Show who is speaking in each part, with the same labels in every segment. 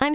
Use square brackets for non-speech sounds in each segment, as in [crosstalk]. Speaker 1: I'm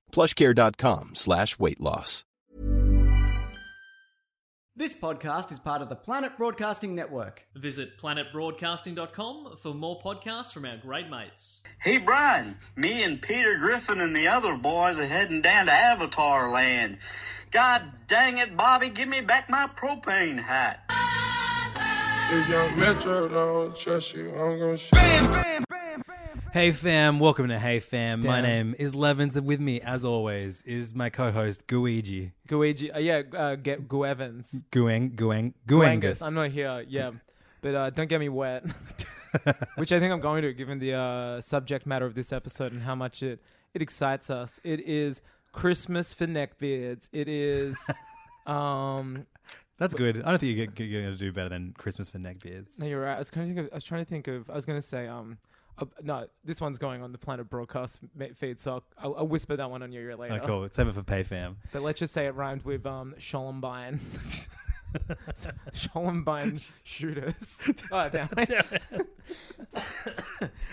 Speaker 2: Plushcare.com slash weight loss.
Speaker 3: This podcast is part of the Planet Broadcasting Network.
Speaker 4: Visit planetbroadcasting.com for more podcasts from our great mates.
Speaker 5: Hey, Brian, me and Peter Griffin and the other boys are heading down to Avatar Land. God dang it, Bobby, give me back my propane hat.
Speaker 6: If young Metro don't trust you, I'm gonna shoot.
Speaker 7: Hey fam, welcome to Hey Fam. My
Speaker 8: Damn.
Speaker 7: name is Levins, and with me, as always, is my co-host Guiji
Speaker 8: Guiji, uh, yeah, uh, get Gu Evans.
Speaker 7: Gueng Gueng
Speaker 8: Guangus.
Speaker 7: Guengus.
Speaker 8: I'm not here, yeah. But uh, don't get me
Speaker 7: [laughs]
Speaker 8: wet, [laughs] which I think I'm going to, given the uh, subject matter of this episode and how much it, it excites us. It is Christmas for neckbeards.
Speaker 7: [laughs]
Speaker 8: It is, um,
Speaker 7: That's good. I don't think you're, g- you're going to do better than Christmas for neckbeards.
Speaker 8: no, you're right. I was trying to think of, I was trying to think of, I was going to say, um, uh, no, this one's going on the Planet Broadcast ma- feed, so I'll, I'll, I'll whisper that one on your ear later.
Speaker 7: Oh, cool. Save it for pay fam.
Speaker 8: But let's just say it rhymed with um,
Speaker 7: [laughs]
Speaker 8: Columbine. Columbine shooters.
Speaker 7: [laughs]
Speaker 8: Oh, damn.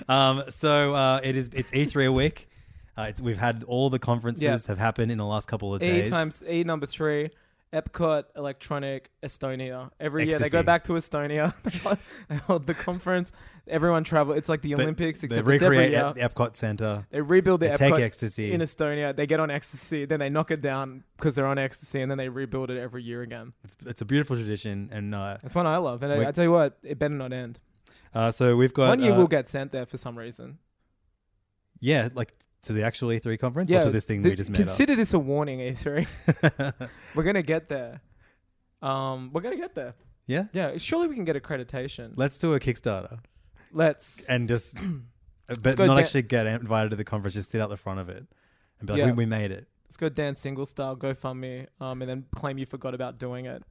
Speaker 7: Um, so uh, it is. It's E3 a week. Uh, it's, we've had all the conferences
Speaker 8: Yeah.
Speaker 7: have happened in the last couple of
Speaker 8: E
Speaker 7: days.
Speaker 8: times E number three. Epcot, Electronic, Estonia. Every year they
Speaker 7: Ecstasy.
Speaker 8: go back to Estonia. [laughs] they hold the conference. Everyone travel. It's like the
Speaker 7: But
Speaker 8: Olympics,
Speaker 7: they
Speaker 8: except it's every
Speaker 7: recreate
Speaker 8: year.
Speaker 7: Ep- Epcot Center.
Speaker 8: they rebuild the
Speaker 7: they
Speaker 8: Epcot
Speaker 7: take ecstasy.
Speaker 8: in Estonia. They get on ecstasy, then they knock it down because they're on ecstasy, and then they rebuild it every year again.
Speaker 7: It's, it's a beautiful tradition, and uh,
Speaker 8: It's one I love, and
Speaker 7: We-
Speaker 8: I, I tell you what, it better not end.
Speaker 7: uh, so we've [laughs] got
Speaker 8: one year
Speaker 7: uh,
Speaker 8: we'll get sent there for some reason.
Speaker 7: yeah, like to the actual E3 conference or to this thing
Speaker 8: th-
Speaker 7: we just made
Speaker 8: Consider this a warning, A3.
Speaker 7: up.
Speaker 8: [laughs] we're gonna get there. Um, we're gonna get there.
Speaker 7: yeah,
Speaker 8: Yeah, surely we can get accreditation.
Speaker 7: let's do a Kickstarter.
Speaker 8: Let's.
Speaker 7: and
Speaker 8: [clears throat]
Speaker 7: just uh, but
Speaker 8: go
Speaker 7: not
Speaker 8: da-
Speaker 7: actually get invited to the conference just sit out the front of it and be like
Speaker 8: Yeah.
Speaker 7: we, we made it
Speaker 8: Let's go Dan Single style, GoFundMe, um, and then claim you forgot about doing it.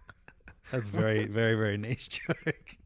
Speaker 8: [laughs]
Speaker 7: that's very very very niche [laughs] joke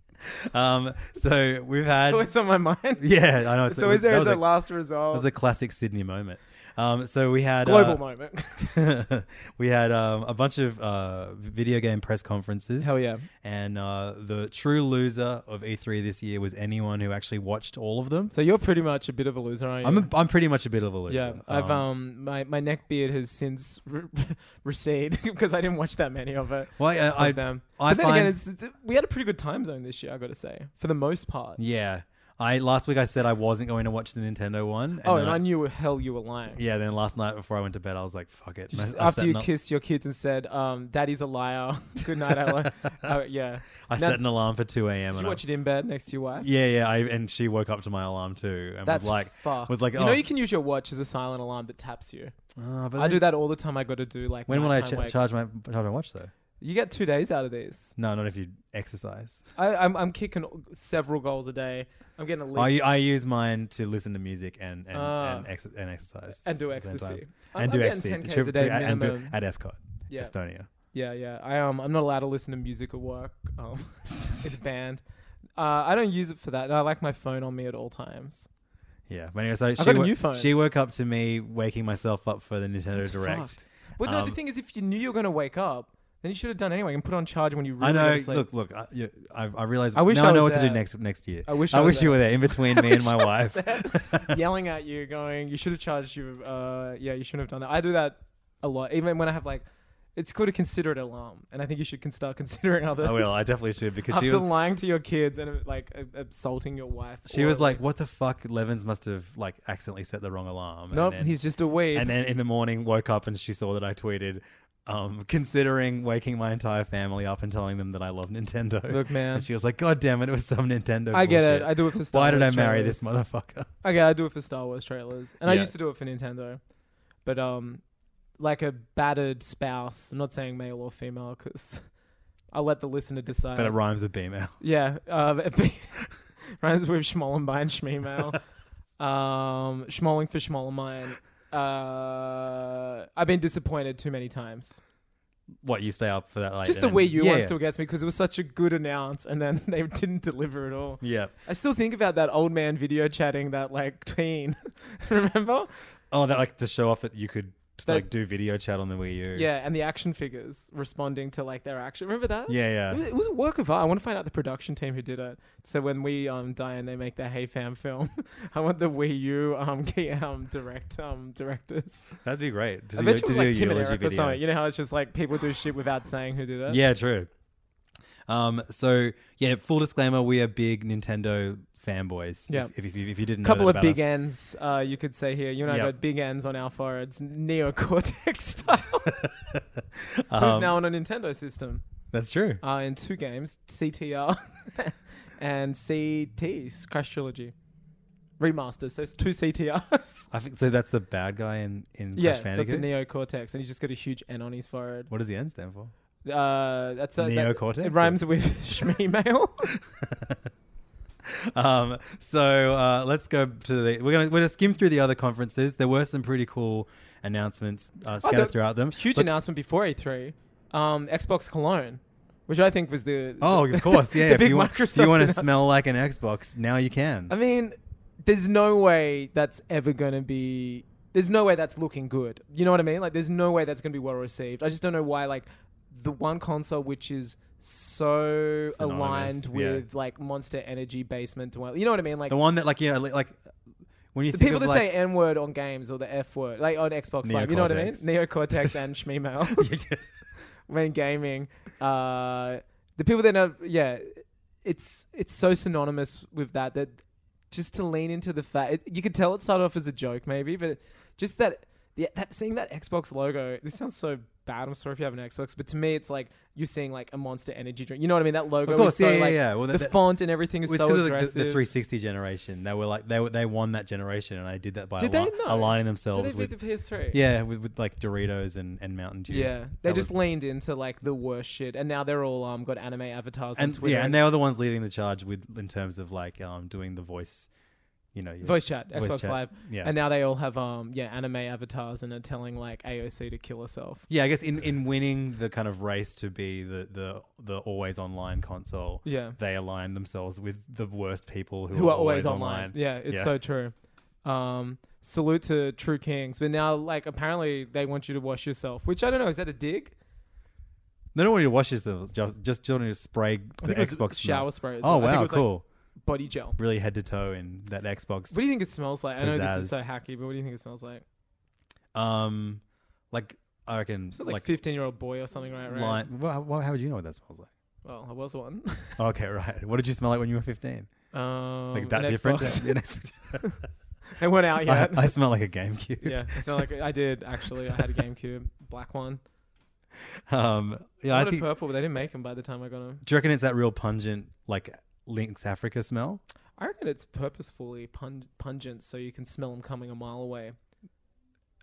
Speaker 7: um so we've had
Speaker 8: [laughs] It's always on my
Speaker 7: [laughs]
Speaker 8: mind.
Speaker 7: yeah i know
Speaker 8: It's always there
Speaker 7: that
Speaker 8: as
Speaker 7: was
Speaker 8: a last result.
Speaker 7: that was a classic sydney moment um so we had
Speaker 8: global
Speaker 7: uh,
Speaker 8: [laughs] moment.
Speaker 7: [laughs] we had um, a bunch of uh, video game press conferences.
Speaker 8: Hell yeah.
Speaker 7: And uh, the true loser of E3 this year was anyone who actually watched all of them.
Speaker 8: so you're pretty much a bit of a loser, aren't you?
Speaker 7: I'm, a, I'm pretty much a bit of a loser.
Speaker 8: yeah, I've um my, my neck beard has since re- [laughs] receded [laughs] because I didn't watch that many of it.
Speaker 7: Well, yeah,
Speaker 8: of
Speaker 7: I-
Speaker 8: them.
Speaker 7: I
Speaker 8: but then
Speaker 7: find-
Speaker 8: again, it's, it's, we had a pretty good time zone this year. I got to say, for the most part.
Speaker 7: Yeah. I last week I said I wasn't going to watch the Nintendo one.
Speaker 8: oh,
Speaker 7: then
Speaker 8: and I, knew hell you were lying.
Speaker 7: Yeah, then last night before I went to bed, I was like, "Fuck it." And I-
Speaker 8: Just
Speaker 7: I
Speaker 8: after
Speaker 7: sat
Speaker 8: you
Speaker 7: in a-
Speaker 8: kissed your kids and said, um, "Daddy's a liar." [laughs] Good
Speaker 7: [laughs]
Speaker 8: night, Ella. uh, yeah.
Speaker 7: I
Speaker 8: Now-
Speaker 7: set an alarm for two a.m.
Speaker 8: Did
Speaker 7: and
Speaker 8: you
Speaker 7: I-
Speaker 8: watch it in bed next to your wife?
Speaker 7: yeah, yeah, I, and she woke up to my alarm too, and
Speaker 8: That's
Speaker 7: was like,
Speaker 8: fuck.
Speaker 7: was like,
Speaker 8: you
Speaker 7: oh,
Speaker 8: know, you can use your watch as a silent alarm that taps you.
Speaker 7: oh, but
Speaker 8: I
Speaker 7: then-
Speaker 8: do that all the time. I got to do like.
Speaker 7: When will I
Speaker 8: nighttime
Speaker 7: ch-
Speaker 8: wakes.
Speaker 7: charge my charge my watch though?
Speaker 8: You get two days out of these.
Speaker 7: No, not if you exercise.
Speaker 8: I, I'm I'm kicking several goals a day. I'm getting at least.
Speaker 7: I, I use mine to listen to music and and,
Speaker 8: Ah.
Speaker 7: and, ex- and exercise
Speaker 8: And do
Speaker 7: at the same time.
Speaker 8: ecstasy. I'm-
Speaker 7: and
Speaker 8: I'm
Speaker 7: do
Speaker 8: getting
Speaker 7: ecstasy
Speaker 8: 10 Ks
Speaker 7: Trip-
Speaker 8: a day
Speaker 7: trip- and do-
Speaker 8: minimum.
Speaker 7: at Epcot,
Speaker 8: Yeah.
Speaker 7: Estonia.
Speaker 8: Yeah, yeah. I um, I'm not allowed to listen to music at work. Um, [laughs] it's banned. Uh, I don't use it for that. I like my phone on me at all times.
Speaker 7: Yeah, but anyway, so she,
Speaker 8: got a
Speaker 7: wo-
Speaker 8: new phone.
Speaker 7: she woke up to me waking myself up for the Nintendo
Speaker 8: It's
Speaker 7: Direct.
Speaker 8: fucked. Well, no, the
Speaker 7: Um,
Speaker 8: thing is, if you knew you were going to wake up, then you should have done anyway and put it on charge when you really
Speaker 7: I
Speaker 8: go
Speaker 7: know.
Speaker 8: to sleep.
Speaker 7: Look, look. I, you, I, I realize.
Speaker 8: I wish
Speaker 7: now
Speaker 8: I
Speaker 7: I know
Speaker 8: was
Speaker 7: what to do
Speaker 8: there.
Speaker 7: next next year.
Speaker 8: I wish
Speaker 7: I,
Speaker 8: I was
Speaker 7: wish you were
Speaker 8: there.
Speaker 7: there in
Speaker 8: [laughs]
Speaker 7: between me and my wife. [laughs]
Speaker 8: yelling at you, going, "You should have charged you." Uh, yeah, you shouldn't have done that. I do that a lot, even when I have like, It's called a considerate alarm, and I think you should con- start considering others.
Speaker 7: I will. I definitely should because
Speaker 8: After
Speaker 7: she was,
Speaker 8: lying to your kids and uh, like uh, assaulting your wife.
Speaker 7: she
Speaker 8: or,
Speaker 7: was like, "What the fuck?" Levens must have like accidentally set the wrong alarm.
Speaker 8: "Nope,
Speaker 7: and then,
Speaker 8: he's just a weeb."
Speaker 7: And then in the morning, woke up and she saw that I tweeted, um, considering waking my entire family up and telling them that I love Nintendo.
Speaker 8: [laughs] Look, man.
Speaker 7: [laughs] And she was like, "God damn it, it was some Nintendo."
Speaker 8: I get
Speaker 7: bullshit.
Speaker 8: it. I do it for Star
Speaker 7: Why did I
Speaker 8: Wars
Speaker 7: marry this
Speaker 8: trailers. [laughs]
Speaker 7: motherfucker?
Speaker 8: Okay, I do it for Star Wars trailers, and I
Speaker 7: Yeah.
Speaker 8: used to do it for Nintendo, but um, like a battered spouse. I'm not saying male or female because [laughs] I'll let the listener decide.
Speaker 7: But it rhymes with B-mail.
Speaker 8: Yeah, uh, [laughs] but rhymes with Schmollenbein Schmeemail.
Speaker 7: [laughs]
Speaker 8: um, Schmolling for Schmollenbein. Uh, I've been disappointed too many times.
Speaker 7: [laughs] What you stay up for that? Like,
Speaker 8: Just the
Speaker 7: and
Speaker 8: way
Speaker 7: then-
Speaker 8: you
Speaker 7: yeah,
Speaker 8: one
Speaker 7: yeah.
Speaker 8: still gets me because it was such a good announce, and then [laughs] they didn't deliver at all.
Speaker 7: Yeah.
Speaker 8: I still think about that old man video chatting that like tween. [laughs] Remember?
Speaker 7: Oh, that like to show off that you could
Speaker 8: That-
Speaker 7: like do video chat on the Wii U.
Speaker 8: Yeah, and the action figures responding to like their action. Remember that?
Speaker 7: Yeah,
Speaker 8: It
Speaker 7: yeah.
Speaker 8: was, it was a work of art. I want to find out the production team who did it. So when we um die and they make their Hey Fam film, [laughs] I want the Wii U um, [laughs] key, um direct um directors.
Speaker 7: That'd be great. To
Speaker 8: I
Speaker 7: do,
Speaker 8: bet
Speaker 7: to
Speaker 8: it was
Speaker 7: do a
Speaker 8: like Tim and
Speaker 7: eulogy
Speaker 8: Eric or
Speaker 7: video.
Speaker 8: something. You know how it's just like people do shit without saying who did it.
Speaker 7: Yeah, true. Um, so yeah, full disclaimer: we are big Nintendo fanboys.
Speaker 8: Yeah.
Speaker 7: If, if, if, if you didn't, know
Speaker 8: Couple
Speaker 7: that
Speaker 8: of
Speaker 7: about
Speaker 8: big
Speaker 7: us.
Speaker 8: ends, uh, you could say here. You and I
Speaker 7: Yep.
Speaker 8: got big ends on our foreheads,
Speaker 7: [laughs]
Speaker 8: neocortex [laughs] style. Who's now on a Nintendo system?
Speaker 7: Um, That's true.
Speaker 8: uh, in two games, CTR [laughs] and CT's Crash Trilogy remaster. So it's two CTRs.
Speaker 7: I think so. That's the bad guy in in
Speaker 8: yeah,
Speaker 7: Crash
Speaker 8: Dr.
Speaker 7: Bandicoot.
Speaker 8: Neocortex, and he's just got a huge N on his forehead.
Speaker 7: what does the N stand for?
Speaker 8: Uh, that's a,
Speaker 7: Neocortex?
Speaker 8: it rhymes with
Speaker 7: [laughs]
Speaker 8: [laughs] Shmeemail.
Speaker 7: Um, so uh, let's go to the. We're gonna we're gonna skim through the other conferences. There were some pretty cool announcements uh, scattered
Speaker 8: there-
Speaker 7: throughout
Speaker 8: [laughs]
Speaker 7: them.
Speaker 8: huge
Speaker 7: But-
Speaker 8: announcement before A3. Um, Xbox Cologne, which I think was the
Speaker 7: Oh,
Speaker 8: the-
Speaker 7: of course, yeah.
Speaker 8: [laughs] the
Speaker 7: if
Speaker 8: big
Speaker 7: you want, if
Speaker 8: Microsoft
Speaker 7: you want to
Speaker 8: announcement.
Speaker 7: smell like an Xbox, now you can.
Speaker 8: I mean, there's no way that's ever going to be. There's no way that's looking good. You know what I mean? Like, there's no way that's going to be well received. I just don't know why, like, the one console which is so
Speaker 7: Synonymous,
Speaker 8: aligned
Speaker 7: yeah.
Speaker 8: with, like, Monster Energy Basement Dwell. You know what I mean? Like,
Speaker 7: the
Speaker 8: the,
Speaker 7: one that like yeah li- like when you think
Speaker 8: people
Speaker 7: of,
Speaker 8: that
Speaker 7: like,
Speaker 8: say N word on games or the F word, like, on Xbox Live. You know what I mean?
Speaker 7: [laughs]
Speaker 8: Neocortex and Shmeemail. [laughs] when gaming. Uh, the people that know, yeah, it's it's so synonymous with that that just to lean into the fact it, you could tell it started off as a joke maybe, but just that yeah, that seeing that Xbox logo. This sounds so bad. I'm sorry if you have an Xbox, but to me it's like you're seeing like a Monster Energy drink. You know what I mean? That logo
Speaker 7: Of course,
Speaker 8: is so
Speaker 7: yeah, yeah,
Speaker 8: like
Speaker 7: yeah. Well,
Speaker 8: the
Speaker 7: that- that-
Speaker 8: font and everything is
Speaker 7: Well, it's
Speaker 8: so
Speaker 7: because of
Speaker 8: aggressive.
Speaker 7: the, the 360 generation. They were like they were, they won that generation, and I did that by
Speaker 8: Did
Speaker 7: ali-
Speaker 8: they know?
Speaker 7: aligning
Speaker 8: Did
Speaker 7: themselves
Speaker 8: they beat
Speaker 7: with
Speaker 8: the PS3?
Speaker 7: yeah with, with like Doritos and, and Mountain Dew.
Speaker 8: Yeah, they
Speaker 7: That
Speaker 8: just
Speaker 7: was-
Speaker 8: leaned into like the worst shit, and now they're all um got anime avatars on
Speaker 7: and
Speaker 8: Twitter.
Speaker 7: yeah, and they were the ones leading the charge with in terms of like um doing the voice, you know, your-
Speaker 8: voice chat,
Speaker 7: voice
Speaker 8: Xbox
Speaker 7: chat.
Speaker 8: Live.
Speaker 7: Yeah,
Speaker 8: And now they all have um yeah anime avatars and are telling like AOC to kill herself.
Speaker 7: yeah, I guess in, in winning the kind of race to be the the the always online console,
Speaker 8: Yeah.
Speaker 7: they align themselves with the worst people who,
Speaker 8: Who are always, online. Yeah, it's
Speaker 7: Yeah.
Speaker 8: so true. Um, salute to True Kings, but now like apparently they want you to wash yourself, which I don't know. Is that a dig?
Speaker 7: They don't want you to wash yourselves. Just just don't want you to spray the
Speaker 8: think it was
Speaker 7: Xbox
Speaker 8: shower
Speaker 7: smell.
Speaker 8: spray as
Speaker 7: Oh
Speaker 8: well. I think it
Speaker 7: wow,
Speaker 8: was, like,
Speaker 7: cool!
Speaker 8: Body gel.
Speaker 7: really head to toe in that Xbox.
Speaker 8: What do you think it smells like? I know this is so
Speaker 7: Pizzazz.
Speaker 8: hacky, but what do you think it smells like?
Speaker 7: um, like I reckon,
Speaker 8: It smells like
Speaker 7: like,
Speaker 8: fifteen-year-old boy or something, right? Right.
Speaker 7: lime. Well, how- well, how would you know what that smells like?
Speaker 8: Well, I
Speaker 7: [laughs]
Speaker 8: was one.
Speaker 7: Okay, right. What did you smell like when you were fifteen?
Speaker 8: Um,
Speaker 7: Like that
Speaker 8: an
Speaker 7: different?
Speaker 8: Xbox.
Speaker 7: Yeah, [laughs] an Xbox.
Speaker 8: [laughs] they weren't out
Speaker 7: I,
Speaker 8: yet.
Speaker 7: I smell like a GameCube.
Speaker 8: [laughs] yeah, it's not like I did actually. I had a GameCube, black one.
Speaker 7: [laughs] Um. Yeah.
Speaker 8: I
Speaker 7: I,
Speaker 8: wanted
Speaker 7: think. Do
Speaker 8: purple, but they didn't make them by the time I got them.
Speaker 7: you reckon it's that real pungent, like Lynx Africa smell?
Speaker 8: I reckon it's purposefully pun- pungent so you can smell them coming a mile away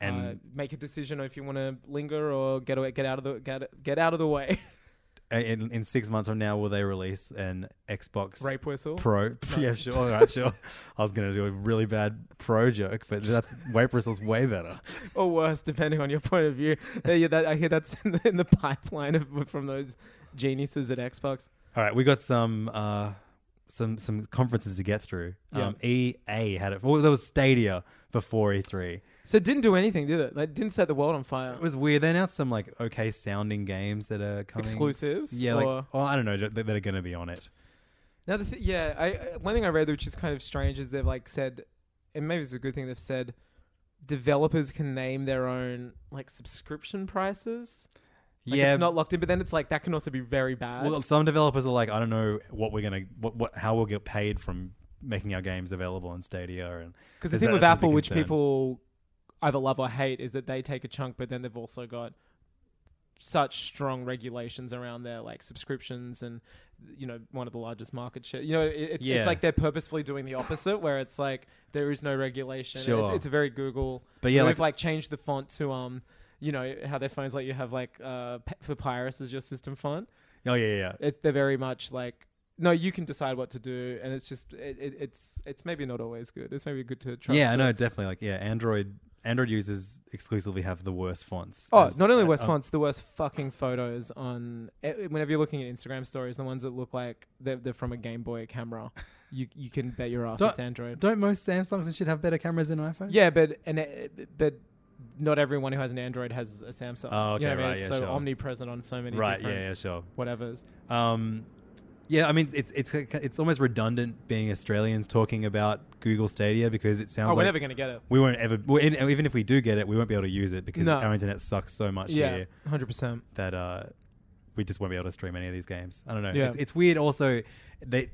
Speaker 8: and uh,
Speaker 7: And
Speaker 8: make a decision if you want to linger or get away, get out of the get, get out of the way. [laughs]
Speaker 7: uh, in, in six months from now, will they release an Xbox
Speaker 8: Rape whistle.
Speaker 7: Pro? [laughs] Yeah, sure. All right, sure. I was gonna do a really bad pro joke, but
Speaker 8: [laughs]
Speaker 7: that Wape Bristle's way better.
Speaker 8: or worse, depending on your point of view. Yeah, yeah, that, I hear that's [laughs] in the, in the pipeline of, from those geniuses at Xbox.
Speaker 7: All right, we got some uh, some some conferences to get through.
Speaker 8: Yeah.
Speaker 7: Um, EA had it. Well, there was Stadia before E3.
Speaker 8: So it didn't do anything, did it? Like, didn't set the world on fire.
Speaker 7: It was weird. They announced some like okay sounding games that are coming
Speaker 8: Exclusives?
Speaker 7: Yeah, like
Speaker 8: or-
Speaker 7: oh, I don't know that, that are going to be on it.
Speaker 8: Now, the th- yeah, I I- one thing I read which is kind of strange is they've like said, and maybe it's a good thing they've said, developers can name their own like subscription prices. Like
Speaker 7: Yeah.
Speaker 8: it's not locked in, but then it's like that can also be very bad.
Speaker 7: Well, some developers are like, I don't know what we're gonna, what, what how we'll get paid from making our games available on Stadia, and
Speaker 8: Because the
Speaker 7: is
Speaker 8: thing
Speaker 7: that-
Speaker 8: with
Speaker 7: that's a big
Speaker 8: Apple, which
Speaker 7: concern.
Speaker 8: people either love or hate, is that they take a chunk, but then they've also got such strong regulations around their like subscriptions and you know one of the largest market share. You know, it, it-
Speaker 7: Yeah.
Speaker 8: it's like they're purposefully doing the opposite, where it's like there is no regulation. and
Speaker 7: Sure.
Speaker 8: It's, it's very Google.
Speaker 7: But yeah,
Speaker 8: And
Speaker 7: like-
Speaker 8: they've like changed the font to um. You know how their phones let you have like uh, P- Papyrus as your system font
Speaker 7: Oh yeah, yeah, yeah.
Speaker 8: it, they're very much like no you can decide what to do and it's just it, it, it's it's maybe not always good it's maybe good to trust
Speaker 7: yeah. I
Speaker 8: that-
Speaker 7: know, definitely. Like, yeah, Android Android users exclusively have the worst fonts.
Speaker 8: oh
Speaker 7: As-
Speaker 8: not only worst
Speaker 7: uh,
Speaker 8: fonts the worst fucking photos on eh, whenever you're looking at instagram stories the ones that look like they're, they're from a game
Speaker 7: [laughs]
Speaker 8: boy camera you you can bet your ass
Speaker 7: Don't-
Speaker 8: it's android
Speaker 7: Don't most Samsungs and shit have better cameras than iPhones?
Speaker 8: yeah but and eh, but not everyone who has an android has a samsung
Speaker 7: Oh,
Speaker 8: you
Speaker 7: okay,
Speaker 8: know what I mean?
Speaker 7: right,
Speaker 8: it's
Speaker 7: yeah,
Speaker 8: so
Speaker 7: sure.
Speaker 8: omnipresent on so many
Speaker 7: Right. Yeah.
Speaker 8: different
Speaker 7: Yeah. Sure.
Speaker 8: whatevers
Speaker 7: Um, yeah, I mean, it's it's it's almost redundant being Australians talking about Google Stadia because it sounds
Speaker 8: oh we're
Speaker 7: like
Speaker 8: never gonna get it
Speaker 7: we won't ever. we- and Even if we do get it, we won't be able to use it because
Speaker 8: No.
Speaker 7: our internet sucks so much
Speaker 8: yeah
Speaker 7: here
Speaker 8: 100%
Speaker 7: that uh, we just won't be able to stream any of these games. I don't know.
Speaker 8: Yeah.
Speaker 7: It's, it's weird. Also, they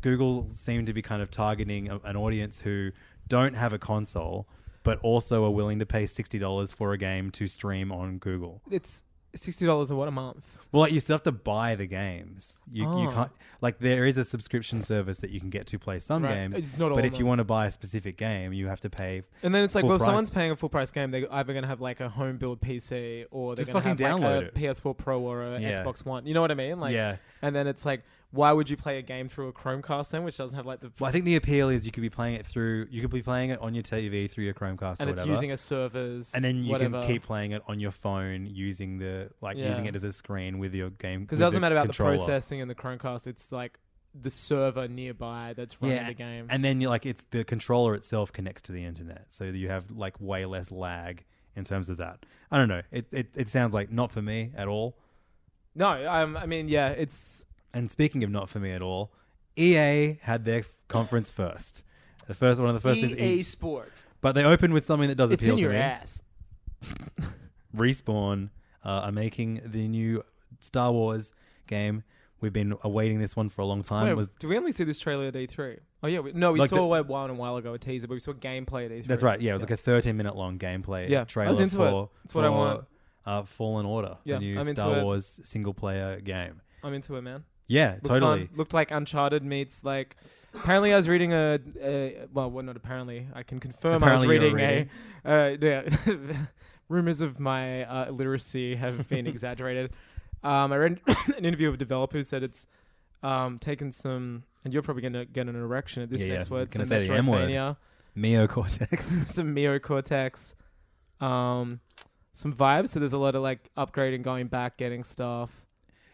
Speaker 7: Google seem to be kind of targeting a, an audience who don't have a console. But also are willing to pay sixty dollars for a game to stream on Google.
Speaker 8: it's $60 a what a month
Speaker 7: Well, like, you still have to buy the games. You, you
Speaker 8: Oh.
Speaker 7: can't like there is a subscription service that you can get to play some
Speaker 8: Right.
Speaker 7: games.
Speaker 8: It's not all
Speaker 7: but
Speaker 8: of
Speaker 7: if you
Speaker 8: them.
Speaker 7: want to buy a specific game, you have to pay.
Speaker 8: And then it's like,
Speaker 7: full
Speaker 8: well,
Speaker 7: price.
Speaker 8: someone's paying a full price game. They're either going to have like a home build PC or they're
Speaker 7: Just
Speaker 8: going to have
Speaker 7: fucking download
Speaker 8: like a
Speaker 7: it.
Speaker 8: PS4 Pro or a
Speaker 7: Yeah.
Speaker 8: Xbox One. You know what I mean? Like,
Speaker 7: Yeah.
Speaker 8: And then it's like, why would you play a game through a Chromecast then, which doesn't have like the
Speaker 7: Well, I think the appeal is you could be playing it through. You could be playing it on your TV through your Chromecast
Speaker 8: and
Speaker 7: or
Speaker 8: it's
Speaker 7: whatever.
Speaker 8: using a servers
Speaker 7: and then you
Speaker 8: whatever.
Speaker 7: can keep playing it on your phone using the like
Speaker 8: Yeah.
Speaker 7: using it as a screen with your game
Speaker 8: because it doesn't matter about the processing and the Chromecast. It's like the server nearby that's running
Speaker 7: Yeah,
Speaker 8: the game.
Speaker 7: and then you like it's the controller itself connects to the internet, so you have like way less lag in terms of that. I don't know. It it, it sounds like not for me at all.
Speaker 8: no, um, I mean, yeah, it's
Speaker 7: And speaking of not for me at all, EA had their f- conference first. The first one of the first is
Speaker 8: EA
Speaker 7: E-
Speaker 8: Sports.
Speaker 7: but they opened with something that does
Speaker 8: It's
Speaker 7: appeal
Speaker 8: in
Speaker 7: to
Speaker 8: your
Speaker 7: me.
Speaker 8: ass.
Speaker 7: Respawn uh, are making the new Star Wars game. We've been awaiting this one for a long time.
Speaker 8: Wait,
Speaker 7: It was
Speaker 8: do we only see this trailer at E3? Oh yeah, we, no, we
Speaker 7: Like
Speaker 8: saw
Speaker 7: the-
Speaker 8: a while and a while ago a teaser, but we saw gameplay at E3.
Speaker 7: that's right. Yeah, it was like a 13 minute long gameplay
Speaker 8: Yeah, I was
Speaker 7: trailer
Speaker 8: into it.
Speaker 7: for,
Speaker 8: It's what I
Speaker 7: for,
Speaker 8: want.
Speaker 7: Uh, Fallen Order,
Speaker 8: Yeah,
Speaker 7: the new
Speaker 8: I'm into
Speaker 7: Star
Speaker 8: it.
Speaker 7: Wars single player game.
Speaker 8: I'm into it, man.
Speaker 7: Yeah,
Speaker 8: Looked
Speaker 7: totally.
Speaker 8: fun. Looked like Uncharted meets like. Apparently, I was reading a, a well, what not apparently. I can confirm
Speaker 7: Apparently
Speaker 8: I
Speaker 7: you
Speaker 8: was
Speaker 7: were
Speaker 8: reading, a. Uh, yeah, [laughs] rumors of my uh, illiteracy
Speaker 7: [laughs]
Speaker 8: have been exaggerated. Um, I read [coughs] an interview of a developer who said it's um, taken some, and you're probably going to get an erection at this
Speaker 7: Yeah, yeah,
Speaker 8: next
Speaker 7: I was
Speaker 8: word.
Speaker 7: gonna
Speaker 8: some
Speaker 7: say the M word.
Speaker 8: Metroidvania,
Speaker 7: Mio Cortex. [laughs]
Speaker 8: some Mio Cortex, um, some vibes. So there's a lot of like upgrading, going back, getting stuff.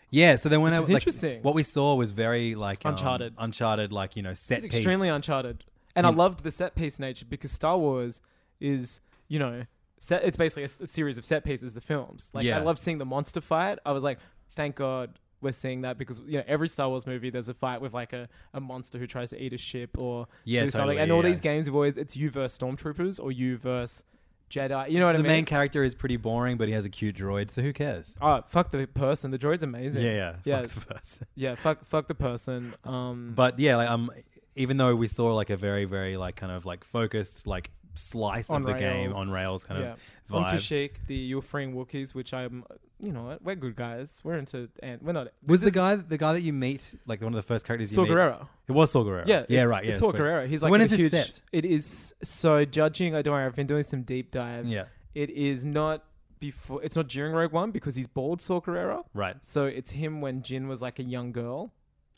Speaker 7: Yeah, so then when
Speaker 8: Which
Speaker 7: I
Speaker 8: is
Speaker 7: like,
Speaker 8: interesting.
Speaker 7: what we saw was very like um,
Speaker 8: Uncharted.
Speaker 7: uncharted, like you know, set
Speaker 8: It's
Speaker 7: piece. Mm.
Speaker 8: extremely uncharted, and I loved the set piece nature because Star Wars is you know set. It's basically a, s- a series of set pieces, the films. Like
Speaker 7: Yeah.
Speaker 8: I love seeing the monster fight. I was like, thank God we're seeing that because you know every Star Wars movie there's a fight with like a, a monster who tries to eat a ship or
Speaker 7: Yeah,
Speaker 8: do something.
Speaker 7: totally,
Speaker 8: And all
Speaker 7: yeah.
Speaker 8: these games have always it's you versus stormtroopers or you versus Jedi. You know what
Speaker 7: the
Speaker 8: I mean?
Speaker 7: main character is pretty boring, but he has a cute droid, so who cares?
Speaker 8: oh fuck the person. The droid's amazing.
Speaker 7: Yeah, yeah,
Speaker 8: yeah,
Speaker 7: Fuck the person.
Speaker 8: yeah. Fuck, fuck the person. Um,
Speaker 7: But yeah, like, um, even though we saw like a very, very like kind of like focused like slice of the game on rails kind of
Speaker 8: yeah. On
Speaker 7: vibe.
Speaker 8: Kashyyyk, the you're freeing Wookiees, which I'm, you know, what, we're good guys. We're into and we're not.
Speaker 7: was the
Speaker 8: this-
Speaker 7: guy the guy that you meet like one of the first characters?
Speaker 8: Saw
Speaker 7: you meet?
Speaker 8: Gerrera?
Speaker 7: It was Saw Gerrera.
Speaker 8: Yeah,
Speaker 7: yeah,
Speaker 8: it's-
Speaker 7: right. Yeah,
Speaker 8: it's Saw
Speaker 7: it's weird.
Speaker 8: Gerrera. He's like
Speaker 7: when
Speaker 8: a
Speaker 7: is it
Speaker 8: huge,
Speaker 7: set?
Speaker 8: It is so judging. I don't. worry, I've been doing some deep dives.
Speaker 7: Yeah.
Speaker 8: It is not before. It's not during Rogue One because he's bald. Saw Gerrera.
Speaker 7: Right.
Speaker 8: So it's him when Jin was like a young girl.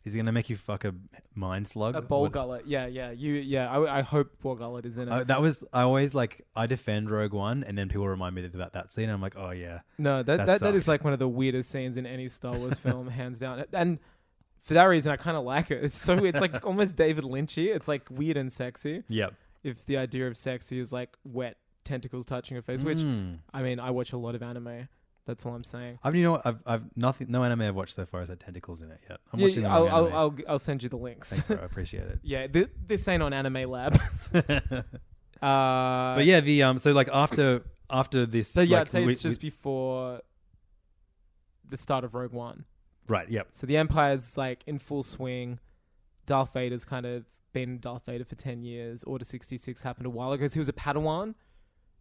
Speaker 7: Is he gonna make you fuck a mind slug?
Speaker 8: A bald
Speaker 7: What-
Speaker 8: gullet. Yeah, yeah. You. Yeah. I, I hope bald gullet is in it.
Speaker 7: Uh, that was I always like I defend Rogue One, and then people remind me about that scene. And I'm like, oh yeah,
Speaker 8: No, that
Speaker 7: That
Speaker 8: that, that
Speaker 7: sucked.
Speaker 8: is like one of the weirdest scenes in any Star Wars film, hands down. And for that reason, I kind of like it. It's so it's like almost David Lynchy. It's like weird and sexy.
Speaker 7: yep.
Speaker 8: If the idea of sexy is like wet tentacles touching your face, which
Speaker 7: Mm.
Speaker 8: I mean, I watch a lot of anime. That's all I'm saying.
Speaker 7: I've you know what? I've I've nothing no anime I've watched so far has had tentacles in it yet. I'm
Speaker 8: Yeah,
Speaker 7: watching the
Speaker 8: I'll,
Speaker 7: wrong
Speaker 8: I'll,
Speaker 7: anime.
Speaker 8: I'll I'll send you the links.
Speaker 7: Thanks, bro. I appreciate it.
Speaker 8: [laughs] yeah, th- this ain't on
Speaker 7: [laughs]
Speaker 8: Anime Lab. [laughs] uh,
Speaker 7: but yeah, the um, so like after after this,
Speaker 8: So yeah,
Speaker 7: like,
Speaker 8: I'd say
Speaker 7: we-
Speaker 8: it's just
Speaker 7: we-
Speaker 8: before the start of Rogue One.
Speaker 7: Right. Yep.
Speaker 8: So the Empire's like in full swing. Darth Vader's kind of been Darth Vader for 10 years. Order 66 happened a while ago 'cause he was a Padawan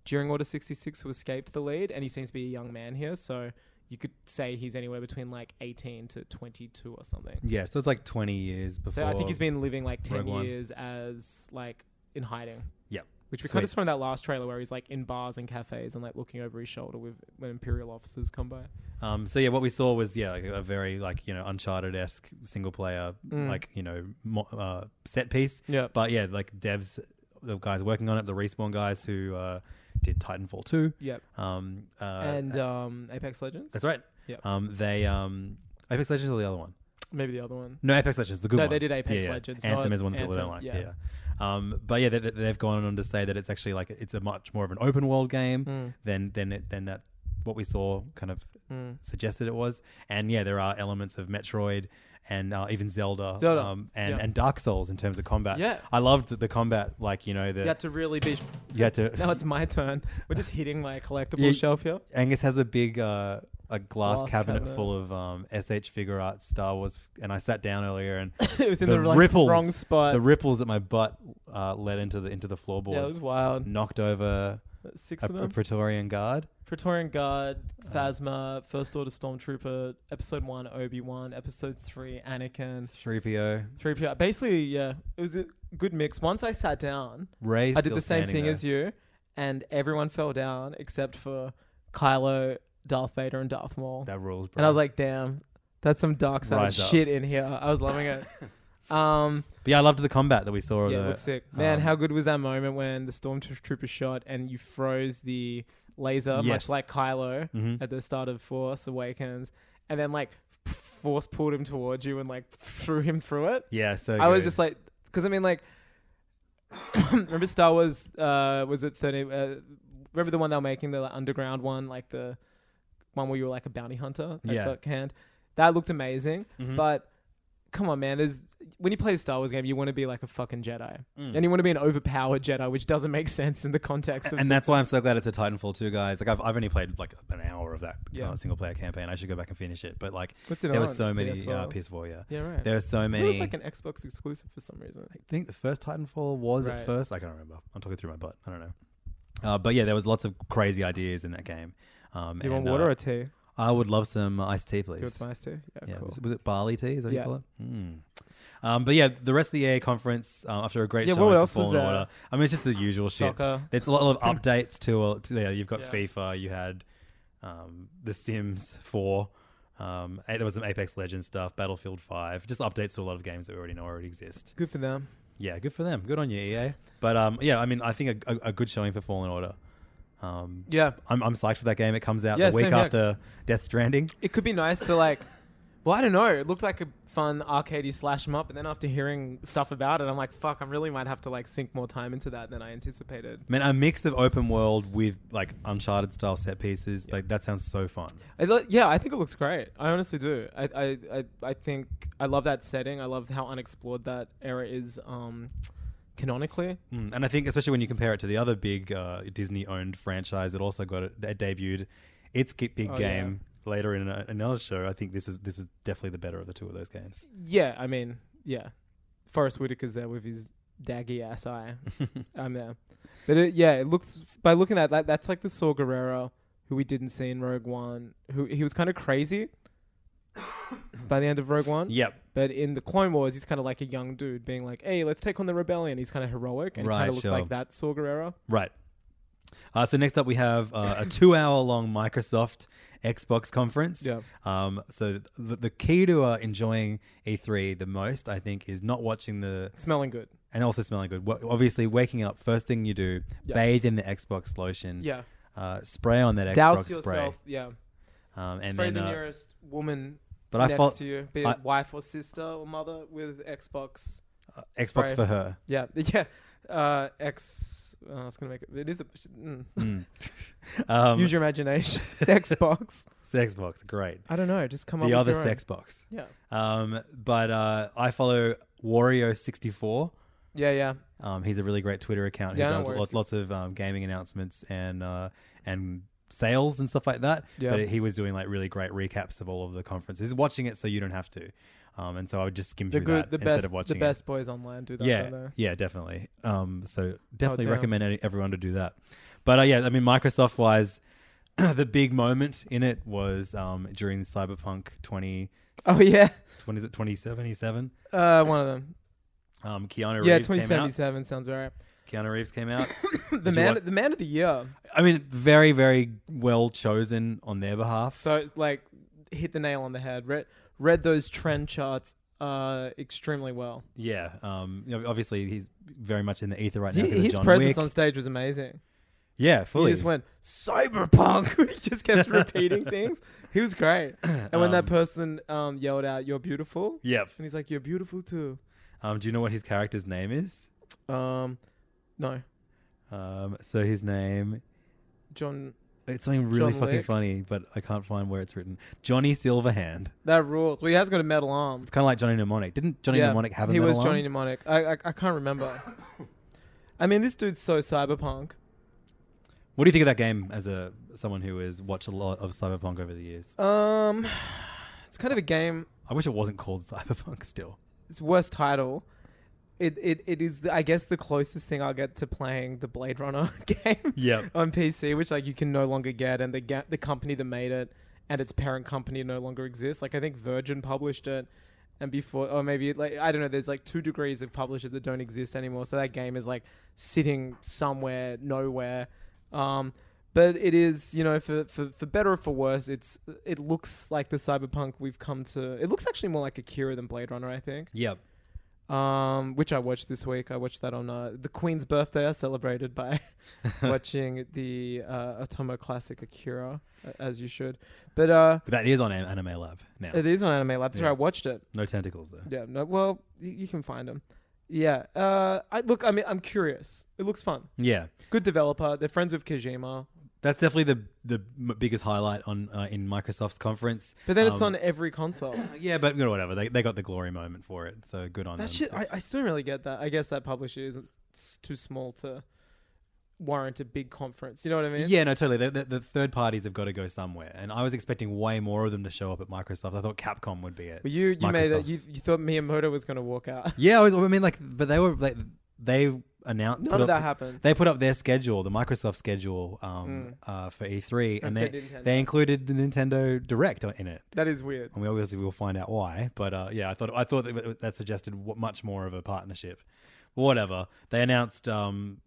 Speaker 8: during Order 66 who escaped the lead, and he seems to be a young man here. So you could say he's anywhere between like 18 to 22 or something.
Speaker 7: Yeah. So it's like 20 years before.
Speaker 8: So I think he's been living like 10
Speaker 7: Rogue One.
Speaker 8: years as like in hiding.
Speaker 7: Yep.
Speaker 8: Which we
Speaker 7: Sweet.
Speaker 8: kind of saw in that last trailer where he's like in bars and cafes and like looking over his shoulder with when Imperial officers come by.
Speaker 7: Um, so yeah, what we saw was yeah like a very like you know Uncharted esque single player
Speaker 8: Mm.
Speaker 7: like you know mo- uh, set piece.
Speaker 8: Yeah.
Speaker 7: But yeah, like devs, the guys working on it, the respawn guys who uh, did Titanfall two.
Speaker 8: Yep.
Speaker 7: Um, uh,
Speaker 8: and um, Apex Legends?
Speaker 7: that's right.
Speaker 8: Yeah.
Speaker 7: Um, they um, Apex Legends or the other one?
Speaker 8: Maybe the other one.
Speaker 7: No, Apex Legends, the good
Speaker 8: No,
Speaker 7: one.
Speaker 8: they did Apex
Speaker 7: yeah, yeah.
Speaker 8: Legends,
Speaker 7: Anthem
Speaker 8: not
Speaker 7: is one that people don't like.
Speaker 8: Anthem,
Speaker 7: Yeah.
Speaker 8: yeah.
Speaker 7: Um, but yeah, they, they- they've gone on to say that it's actually like it's a much more of an open world game
Speaker 8: Hmm.
Speaker 7: than than it, than that what we saw kind of
Speaker 8: Hmm.
Speaker 7: suggested it was. And yeah, there are elements of Metroid and uh, even Zelda,
Speaker 8: Zelda,
Speaker 7: Um, and
Speaker 8: yeah.
Speaker 7: and Dark Souls in terms of combat.
Speaker 8: Yeah.
Speaker 7: I loved the, the combat. Like you know the
Speaker 8: You had to really be.
Speaker 7: you had to
Speaker 8: [laughs] Now it's my turn. We're just hitting like collectible
Speaker 7: Yeah.
Speaker 8: shelf here. [laughs]
Speaker 7: Angus has a big uh, a glass,
Speaker 8: Glass
Speaker 7: cabinet,
Speaker 8: cabinet.
Speaker 7: full of um, SH figure art Star Wars, and I sat down earlier and
Speaker 8: It was in the, like, wrong spot.
Speaker 7: The ripples that my butt uh, led into the into the floorboards
Speaker 8: yeah, it was wild.
Speaker 7: knocked over Mm. a,
Speaker 8: Six
Speaker 7: uh,
Speaker 8: of
Speaker 7: a
Speaker 8: them.
Speaker 7: Praetorian guard.
Speaker 8: Praetorian Guard, Phasma, First Order Stormtrooper, Episode 1, Obi Wan, Episode 3, Anakin,
Speaker 7: Three PO.
Speaker 8: 3PO. Basically, yeah, it was a good mix. Once I sat down,
Speaker 7: Ray.
Speaker 8: I did the same thing as you, and everyone fell down except for Kylo, Darth Vader, and Darth Maul.
Speaker 7: That rules. Bro.
Speaker 8: and I was like, damn, that's some dark side
Speaker 7: Rise up.
Speaker 8: shit in here. I was loving
Speaker 7: [laughs]
Speaker 8: it. um,
Speaker 7: but yeah, I loved the combat that we saw. of
Speaker 8: yeah,
Speaker 7: the-
Speaker 8: it looks sick. Man,
Speaker 7: um,
Speaker 8: how good was that moment when the stormtrooper shot and you froze the laser,
Speaker 7: Yes.
Speaker 8: much like Kylo
Speaker 7: Mm-hmm.
Speaker 8: at the start of Force Awakens, and then like force pulled him towards you and like [laughs] threw him through it.
Speaker 7: Yeah, so
Speaker 8: I was
Speaker 7: good.
Speaker 8: just like, because I mean, like, [coughs] remember Star Wars? Uh, was it thirty? Uh, remember the one they were making the like, underground one, like the one where you were like a bounty hunter, like
Speaker 7: Yeah. Mm-hmm.
Speaker 8: yeah. hand. That looked amazing, but come on, man. There's when you play a Star Wars game, you want to be like a fucking Jedi,
Speaker 7: Mm.
Speaker 8: and you want to be an overpowered Jedi, which doesn't make [laughs] sense in the context of.
Speaker 7: and that's why I'm so glad it's a Titanfall 2, guys. Like I've, I've only played like an hour of that
Speaker 8: Yeah.
Speaker 7: uh, single player campaign. I should go back and finish it. But like,
Speaker 8: [laughs] What's it
Speaker 7: there were
Speaker 8: on?
Speaker 7: so many uh,
Speaker 8: PS4?
Speaker 7: PS4. Yeah,
Speaker 8: yeah, right.
Speaker 7: there were so
Speaker 8: I thought
Speaker 7: many.
Speaker 8: It was like an Xbox exclusive for some reason.
Speaker 7: I think the first Titanfall was at
Speaker 8: Right.
Speaker 7: first. I can't remember. I'm talking through my butt. I don't know. Uh, but yeah, there was lots of crazy ideas in that game. Um,
Speaker 8: Do you want
Speaker 7: and,
Speaker 8: water
Speaker 7: uh,
Speaker 8: or tea?
Speaker 7: I would love some iced tea,
Speaker 8: Do you want
Speaker 7: please.
Speaker 8: some iced tea? Yeah,
Speaker 7: Yeah,
Speaker 8: cool.
Speaker 7: was, was it barley tea? Is that what
Speaker 8: Yeah.
Speaker 7: you call it? Mm. Um, but yeah, the rest of the EA conference uh, after a great
Speaker 8: Yeah,
Speaker 7: show
Speaker 8: what
Speaker 7: for
Speaker 8: else was
Speaker 7: Fallen
Speaker 8: there?
Speaker 7: Order. I mean, it's just the usual
Speaker 8: Soccer.
Speaker 7: shit. It's a lot of
Speaker 8: [coughs]
Speaker 7: updates to. Uh, to yeah, you've got
Speaker 8: Yeah.
Speaker 7: FIFA. You had um, The Sims Four. Um, eh, there was some Apex Legends stuff, Battlefield Five, just updates to a lot of games that we already know already exist.
Speaker 8: Good for them.
Speaker 7: Yeah, good for them. Good on you, EA. But um, yeah, I mean, I think a, a, a good showing for Fallen Order. Um,
Speaker 8: Yeah,
Speaker 7: I'm, I'm psyched for that game. It comes out
Speaker 8: Yeah,
Speaker 7: the week
Speaker 8: same here.
Speaker 7: after Death Stranding.
Speaker 8: it could be nice to like well i don't know it looked like a fun arcadey slash 'em up and then after hearing stuff about it i'm like fuck i really might have to like sink more time into that than i anticipated
Speaker 7: Man, a mix of open world with like Uncharted style set pieces. Like that sounds so fun.
Speaker 8: I lo- yeah i think it looks great i honestly do I, I i i think i love that setting i love how unexplored that era is um canonically
Speaker 7: Mm, And I think especially when you compare it to the other big uh, Disney-owned franchise that also got it, that debuted its g- big
Speaker 8: Oh, yeah.
Speaker 7: game later in a, another show. I think this is this is definitely the better of the two of those
Speaker 8: [laughs]
Speaker 7: games.
Speaker 8: yeah i mean yeah forrest whitaker's there with his daggy ass eye i'm there but it, yeah it looks by looking at that that's like the saw guerrero who we didn't see in rogue one who he was kind
Speaker 7: [coughs]
Speaker 8: of crazy by the end of rogue one
Speaker 7: Yep.
Speaker 8: but in the clone wars he's kind of like a young dude being like hey let's take on the rebellion he's kind of heroic and
Speaker 7: Right,
Speaker 8: kind of looks
Speaker 7: sure.
Speaker 8: like that saw guerrero
Speaker 7: Right. Uh, so next up, we have uh, a
Speaker 8: [laughs]
Speaker 7: two-hour-long Microsoft Xbox conference.
Speaker 8: Yeah.
Speaker 7: Um, so the, the key to uh, enjoying E3 the most, I think, is not watching the
Speaker 8: smelling good
Speaker 7: and also smelling good. Wa- Obviously, waking up first thing you do,
Speaker 8: Yeah.
Speaker 7: bathe in the Xbox lotion.
Speaker 8: yeah
Speaker 7: Uh, spray on that
Speaker 8: douse
Speaker 7: Xbox spray.
Speaker 8: yourself yeah
Speaker 7: Um, and
Speaker 8: spray
Speaker 7: then,
Speaker 8: the
Speaker 7: uh,
Speaker 8: nearest woman
Speaker 7: but I
Speaker 8: next
Speaker 7: felt
Speaker 8: to you be it
Speaker 7: I-
Speaker 8: wife or sister or mother with xbox
Speaker 7: uh, Xbox
Speaker 8: spray.
Speaker 7: for
Speaker 8: [laughs]
Speaker 7: her.
Speaker 8: Yeah, yeah. Uh, X. oh, I was gonna make it. It is a. Mm.
Speaker 7: Um,
Speaker 8: Use your
Speaker 7: [laughs]
Speaker 8: imagination. Sex box.
Speaker 7: sex box, great.
Speaker 8: I don't know. Just come up.
Speaker 7: The
Speaker 8: with
Speaker 7: other
Speaker 8: your own.
Speaker 7: sex box.
Speaker 8: Yeah.
Speaker 7: Um, but uh, I follow Wario sixty four.
Speaker 8: Yeah, yeah.
Speaker 7: Um, he's a really great Twitter account who
Speaker 8: Yeah, no
Speaker 7: does
Speaker 8: worries.
Speaker 7: lots, lots of um, gaming announcements and uh, and sales and stuff like that.
Speaker 8: Yeah.
Speaker 7: But he was doing like really great recaps of all of the conferences, watching it so you don't have to. Um, and so I would just skim
Speaker 8: The
Speaker 7: through
Speaker 8: good,
Speaker 7: that
Speaker 8: the
Speaker 7: instead
Speaker 8: best,
Speaker 7: of watching
Speaker 8: the best boys online do
Speaker 7: it.
Speaker 8: that.
Speaker 7: Yeah,
Speaker 8: don't they?
Speaker 7: yeah, definitely. Um, so definitely
Speaker 8: Oh, damn.
Speaker 7: recommend any, everyone to do that. But uh, yeah, I mean, Microsoft wise, [clears throat] the big moment in it was um, during Cyberpunk 20,
Speaker 8: Oh yeah,
Speaker 7: when is it 2077?
Speaker 8: uh, one of them.
Speaker 7: Um, Keanu
Speaker 8: yeah,
Speaker 7: Reeves
Speaker 8: twenty
Speaker 7: came
Speaker 8: seventy
Speaker 7: out.
Speaker 8: seven sounds right.
Speaker 7: Keanu Reeves came out.
Speaker 8: the
Speaker 7: you
Speaker 8: man,
Speaker 7: want-
Speaker 8: the man of the year.
Speaker 7: I mean, very, very well chosen on their behalf.
Speaker 8: So it's like hit the nail on the head. Read read those trend charts uh, extremely well.
Speaker 7: Yeah. Um. you know, obviously, he's very much in the ether right now.
Speaker 8: He,
Speaker 7: 'cause of
Speaker 8: his
Speaker 7: John
Speaker 8: presence
Speaker 7: Wick.
Speaker 8: on stage was amazing.
Speaker 7: Yeah, fully.
Speaker 8: He just went cyberpunk. [laughs] he
Speaker 7: [laughs]
Speaker 8: just kept repeating things. He was great. And when that person um, yelled out, "You're beautiful,"
Speaker 7: Yep.
Speaker 8: and he's like, "You're beautiful too."
Speaker 7: Um. Do you know what his character's name is?
Speaker 8: Um, no,
Speaker 7: Um. So his name.
Speaker 8: John,
Speaker 7: It's something really
Speaker 8: John
Speaker 7: fucking
Speaker 8: Wick.
Speaker 7: funny, but I can't find where it's written. Johnny Silverhand.
Speaker 8: that rules. Well, he has got a metal arm.
Speaker 7: It's kind of like Johnny Mnemonic. Didn't Johnny Mnemonic have a
Speaker 8: he
Speaker 7: metal
Speaker 8: was
Speaker 7: arm?
Speaker 8: Johnny Mnemonic. I, I I can't remember. I mean, this dude's so cyberpunk.
Speaker 7: What do you think of that game as a someone who has watched a lot of Cyberpunk over the years?
Speaker 8: Um, [sighs] it's kind of a game.
Speaker 7: I wish it wasn't called [laughs] Cyberpunk still.
Speaker 8: It's worst title. It it, it is the, I guess the closest thing I'll get to playing the Blade Runner [laughs] game.
Speaker 7: Yep.
Speaker 8: On PC, which like you can no longer get, and the ga- the company that made it and its parent company no longer exists. Like I think Virgin published it, and before or maybe like I don't know. There's like two degrees of publishers that don't exist anymore. So that game is like sitting somewhere nowhere. Um, but it is you know for, for for better or for worse, it's it looks like the cyberpunk we've come to. It looks actually more like Akira than Blade Runner, I think
Speaker 7: Yep.
Speaker 8: um, which I watched this week. I watched that on uh, the Queen's birthday. I
Speaker 7: [laughs]
Speaker 8: celebrated by watching the uh, Otomo classic Akira, a- as you should. But uh,
Speaker 7: But that is on An- Anime Lab now.
Speaker 8: it is on Anime Lab. That's
Speaker 7: Yeah.
Speaker 8: where I watched it.
Speaker 7: No tentacles though.
Speaker 8: Yeah. No. Well, you, you can find them. Yeah. Uh, I look. I mean, I'm curious. It looks fun.
Speaker 7: Yeah.
Speaker 8: Good developer. They're friends with Kojima.
Speaker 7: That's definitely the the m- biggest highlight on uh, in Microsoft's conference.
Speaker 8: But then it's
Speaker 7: Um,
Speaker 8: on every console.
Speaker 7: Yeah, but you know, whatever. They, they got the glory moment for it, so good on
Speaker 8: That
Speaker 7: them.
Speaker 8: shit. I, I still don't really get that. I guess that publisher isn't s- too small to warrant a big conference. You know what I mean?
Speaker 7: yeah, no, totally. The, the, the third parties have got to go somewhere, and I was expecting way more of them to show up at Microsoft. I thought Capcom would be it.
Speaker 8: Well, you you made it. You,
Speaker 7: Microsoft's.
Speaker 8: you thought Miyamoto was going to walk out.
Speaker 7: yeah, I, was, I mean, like, but they were like they announced
Speaker 8: None
Speaker 7: put
Speaker 8: of
Speaker 7: up-
Speaker 8: that happened.
Speaker 7: They put up their schedule, the Microsoft schedule, um, uh, for E3, and,
Speaker 8: And
Speaker 7: they
Speaker 8: said Hmm. Nintendo.
Speaker 7: they included the Nintendo Direct in it.
Speaker 8: That is weird.
Speaker 7: and we obviously will find out why. But uh, yeah, I thought I thought that, that suggested w- much more of a partnership. Whatever they announced, um,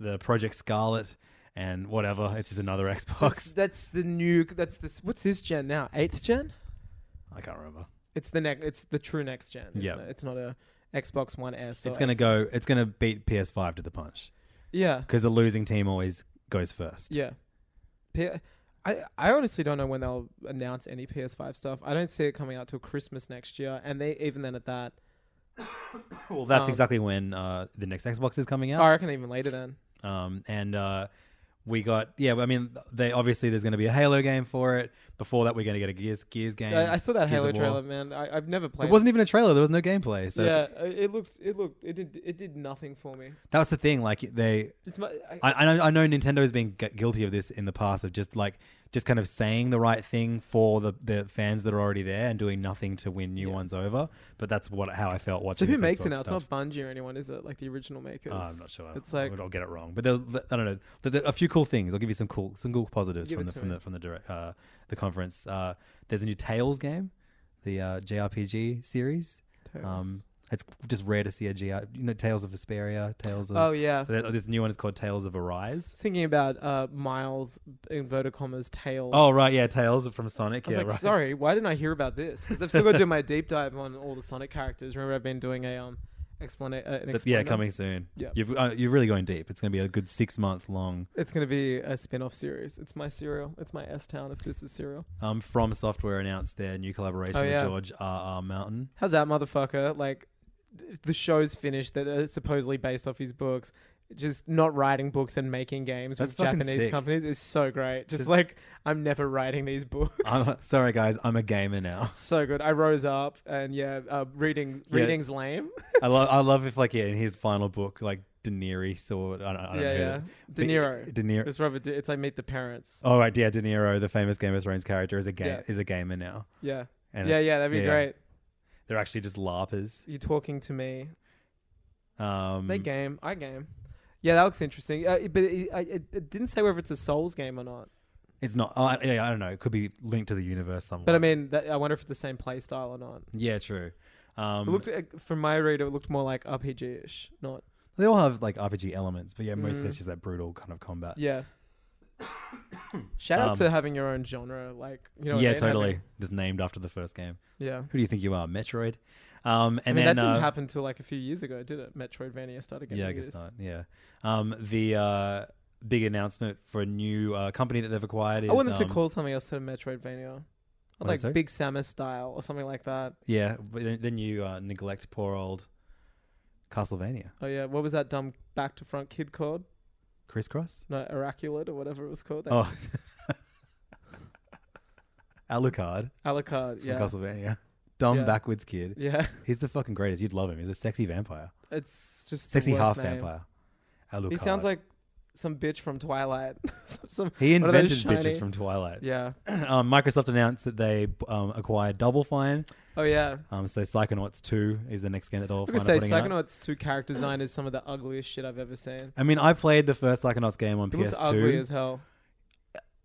Speaker 7: the Project Scarlet and whatever. It's just another
Speaker 8: That's,
Speaker 7: Xbox.
Speaker 8: that's the new. That's this. What's this gen now? Eighth gen?
Speaker 7: [laughs] I can't remember.
Speaker 8: It's the next. It's the true next gen. isn't
Speaker 7: Yeah.
Speaker 8: it? It's not a Xbox One S. or
Speaker 7: It's gonna
Speaker 8: X-
Speaker 7: go. It's gonna beat PS5 to the punch
Speaker 8: Yeah.
Speaker 7: because the losing team always goes first.
Speaker 8: Yeah. P- I I honestly don't know when they'll announce any PS5 stuff. I don't see it coming out till Christmas next year, and they even then at that,
Speaker 7: [coughs] Well, that's
Speaker 8: Um,
Speaker 7: exactly when uh, the next Xbox is coming out.
Speaker 8: I reckon even later then.
Speaker 7: Um, and uh, we got yeah. I mean, they obviously there's going to be a Halo game for it. Before that, we're going to get a Gears Gears game.
Speaker 8: I, I saw that
Speaker 7: Gears
Speaker 8: Halo
Speaker 7: of War.
Speaker 8: trailer, man. I, I've never played.
Speaker 7: It wasn't even a trailer. There was no gameplay. So
Speaker 8: yeah, it- it looked. It looked. It did. It did nothing for me.
Speaker 7: That was the thing. Like they,
Speaker 8: It's my, I,
Speaker 7: I, I know, I know Nintendo has been gu- guilty of this in the past of just like just kind of saying the right thing for the the fans that are already there and doing nothing to win new ones over. But that's what how I felt
Speaker 8: So
Speaker 7: watching.
Speaker 8: who
Speaker 7: this
Speaker 8: makes it
Speaker 7: Xbox
Speaker 8: now?
Speaker 7: stuff.
Speaker 8: It's not Bungie or anyone, is it? Like the original makers.
Speaker 7: Oh, I'm not sure.
Speaker 8: It's
Speaker 7: It's
Speaker 8: like
Speaker 7: I'll get it wrong, but there, I don't know. There, there, a few cool things. I'll give you some cool, some cool positives
Speaker 8: Give
Speaker 7: from
Speaker 8: it
Speaker 7: the
Speaker 8: to
Speaker 7: from,
Speaker 8: me.
Speaker 7: the from the direct uh, the conference. Uh, there's a new Tales game, the uh, JRPG series. Um, it's just rare to see a GR, you know, Tales of Vesperia, Tales of.
Speaker 8: Oh, yeah.
Speaker 7: So that, this new one is called Tales of Arise.
Speaker 8: thinking about uh, Miles inverted commas tails.
Speaker 7: Oh right, yeah, Tails are from Sonic.
Speaker 8: I was
Speaker 7: yeah,
Speaker 8: like,
Speaker 7: right.
Speaker 8: sorry, why didn't I hear about this? Because I've still got to do my deep dive on all the Sonic characters. Remember, I've been doing a um, explain. Uh,
Speaker 7: [laughs]
Speaker 8: an
Speaker 7: That's, yeah,
Speaker 8: explainer?
Speaker 7: coming soon.
Speaker 8: Yeah.
Speaker 7: You've, uh, you're really going deep. It's going to be a good six month long.
Speaker 8: It's gonna be a spin-off series. It's my serial. It's my S Town. If this is serial,
Speaker 7: Um, From Software announced their new collaboration
Speaker 8: Oh, yeah.
Speaker 7: with George R. R. Mountain.
Speaker 8: how's that, motherfucker? Like, th- the show's finished. That are supposedly based off his books. Just not writing books and making games
Speaker 7: That's
Speaker 8: with
Speaker 7: fucking
Speaker 8: Japanese
Speaker 7: sick.
Speaker 8: companies is so great. Just like I'm never writing these books. [laughs]
Speaker 7: I'm, sorry, guys, I'm a gamer now.
Speaker 8: so good. I rose up and yeah, uh, reading
Speaker 7: Yeah.
Speaker 8: reading's lame.
Speaker 7: I love, I love if like yeah, in his final book, like Daenerys or I don't,
Speaker 8: [laughs]
Speaker 7: I don't
Speaker 8: yeah,
Speaker 7: know.
Speaker 8: yeah.
Speaker 7: who-
Speaker 8: De Niro.
Speaker 7: De Niro.
Speaker 8: It's Robert. De- it's like Meet the Parents.
Speaker 7: Oh right, yeah, De Niro, the famous Game of Thrones character, is a game
Speaker 8: Yeah.
Speaker 7: is a gamer now.
Speaker 8: Yeah.
Speaker 7: And
Speaker 8: yeah,
Speaker 7: it's-
Speaker 8: yeah. That'd be
Speaker 7: yeah.
Speaker 8: great.
Speaker 7: They're actually just larpers.
Speaker 8: You talking to me?
Speaker 7: Um,
Speaker 8: They game. I game. Yeah, that looks interesting. Uh, it- but it, I- it, it didn't say whether it's a Souls game or not.
Speaker 7: It's not. Oh, I, yeah, I don't know. It could be linked to the universe somewhere.
Speaker 8: But um, I mean, that, I wonder if it's the same play style or not.
Speaker 7: yeah, true. Um,
Speaker 8: It looked, uh, from my read, it looked more like RPG ish. Not.
Speaker 7: they all have like RPG elements, but yeah, mostly it's just that brutal kind of combat.
Speaker 8: Mm. Yeah. [coughs] Shout out
Speaker 7: Um,
Speaker 8: to having your own genre, like you know. what I
Speaker 7: yeah,
Speaker 8: mean? Having-
Speaker 7: totally. Just named after the first game.
Speaker 8: yeah.
Speaker 7: Who do you think you are, Metroid? Um,
Speaker 8: I
Speaker 7: and
Speaker 8: mean,
Speaker 7: then
Speaker 8: that didn't
Speaker 7: uh,
Speaker 8: happen until like a few years ago, did it? Metroidvania started getting
Speaker 7: Yeah, I guess
Speaker 8: used.
Speaker 7: not. Yeah. Um, the uh, big announcement for a new uh, company that they've acquired is.
Speaker 8: I want them
Speaker 7: um,
Speaker 8: to call something else to Metroidvania.
Speaker 7: what is
Speaker 8: Like
Speaker 7: it?
Speaker 8: Big Samus style or something like that.
Speaker 7: Yeah, but then, then you uh, neglect poor old Castlevania.
Speaker 8: Oh yeah, what was that dumb back to front kid called?
Speaker 7: Crisscross?
Speaker 8: No, Oraculate or whatever it was called. That
Speaker 7: Oh. [laughs] Alucard
Speaker 8: [laughs] Alucard.
Speaker 7: from
Speaker 8: Yeah,
Speaker 7: Castlevania. Dumb
Speaker 8: Yeah.
Speaker 7: backwards kid.
Speaker 8: yeah. [laughs]
Speaker 7: He's the fucking greatest. You'd love him. He's a sexy vampire.
Speaker 8: It's just the
Speaker 7: Sexy
Speaker 8: worst
Speaker 7: half
Speaker 8: name.
Speaker 7: vampire. Alucard.
Speaker 8: He sounds like some bitch from Twilight. [laughs] some, some,
Speaker 7: He
Speaker 8: one of those
Speaker 7: invented bitches
Speaker 8: shiny-
Speaker 7: from Twilight.
Speaker 8: Yeah.
Speaker 7: [clears throat] um, Microsoft announced that they um, acquired Double Fine.
Speaker 8: Oh yeah.
Speaker 7: Um, so Psychonauts 2 is the next game that Double
Speaker 8: I'm
Speaker 7: Fine
Speaker 8: gonna
Speaker 7: are
Speaker 8: say
Speaker 7: putting out.
Speaker 8: Psychonauts 2 character design is some of the ugliest shit I've ever seen.
Speaker 7: I mean, I played the first Psychonauts game on
Speaker 8: It looks ugly as
Speaker 7: PS2.
Speaker 8: hell.
Speaker 7: [laughs]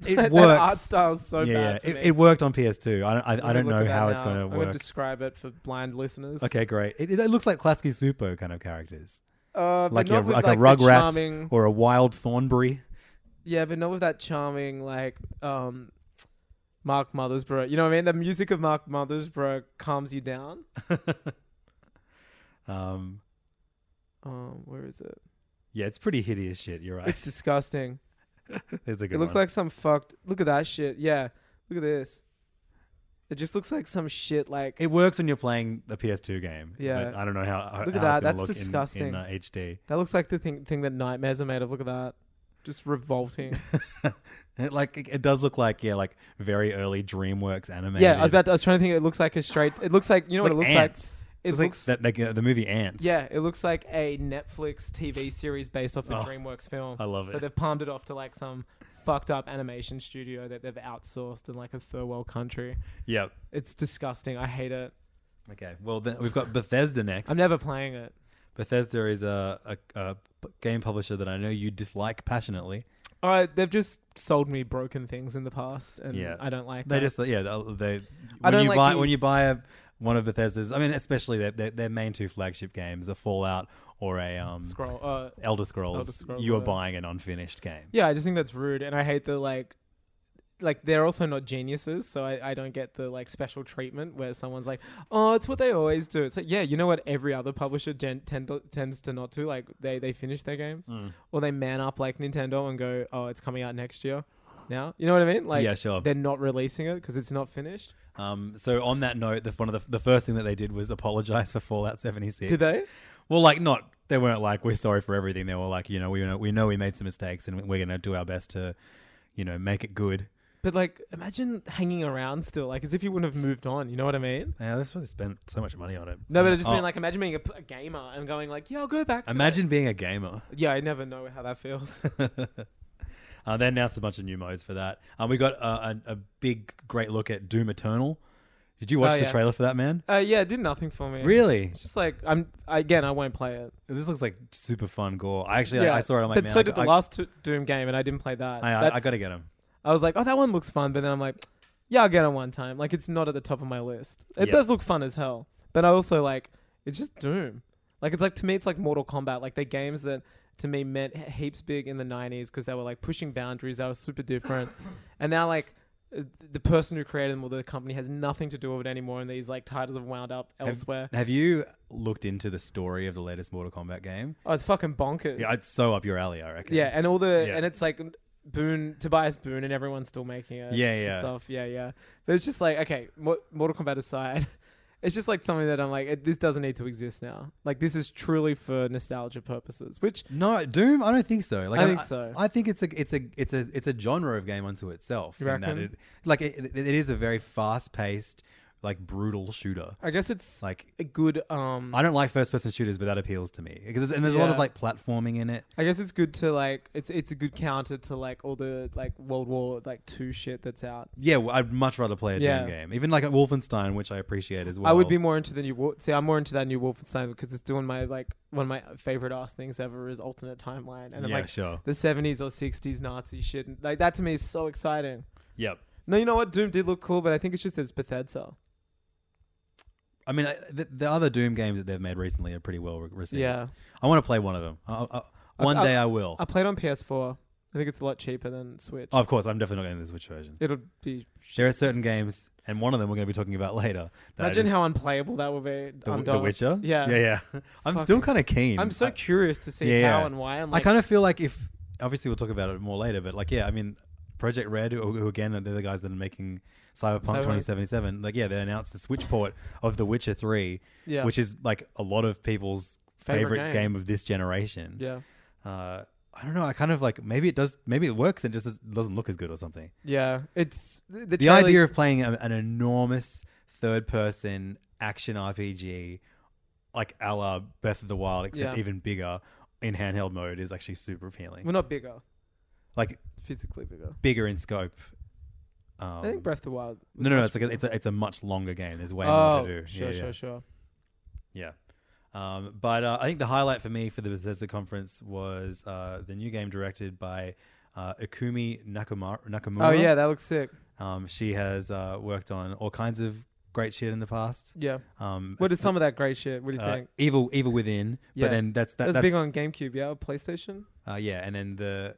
Speaker 7: It
Speaker 8: That art
Speaker 7: works.
Speaker 8: style's so
Speaker 7: yeah, yeah.
Speaker 8: bad. for
Speaker 7: It,
Speaker 8: me.
Speaker 7: it worked on PS2. I don't, I, I
Speaker 8: I'm
Speaker 7: don't
Speaker 8: gonna look
Speaker 7: know
Speaker 8: at that
Speaker 7: how it's
Speaker 8: now.
Speaker 7: going to
Speaker 8: I'm gonna
Speaker 7: work.
Speaker 8: describe it for blind listeners.
Speaker 7: Okay, great. It, it, it looks like Klasky Supo kind of characters,
Speaker 8: Uh, but
Speaker 7: like a
Speaker 8: not with,
Speaker 7: like, a
Speaker 8: like, the
Speaker 7: Rugrat
Speaker 8: charming-
Speaker 7: or a Wild Thornberry. [laughs]
Speaker 8: Yeah, but not with that charming like um Mark Mothersbaugh. You know what I mean? The music of Mark Mothersbaugh calms you down.
Speaker 7: Um,
Speaker 8: Um, where is it?
Speaker 7: yeah, it's pretty hideous shit. You're right.
Speaker 8: It's disgusting.
Speaker 7: [laughs] It's a good
Speaker 8: it looks
Speaker 7: one.
Speaker 8: like some fucked. Look at that shit. Yeah, look at this. It just looks like some shit. Like
Speaker 7: it works when you're playing the PS2 game.
Speaker 8: Yeah.
Speaker 7: but I don't know how. how
Speaker 8: Look at
Speaker 7: how it's gonna
Speaker 8: that. That's
Speaker 7: look in- In,
Speaker 8: disgusting.
Speaker 7: uh, HD,
Speaker 8: that looks like the thing thing that nightmares are made of. Look at that.
Speaker 7: [laughs]
Speaker 8: Just revolting.
Speaker 7: it, like it, it does look like yeah, like very early DreamWorks animated.
Speaker 8: yeah, I was about. To, I was trying to think. It looks like a straight. It looks like you know what it
Speaker 7: Like
Speaker 8: looks
Speaker 7: ants.
Speaker 8: like. It
Speaker 7: It's like that, like, uh, the movie Ants.
Speaker 8: Yeah, it looks like a Netflix TV series based off a
Speaker 7: Oh,
Speaker 8: DreamWorks film.
Speaker 7: I love
Speaker 8: So
Speaker 7: it.
Speaker 8: they've palmed it off to like some fucked up animation studio that they've outsourced in like a third world country.
Speaker 7: Yep.
Speaker 8: It's disgusting. I hate it.
Speaker 7: Okay. Well, then we've got Bethesda next.
Speaker 8: I'm never playing it.
Speaker 7: Bethesda is a, a, a p- game publisher that I know you dislike passionately.
Speaker 8: All right, they've just sold me broken things in the past, and
Speaker 7: Yeah.
Speaker 8: Mm, I don't like
Speaker 7: They
Speaker 8: that.
Speaker 7: just yeah they'll- they when
Speaker 8: I don't
Speaker 7: you
Speaker 8: like
Speaker 7: buy
Speaker 8: the-
Speaker 7: when you buy a, one of Bethesda's I mean especially their, their their main two flagship games a Fallout or a um
Speaker 8: scroll. Uh,
Speaker 7: Elder Scrolls,
Speaker 8: Elder Scrolls, uh,
Speaker 7: you are
Speaker 8: yeah.
Speaker 7: buying an unfinished game.
Speaker 8: yeah, I just think that's rude, and I hate the like. Like they're also not geniuses, so I, I don't get the like special treatment where someone's like, "Oh, it's what they always do." It's like, yeah, you know what? Every other publisher gen- tend tends to not to like they they finish their games
Speaker 7: Hmm.
Speaker 8: or they man up like Nintendo and go, "Oh, it's coming out next year." Now you know what I mean? Like,
Speaker 7: Yeah, sure.
Speaker 8: They're not releasing it because it's not finished.
Speaker 7: Um so on that note the one of the, the first thing that they did was apologize for Fallout 76.
Speaker 8: Do they?
Speaker 7: Well like not they weren't like we're sorry for everything they were like you know we know we know we made some mistakes and we're going to do our best to you know make it good.
Speaker 8: But like, imagine hanging around still, like as if you wouldn't have moved on. You know what I mean?
Speaker 7: Yeah, that's why they spent so much money on it.
Speaker 8: No, but I just
Speaker 7: Oh,
Speaker 8: mean like, imagine being a, p- a gamer and going like, "Yeah, I'll go back." To that."
Speaker 7: imagine being a gamer.
Speaker 8: Yeah, I never know how
Speaker 7: [laughs]
Speaker 8: that feels.
Speaker 7: Uh, they announced a bunch of new modes for that. Um, we got uh, a, a big, great look at Doom Eternal. Did you watch
Speaker 8: Oh,
Speaker 7: the
Speaker 8: yeah.
Speaker 7: trailer for that, man?
Speaker 8: uh, yeah, it did nothing for me.
Speaker 7: Really?
Speaker 8: It's just like I'm again. I won't play it.
Speaker 7: This looks like super fun gore. I actually,
Speaker 8: yeah,
Speaker 7: I, I saw it. I'm like,
Speaker 8: but
Speaker 7: man,
Speaker 8: so
Speaker 7: I,
Speaker 8: did
Speaker 7: I-
Speaker 8: the last t- Doom game, and I didn't play that.
Speaker 7: I, I,
Speaker 8: That's-
Speaker 7: I gotta get him.
Speaker 8: I was like, oh, that one looks fun, but then I'm like, yeah, I'll get it one time. Like, it's not at the top of my list. It
Speaker 7: Yeah.
Speaker 8: does look fun as hell, but I also like it's just Doom. Like, it's like to me, it's like Mortal Kombat. Like, they're games that to me meant he- heaps big in the '90s because they were like pushing boundaries. They were
Speaker 7: [laughs]
Speaker 8: super different, and now like. uh, The person who created them or the company has nothing to do with it anymore, and these like titles have wound up elsewhere.
Speaker 7: Have you looked into the story of the latest Mortal Kombat game?
Speaker 8: Oh, it's fucking bonkers.
Speaker 7: Yeah, it's so up your alley, I reckon.
Speaker 8: Yeah, and all the
Speaker 7: Yeah.
Speaker 8: and it's like Boone, Tobias Boone, and everyone's still making it.
Speaker 7: Yeah,
Speaker 8: and
Speaker 7: yeah.
Speaker 8: stuff. Yeah, yeah. But it's just like okay, Mo- Mortal Kombat aside, [laughs] it's just like something that I'm like, it, this doesn't need to exist now. Like this is truly for nostalgia purposes. Which
Speaker 7: No, Doom. I don't think so. Like,
Speaker 8: I think so.
Speaker 7: I think it's a it's a it's a it's a genre of game unto itself.
Speaker 8: You
Speaker 7: in that
Speaker 8: reckon?
Speaker 7: it, like it, it it is a very fast paced, like brutal shooter.
Speaker 8: I guess it's like
Speaker 7: Like
Speaker 8: a good. Um,
Speaker 7: I don't like first person shooters, but that appeals to me because and there's a lot of
Speaker 8: Yeah.
Speaker 7: like platforming in it.
Speaker 8: I guess it's good to like. It's it's a good counter to like all the like World War like two shit that's out.
Speaker 7: Yeah, well, I'd much rather play a
Speaker 8: Yeah.
Speaker 7: damn game, even like a Wolfenstein, which I appreciate as well.
Speaker 8: I would be more into the new. Wol- See, I'm more into that new Wolfenstein because it's doing my like one of my favorite ass things ever is alternate timeline, and I'm
Speaker 7: Yeah,
Speaker 8: like
Speaker 7: sure.
Speaker 8: the 70s or 60s Nazi shit. And, Like that to me is so exciting.
Speaker 7: Yep.
Speaker 8: No, you know what? Doom did look cool, but I think it's just it's Bethesda.
Speaker 7: I mean, I, the, the other Doom games that they've made recently are pretty well re- received.
Speaker 8: Yeah.
Speaker 7: I want to play one of them. I, I,
Speaker 8: I-
Speaker 7: one
Speaker 8: I-
Speaker 7: day I will.
Speaker 8: I played on PS4. I think it's a lot cheaper than Switch.
Speaker 7: oh, of course, I'm definitely not getting the Switch version.
Speaker 8: It'll be.
Speaker 7: There are certain games, and one of them we're going to be talking about later. That I
Speaker 8: Imagine
Speaker 7: just-
Speaker 8: how unplayable that would be.
Speaker 7: the,
Speaker 8: on
Speaker 7: The
Speaker 8: dogs.
Speaker 7: Witcher.
Speaker 8: Yeah.
Speaker 7: yeah, [laughs] yeah. I'm still kind of keen.
Speaker 8: I'm so
Speaker 7: I-
Speaker 8: curious to see how and why. I'm like,
Speaker 7: I kind of feel like if obviously we'll talk about it more later, but like yeah, I mean Project Red, who, who again they're the guys that are making Cyberpunk
Speaker 8: Cyberpunk.
Speaker 7: 2077. Like yeah, they announced the Switch port of The Witcher 3,
Speaker 8: Yeah.
Speaker 7: which is like a lot of people's favorite,
Speaker 8: Favorite
Speaker 7: game.
Speaker 8: game.
Speaker 7: of this generation.
Speaker 8: yeah,
Speaker 7: Uh, I don't know. I kind of like maybe it does. Maybe it works. and just is- doesn't look as good or something.
Speaker 8: yeah. It's the,
Speaker 7: The idea of playing a, an enormous third-person action RPG, like a la Breath of the Wild, except
Speaker 8: Yeah.
Speaker 7: even bigger in handheld mode, is actually super appealing.
Speaker 8: we're not bigger,
Speaker 7: Like
Speaker 8: physically bigger.
Speaker 7: bigger in scope. Um,
Speaker 8: I think Breath of the Wild. was
Speaker 7: no, no, no.
Speaker 8: much
Speaker 7: It's like a,
Speaker 8: bigger.
Speaker 7: it's a it's a much longer game. There's way more
Speaker 8: oh,
Speaker 7: to do.
Speaker 8: sure,
Speaker 7: yeah,
Speaker 8: sure,
Speaker 7: yeah.
Speaker 8: sure.
Speaker 7: Yeah. Um, but uh, I think the highlight for me for the Bethesda conference was uh, the new game directed by uh, Ikumi Nakamura. Nakamura.
Speaker 8: Oh yeah, that looks sick.
Speaker 7: Um, she has uh, worked on all kinds of great shit in the past.
Speaker 8: Yeah.
Speaker 7: Um,
Speaker 8: What is some of that great shit? What do you
Speaker 7: uh,
Speaker 8: think?
Speaker 7: Evil, Evil Within.
Speaker 8: Yeah.
Speaker 7: But then that's that,
Speaker 8: That's,
Speaker 7: that's
Speaker 8: big on GameCube, yeah, or PlayStation.
Speaker 7: uh, yeah, and then the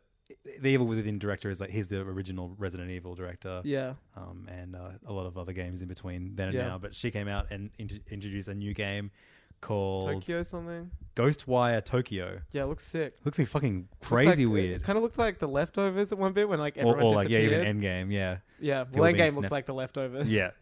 Speaker 7: the Evil Within director is like he's the original Resident Evil director.
Speaker 8: Yeah,
Speaker 7: um, and uh, a lot of other games in between then and
Speaker 8: Yeah.
Speaker 7: now. But she came out and int- introduced a new game called
Speaker 8: Tokyo something.
Speaker 7: Ghostwire Tokyo.
Speaker 8: Yeah, it looks sick.
Speaker 7: Looks like fucking crazy weird.
Speaker 8: Kind of looked like the leftovers at one bit when like
Speaker 7: or,
Speaker 8: everyone
Speaker 7: or like yeah,
Speaker 8: disappeared.
Speaker 7: even Endgame.
Speaker 8: [laughs]
Speaker 7: Yeah,
Speaker 8: yeah,
Speaker 7: people
Speaker 8: well,
Speaker 7: being
Speaker 8: game
Speaker 7: snapped.
Speaker 8: looked like the leftovers.
Speaker 7: yeah.
Speaker 8: [laughs]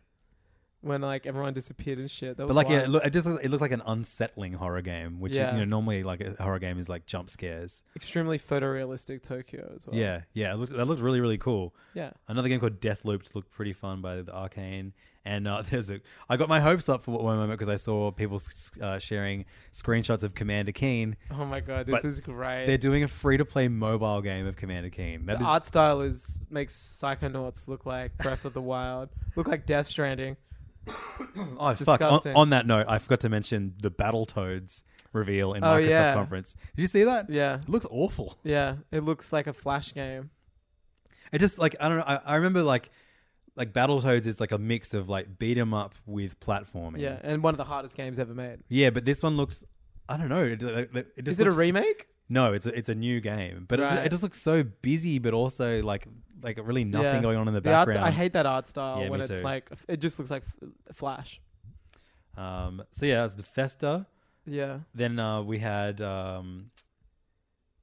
Speaker 8: when like everyone disappeared and shit. That was
Speaker 7: But like yeah,
Speaker 8: wild.
Speaker 7: it, look, it just it looked like an unsettling horror game, which
Speaker 8: Yeah.
Speaker 7: you know normally like a horror game is like jump scares.
Speaker 8: extremely photorealistic Tokyo as well.
Speaker 7: Yeah, yeah. It looked that looked really really cool.
Speaker 8: yeah.
Speaker 7: Another game called Deathloop looked pretty fun by the Arcane. And uh, [laughs] there's a, I got my hopes up for one moment because I saw people s- uh, sharing screenshots of Commander Keen
Speaker 8: Oh my god, this
Speaker 7: But
Speaker 8: is great.
Speaker 7: They're doing a free to play mobile game of Commander Keen. That
Speaker 8: the
Speaker 7: is,
Speaker 8: art style is makes Psychonauts look like Breath of the Wild, look like
Speaker 7: [coughs]
Speaker 8: Death Stranding.
Speaker 7: oh,
Speaker 8: it's
Speaker 7: fuck. On,
Speaker 8: disgusting.
Speaker 7: on that note, I forgot to mention the Battletoads reveal in
Speaker 8: Oh,
Speaker 7: Microsoft
Speaker 8: yeah.
Speaker 7: conference. Did you see that?
Speaker 8: Yeah,
Speaker 7: It looks awful. [laughs]
Speaker 8: yeah, it looks like a flash game.
Speaker 7: It just like I don't know. I, I remember like like Battletoads is like a mix of like beat 'em up with platforming.
Speaker 8: Yeah, and one of the hardest games ever made.
Speaker 7: Yeah, but this one looks I don't know. It, it, it just
Speaker 8: Is it a
Speaker 7: looks-
Speaker 8: remake?
Speaker 7: No, it's a, it's a new game, but it ju- it,
Speaker 8: Right.
Speaker 7: just looks so busy, but also like like really nothing
Speaker 8: Yeah.
Speaker 7: going on in the,
Speaker 8: art-
Speaker 7: background.
Speaker 8: I hate that art style
Speaker 7: Yeah,
Speaker 8: when
Speaker 7: me
Speaker 8: it's
Speaker 7: too.
Speaker 8: like it just looks like f- Flash.
Speaker 7: um, so yeah, that's Bethesda.
Speaker 8: Yeah.
Speaker 7: Then uh, we had um,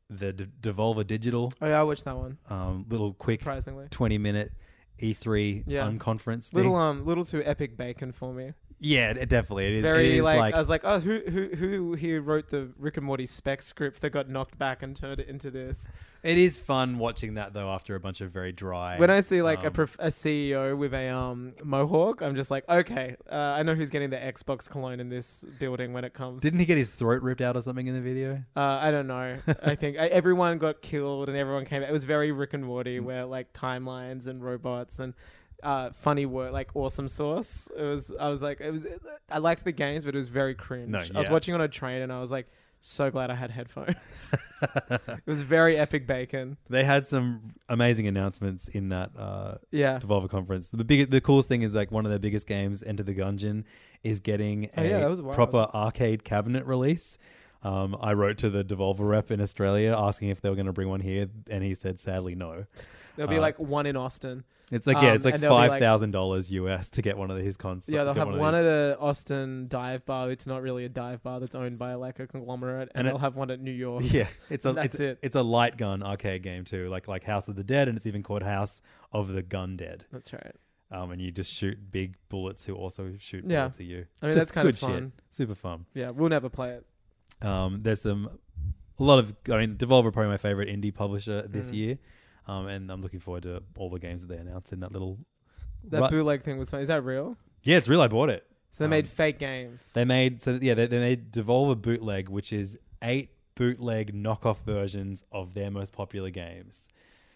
Speaker 7: the D- Devolver Digital,
Speaker 8: Oh yeah, I watched that one.
Speaker 7: um, little quick
Speaker 8: Surprisingly,
Speaker 7: twenty minute E3
Speaker 8: Yeah.
Speaker 7: unconference thing.
Speaker 8: little um, little too epic bacon for me.
Speaker 7: yeah, it, definitely it is. it
Speaker 8: Very
Speaker 7: is
Speaker 8: like,
Speaker 7: like,
Speaker 8: I was like, oh, who who who here wrote the Rick and Morty spec script that got knocked back and turned it into this?
Speaker 7: it is fun watching that though after a bunch of very dry.
Speaker 8: When I see like a,
Speaker 7: um,
Speaker 8: prof- a CEO with a um mohawk, I'm just like, okay, uh, I know who's getting the Xbox cologne in this building when it comes.
Speaker 7: didn't he get his throat ripped out or something in the video?
Speaker 8: uh, I
Speaker 7: [laughs]
Speaker 8: don't know. I think I, everyone got killed and everyone came. It was very Rick and
Speaker 7: Mm.
Speaker 8: Morty, where like timelines and robots and uh, funny word like awesome sauce. It was. I was like, it was. I liked the games, but it was very cringe.
Speaker 7: No,
Speaker 8: I was
Speaker 7: yeah.
Speaker 8: watching on a train and I was like, so glad I had headphones.
Speaker 7: [laughs]
Speaker 8: it was very epic bacon.
Speaker 7: They had some amazing announcements in that uh,
Speaker 8: Yeah.
Speaker 7: Devolver conference. The big, the coolest thing is like one of their biggest games, Enter the Gungeon, is getting
Speaker 8: Oh,
Speaker 7: a
Speaker 8: yeah, that was wild.
Speaker 7: proper arcade cabinet release. Um, I wrote to the Devolver rep in Australia asking if they were going to bring one here, and he said, sadly, no.
Speaker 8: There'll be
Speaker 7: Uh,
Speaker 8: like one in Austin.
Speaker 7: It's like yeah,
Speaker 8: Um,
Speaker 7: it's like
Speaker 8: and they'll be
Speaker 7: five
Speaker 8: like-
Speaker 7: thousand dollars US to get one of his consoles.
Speaker 8: yeah, they'll have one, at
Speaker 7: these.
Speaker 8: a Austin dive bar. It's not really a dive bar that's owned by like a conglomerate, and,
Speaker 7: And it-
Speaker 8: they'll have one at New
Speaker 7: [laughs]
Speaker 8: York.
Speaker 7: Yeah, it's a
Speaker 8: [laughs] That's
Speaker 7: it's, it.
Speaker 8: it.
Speaker 7: it's a light gun arcade game too, like like House of the Dead, and it's even called House of the Gun Dead.
Speaker 8: That's right.
Speaker 7: Um, and you just shoot big bullets who also shoot
Speaker 8: Yeah.
Speaker 7: bullets at you.
Speaker 8: I mean,
Speaker 7: Just
Speaker 8: that's kind of
Speaker 7: good shit.
Speaker 8: fun.
Speaker 7: super fun.
Speaker 8: Yeah, we'll never play it.
Speaker 7: Um, there's some a lot of I mean, Devolver are probably my favorite indie publisher this year. Um, and I'm looking forward to all the games that they announce in that little
Speaker 8: That
Speaker 7: Right.
Speaker 8: bootleg thing was fun. Is that real?
Speaker 7: Yeah, it's real. I bought it.
Speaker 8: So they made
Speaker 7: Um,
Speaker 8: fake games.
Speaker 7: They made so yeah, they, they made Devolver Bootleg, which is eight bootleg knockoff versions of their most popular games.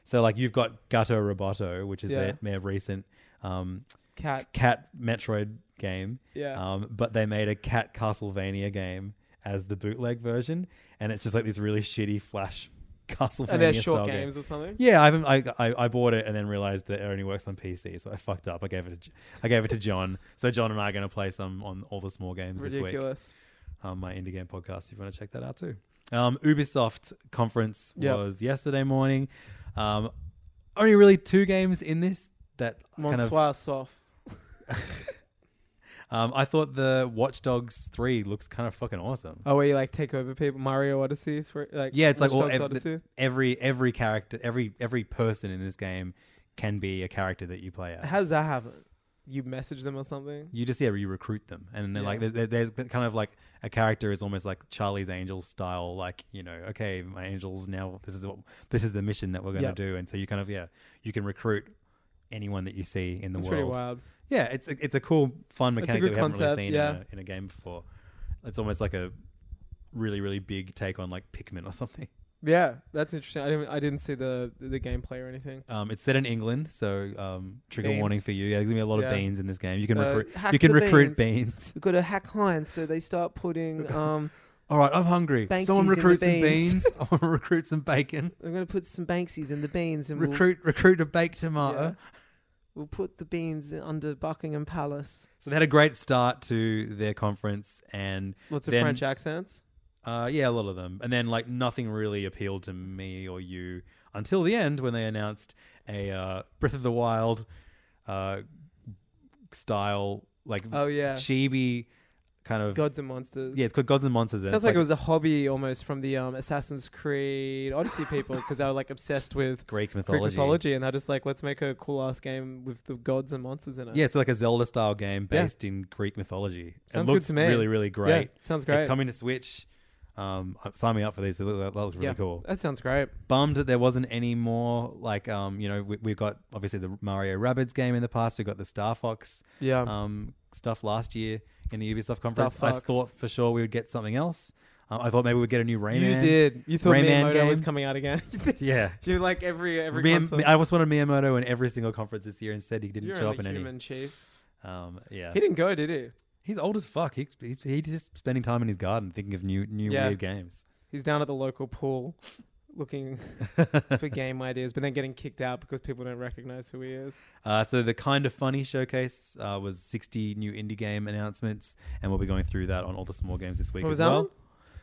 Speaker 7: So like you've got Gato Roboto, which is
Speaker 8: Yeah.
Speaker 7: their, their recent um,
Speaker 8: Cat.
Speaker 7: cat Metroid game.
Speaker 8: Yeah.
Speaker 7: Um, but they made a cat Castlevania game as the bootleg version, and it's just like this really shitty flash [laughs] Castlevania
Speaker 8: And they're short
Speaker 7: style game.
Speaker 8: games or something.
Speaker 7: Yeah, I, haven't- I I I bought it and then realized that it only works on PC, so I fucked up. I gave it to, J- I gave it to John. So John and I are going to play some on all the small games this week
Speaker 8: Ridiculous.
Speaker 7: on my indie game podcast. If you want to check that out too, um, Ubisoft conference
Speaker 8: Yep.
Speaker 7: was yesterday morning. Um, only really two games in this that kind of.
Speaker 8: Monsoir Soft.
Speaker 7: Um, I thought the Watch Dogs Three looks kind of fucking awesome.
Speaker 8: Oh, where you like take over people. Mario Odyssey. For, like,
Speaker 7: Yeah, it's like
Speaker 8: Watch
Speaker 7: all,
Speaker 8: Dogs
Speaker 7: ev-
Speaker 8: Odyssey.
Speaker 7: every every character, every every person in this game can be a character that you play as.
Speaker 8: How does that happen? You message them or something?
Speaker 7: you just yeah you recruit them and then like
Speaker 8: Yeah.
Speaker 7: there's, there- there's kind of like a character is almost like charlie's angels style like you know okay my angels now this is what this is the mission that we're going to
Speaker 8: Yep.
Speaker 7: do and so you kind of yeah you can recruit anyone that you see in the
Speaker 8: It's
Speaker 7: world
Speaker 8: pretty wild.
Speaker 7: yeah it's a, it's a cool fun
Speaker 8: That's
Speaker 7: mechanic
Speaker 8: a
Speaker 7: that
Speaker 8: good
Speaker 7: we haven't
Speaker 8: concept,
Speaker 7: really seen
Speaker 8: yeah.
Speaker 7: in, a, in a game before it's almost like a really really big take on like pikmin or something
Speaker 8: Yeah, that's interesting. I didn't I didn't see the the gameplay or anything.
Speaker 7: um, it's set in England, so um, trigger
Speaker 8: Beans.
Speaker 7: warning for you. Yeah, there's gonna be a lot
Speaker 8: Yeah.
Speaker 7: of beans in this game. You can
Speaker 8: Uh,
Speaker 7: recruit.
Speaker 8: hack
Speaker 7: You can
Speaker 8: the
Speaker 7: recruit beans.
Speaker 8: We've got to hack Heinz, so they start putting. Um,
Speaker 7: [laughs] All right, I'm hungry.
Speaker 8: Banksy's in
Speaker 7: Someone
Speaker 8: the
Speaker 7: recruit some
Speaker 8: beans.
Speaker 7: beans. [laughs] I want to recruit some
Speaker 8: [laughs]
Speaker 7: bacon.
Speaker 8: I'm going to put some Banksies in the beans, and
Speaker 7: Recruit recruit a baked
Speaker 8: We'll,
Speaker 7: tomato.
Speaker 8: we'll put the beans under Buckingham Palace.
Speaker 7: So they had a great start to their conference, and
Speaker 8: Lots of
Speaker 7: then-
Speaker 8: French accents.
Speaker 7: Uh, yeah, a lot of them. And then like nothing really appealed to me or you until the end when they announced a uh, Breath of the Wild uh, style like
Speaker 8: Oh, yeah.
Speaker 7: chibi kind of
Speaker 8: Gods and monsters.
Speaker 7: yeah it's called Gods and Monsters. and
Speaker 8: Sounds
Speaker 7: it's
Speaker 8: like, it was a hobby almost from the um, Assassin's Creed Odyssey people because they were like obsessed
Speaker 7: [laughs]
Speaker 8: with
Speaker 7: Greek
Speaker 8: Greek
Speaker 7: mythology.
Speaker 8: mythology and they're just like, let's make a cool ass game with the gods and monsters in it.
Speaker 7: Yeah, it's like a Zelda style game
Speaker 8: Yeah.
Speaker 7: based in Greek mythology.
Speaker 8: Sounds
Speaker 7: it
Speaker 8: good
Speaker 7: looks
Speaker 8: to me.
Speaker 7: really, really great.
Speaker 8: sounds great.
Speaker 7: It's coming to Switch. Um, uh, sign me up for these. That look- that looks really
Speaker 8: Yeah,
Speaker 7: cool.
Speaker 8: That sounds great.
Speaker 7: Bummed that there wasn't any more. Like, um, you know, we, we've got obviously the Mario Rabbids game in the past. We got the Star Fox
Speaker 8: Yeah.
Speaker 7: um, stuff last year in the Ubisoft conference. I
Speaker 8: Fox.
Speaker 7: thought for sure we would get something else. Um, I thought maybe we'd get a new Rayman.
Speaker 8: You did. You thought
Speaker 7: Rayman
Speaker 8: Miyamoto was
Speaker 7: game.
Speaker 8: coming out again.
Speaker 7: [laughs]
Speaker 8: [laughs]
Speaker 7: Yeah.
Speaker 8: you like every every
Speaker 7: Miyam-
Speaker 8: console.
Speaker 7: I just wanted Miyamoto in every single conference this year. Instead, he didn't
Speaker 8: You're
Speaker 7: show
Speaker 8: only
Speaker 7: up in
Speaker 8: human, chief.
Speaker 7: any. Um, yeah.
Speaker 8: He didn't go, did he?
Speaker 7: He's old as fuck. He, he's, he's just spending time in his garden thinking of new new
Speaker 8: Yeah.
Speaker 7: weird games.
Speaker 8: He's down at the local pool, [laughs]
Speaker 7: [laughs]
Speaker 8: looking for game ideas, but then getting kicked out because people don't recognize who he is.
Speaker 7: Uh, so the kind of funny showcase uh, was 60 new indie game announcements, and we'll be going through that on all the small games this week
Speaker 8: What
Speaker 7: as
Speaker 8: was that
Speaker 7: well.
Speaker 8: one?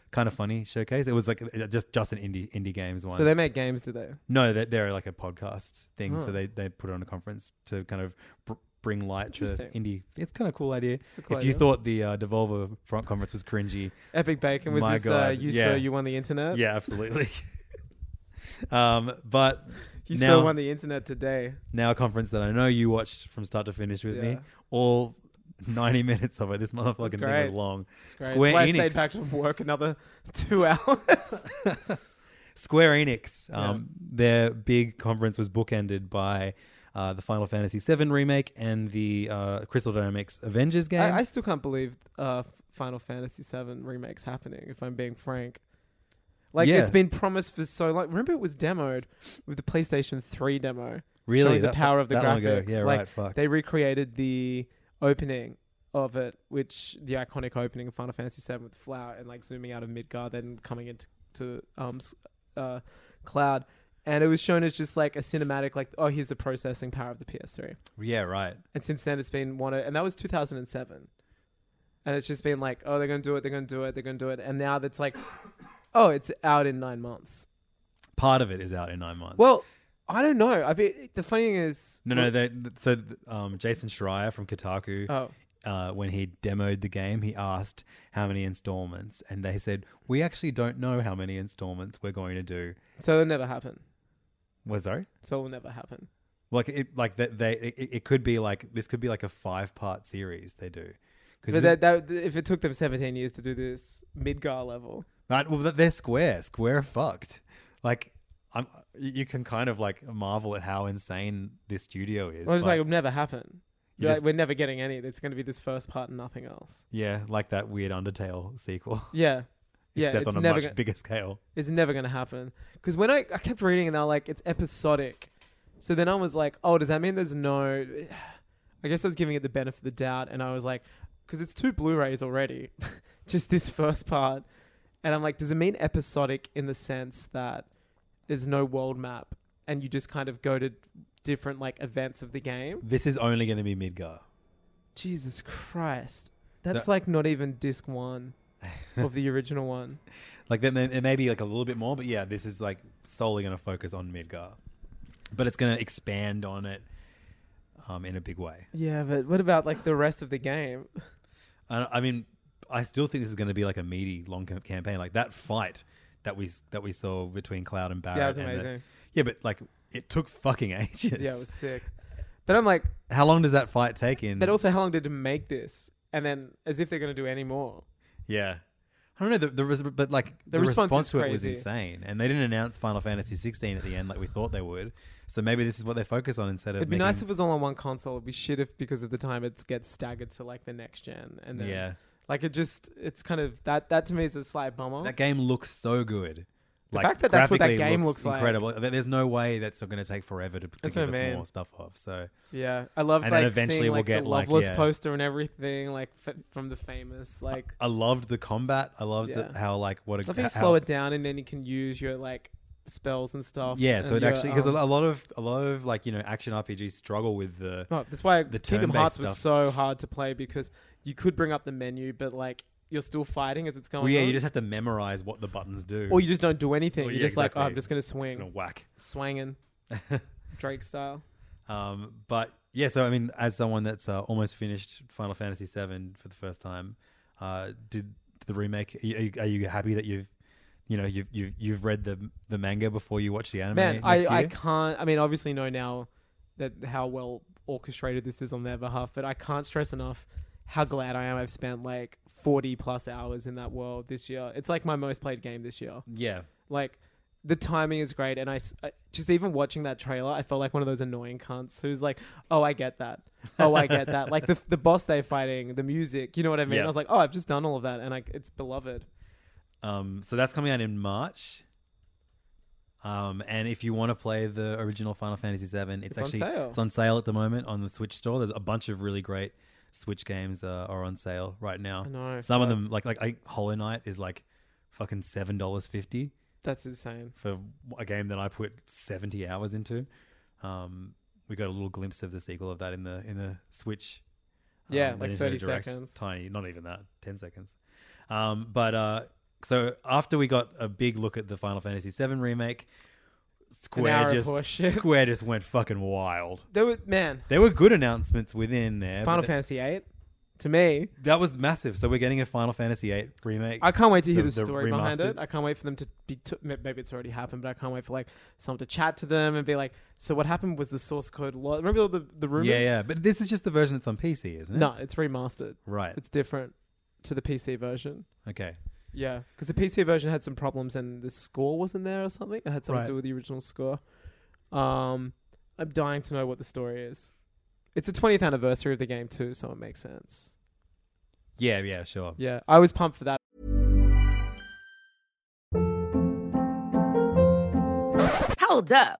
Speaker 7: Kind of funny showcase. It was like uh, just just an indie indie games one.
Speaker 8: So they make games, do they?
Speaker 7: no, they're, they're like a podcast thing.
Speaker 8: Oh.
Speaker 7: So they they put on a conference to kind of br- bring light to
Speaker 8: Interesting.
Speaker 7: indie. It's kind of cool idea.
Speaker 8: a cool
Speaker 7: if you
Speaker 8: idea.
Speaker 7: thought the uh, Devolver front conference was
Speaker 8: [laughs]
Speaker 7: cringy,
Speaker 8: Epic Bacon was
Speaker 7: My
Speaker 8: this? Uh,
Speaker 7: God,
Speaker 8: you
Speaker 7: yeah.
Speaker 8: so you won the internet.
Speaker 7: yeah, absolutely. [laughs] um, but
Speaker 8: you
Speaker 7: now,
Speaker 8: so won the internet today.
Speaker 7: now a conference that I know you watched from start to finish with me.
Speaker 8: Yeah.
Speaker 7: All 90 minutes of it. This motherfucking thing was
Speaker 8: great.
Speaker 7: long.
Speaker 8: Great.
Speaker 7: Square
Speaker 8: That's why I
Speaker 7: Enix.
Speaker 8: stayed back from work another [laughs] two hours.
Speaker 7: Square Enix.
Speaker 8: Yeah.
Speaker 7: Um, Their big conference was bookended by uh, the Final Fantasy VII remake and the uh, Crystal Dynamics Avengers game.
Speaker 8: I, I still can't believe uh, Final Fantasy VII remakes happening. If I'm being frank, like
Speaker 7: Yeah.
Speaker 8: it's been promised for so long. Remember, it was demoed with the PlayStation 3 demo.
Speaker 7: really,
Speaker 8: showing the
Speaker 7: That-
Speaker 8: power of the
Speaker 7: that long ago.
Speaker 8: graphics.
Speaker 7: Yeah,
Speaker 8: Like,
Speaker 7: right. Fuck.
Speaker 8: They recreated the opening of it, which the iconic opening of Final Fantasy VII with Flower and like zooming out of Midgar, then coming into to um s- uh, Cloud, and it was shown as just like a cinematic, like oh here's the processing power of the PS3.
Speaker 7: yeah, right.
Speaker 8: And since then, it's been one, of, and that was 2007. And it's just been like, oh, they're gonna do it, they're gonna do it, they're gonna do it, and now
Speaker 7: [coughs]
Speaker 8: that's like, oh, it's out in nine months.
Speaker 7: Part of it is out in nine months.
Speaker 8: Well, I don't know. I mean, the funny thing is,
Speaker 7: no, no. They, so um, Jason Schreier from Kotaku.
Speaker 8: Oh,
Speaker 7: uh, when he demoed the game, he asked how many installments, and they said, "We actually don't know how many installments we're going to do."
Speaker 8: so it'll never happen.
Speaker 7: Was sorry,
Speaker 8: So it'll never happen.
Speaker 7: like it, like that they, it, it could be like this could be like a five part series they do.
Speaker 8: But
Speaker 7: Because
Speaker 8: that, that, if it took them 17 years to do this Midgar level,
Speaker 7: Right, well, th- they're square. Square are fucked. Like, I'm. You can kind of like marvel at how insane this studio is.
Speaker 8: I was
Speaker 7: but-
Speaker 8: like, it'll never happen.
Speaker 7: You
Speaker 8: You're
Speaker 7: just-
Speaker 8: like, we're never getting any. It's going to be this first part and nothing else.
Speaker 7: yeah, like that weird Undertale sequel,
Speaker 8: Yeah.
Speaker 7: [laughs]
Speaker 8: Yeah,
Speaker 7: except
Speaker 8: it's
Speaker 7: on a
Speaker 8: never
Speaker 7: much
Speaker 8: gonna-
Speaker 7: bigger scale.
Speaker 8: It's never going to happen. Because when I, I kept reading and they were like, it's episodic. So then I was like, oh, does that mean there's no. [sighs] I guess I was giving it the benefit of the doubt. And I was like, because it's two Blu rays already, [laughs] just this first part. And I'm like, does it mean episodic in the sense that there's no world map and you just kind of go to different like events of the game?
Speaker 7: This is only going to be Midgar.
Speaker 8: Jesus Christ. That's
Speaker 7: So-
Speaker 8: like not even disc [laughs] one of the original one.
Speaker 7: Like then there may be like a little bit more, but yeah, this is like solely going to focus on Midgar, but it's going to expand on it um, in a big way.
Speaker 8: Yeah, but what about like the rest of the game?
Speaker 7: I, I mean, I still think this is going to be like a meaty long cam- campaign, like that fight that we s- that we saw between Cloud and Barrett.
Speaker 8: Yeah, it was
Speaker 7: and the-
Speaker 8: amazing.
Speaker 7: yeah, but like it took fucking [laughs] ages.
Speaker 8: Yeah, it was sick. But I'm like,
Speaker 7: How long does that fight take in?
Speaker 8: but also, how long did it make this? And then, as if they're going to do any more.
Speaker 7: yeah. I don't know, the, the res- but like the,
Speaker 8: response
Speaker 7: response,
Speaker 8: is
Speaker 7: to it was
Speaker 8: crazy.
Speaker 7: insane, and they didn't announce Final Fantasy 16 at the end like we thought they would. So maybe this is what they focus on instead of
Speaker 8: It'd be
Speaker 7: making-
Speaker 8: nice if it was all on one console. It'd be shit if because of the time it gets staggered to like the next gen, and then
Speaker 7: Yeah.
Speaker 8: like it just it's kind of that that to me is a slight bummer.
Speaker 7: That game looks so good. The
Speaker 8: fact that that's what that game looks like.
Speaker 7: incredible. There- There's no way that's going to take forever to, to
Speaker 8: That's
Speaker 7: give
Speaker 8: what
Speaker 7: us
Speaker 8: I mean.
Speaker 7: more stuff of. So
Speaker 8: yeah, I love
Speaker 7: And
Speaker 8: like
Speaker 7: then eventually
Speaker 8: seeing
Speaker 7: we'll
Speaker 8: like
Speaker 7: get,
Speaker 8: the
Speaker 7: like,
Speaker 8: Loveless
Speaker 7: yeah.
Speaker 8: poster and everything like f- from the famous like.
Speaker 7: I loved the combat. I loved
Speaker 8: Yeah.
Speaker 7: the, how like what a
Speaker 8: I think you
Speaker 7: how-
Speaker 8: slow it down and then you can use your like spells and stuff.
Speaker 7: Yeah, so
Speaker 8: and
Speaker 7: it
Speaker 8: your,
Speaker 7: actually because
Speaker 8: um,
Speaker 7: a lot of a lot of like you know action RPGs struggle with the
Speaker 8: Oh, that's why
Speaker 7: the
Speaker 8: Kingdom
Speaker 7: turn-based
Speaker 8: Hearts was
Speaker 7: stuff.
Speaker 8: so hard to play because you could bring up the menu, but like you're still fighting as it's going.
Speaker 7: well yeah
Speaker 8: on.
Speaker 7: you just have to memorize what the buttons do
Speaker 8: or you just don't do anything.
Speaker 7: Well,
Speaker 8: you're
Speaker 7: yeah,
Speaker 8: just like, oh, I'm
Speaker 7: exactly.
Speaker 8: just gonna
Speaker 7: Just
Speaker 8: swing,
Speaker 7: gonna whack.
Speaker 8: swinging,
Speaker 7: [laughs]
Speaker 8: Drake style.
Speaker 7: Um, but yeah, so I mean, as someone that's uh, almost finished Final Fantasy VII for the first time, uh, did the remake? Are you, are you happy that you've, you know, you've you've you've read the the manga before you watch the anime?
Speaker 8: Man,
Speaker 7: next
Speaker 8: I, I
Speaker 7: year?
Speaker 8: can't. I mean, obviously know now that how well orchestrated this is on their behalf, but I can't stress enough how glad I am. I've spent like 40 plus hours in that world this year. It's like my most played game this year.
Speaker 7: yeah,
Speaker 8: Like the timing is great, and I, s- I- just even watching that trailer, I felt like one of those annoying cunts who's like, "Oh, I get that. Oh, I get that." like the the boss they're fighting, the music. You know what I mean?
Speaker 7: Yeah.
Speaker 8: I was like, "Oh, I've just done all of that," and I, it's beloved.
Speaker 7: Um, so that's coming out in March. Um, and if you want to play the original Final Fantasy VII, it's,
Speaker 8: It's on
Speaker 7: actually
Speaker 8: sale.
Speaker 7: it's on sale at the moment on the Switch store. There's a bunch of really great Switch games uh, are on sale right now.
Speaker 8: I know,
Speaker 7: Some of
Speaker 8: but-
Speaker 7: them like like I, Hollow Knight is like fucking seven dollars fifty
Speaker 8: That's insane.
Speaker 7: for a game that I put seventy hours into. Um, we got a little glimpse of the sequel of that in the in the Switch
Speaker 8: Yeah,
Speaker 7: um, the
Speaker 8: like
Speaker 7: Nintendo
Speaker 8: 30
Speaker 7: Direct.
Speaker 8: seconds.
Speaker 7: Tiny, not even that, 10 seconds. Um, but uh, so after we got a big look at the Final Fantasy VII remake,
Speaker 8: hour
Speaker 7: Square
Speaker 8: of
Speaker 7: just [laughs]
Speaker 8: horseshit.
Speaker 7: Square just went fucking wild.
Speaker 8: There were man,
Speaker 7: There were good announcements within there.
Speaker 8: Final
Speaker 7: but th-
Speaker 8: Fantasy VIII. To me,
Speaker 7: that was massive. So we're getting a Final Fantasy VIII remake.
Speaker 8: I can't wait to hear the,
Speaker 7: The- the
Speaker 8: story behind it.
Speaker 7: remastered?
Speaker 8: I can't wait for them to be. T- ma- maybe it's already happened, but I can't wait for like someone to chat to them and be like, "So what happened was the source code? Lo- Remember all the the rumors?
Speaker 7: yeah, yeah. But this is just the version that's on PC, isn't it?
Speaker 8: No, it's remastered.
Speaker 7: Right.
Speaker 8: It's different to the PC version.
Speaker 7: okay.
Speaker 8: Yeah, because the PC version had some problems and the score wasn't there or something. It had something
Speaker 7: Right.
Speaker 8: to do with the original score. Um, I'm dying to know what the story is. It's the 20th anniversary of the game too, so it makes sense.
Speaker 7: Yeah, yeah, sure.
Speaker 8: Yeah, I was pumped for that.
Speaker 9: Hold up.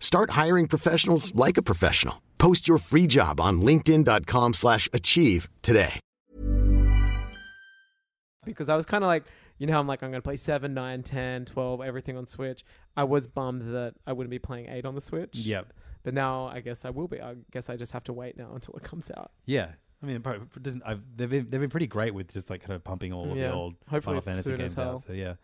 Speaker 10: Start hiring professionals like a professional. Post your free job on linkedin.com/achieve slash achieve today.
Speaker 8: because I was kind of like, you know, how I'm like, I'm going to play 7, 9, 10, 12, everything on Switch. I was bummed that I wouldn't be playing 8 on the Switch.
Speaker 7: Yep.
Speaker 8: But now I guess I will be. I guess I just have to wait now until it comes out.
Speaker 7: Yeah. I mean, it probably doesn't, I've, they've been they've been pretty great with just like kind of pumping all of
Speaker 8: Yeah.
Speaker 7: the old Final
Speaker 8: Hopefully it's
Speaker 7: Fantasy
Speaker 8: soon as
Speaker 7: games out.
Speaker 8: hell.
Speaker 7: So yeah,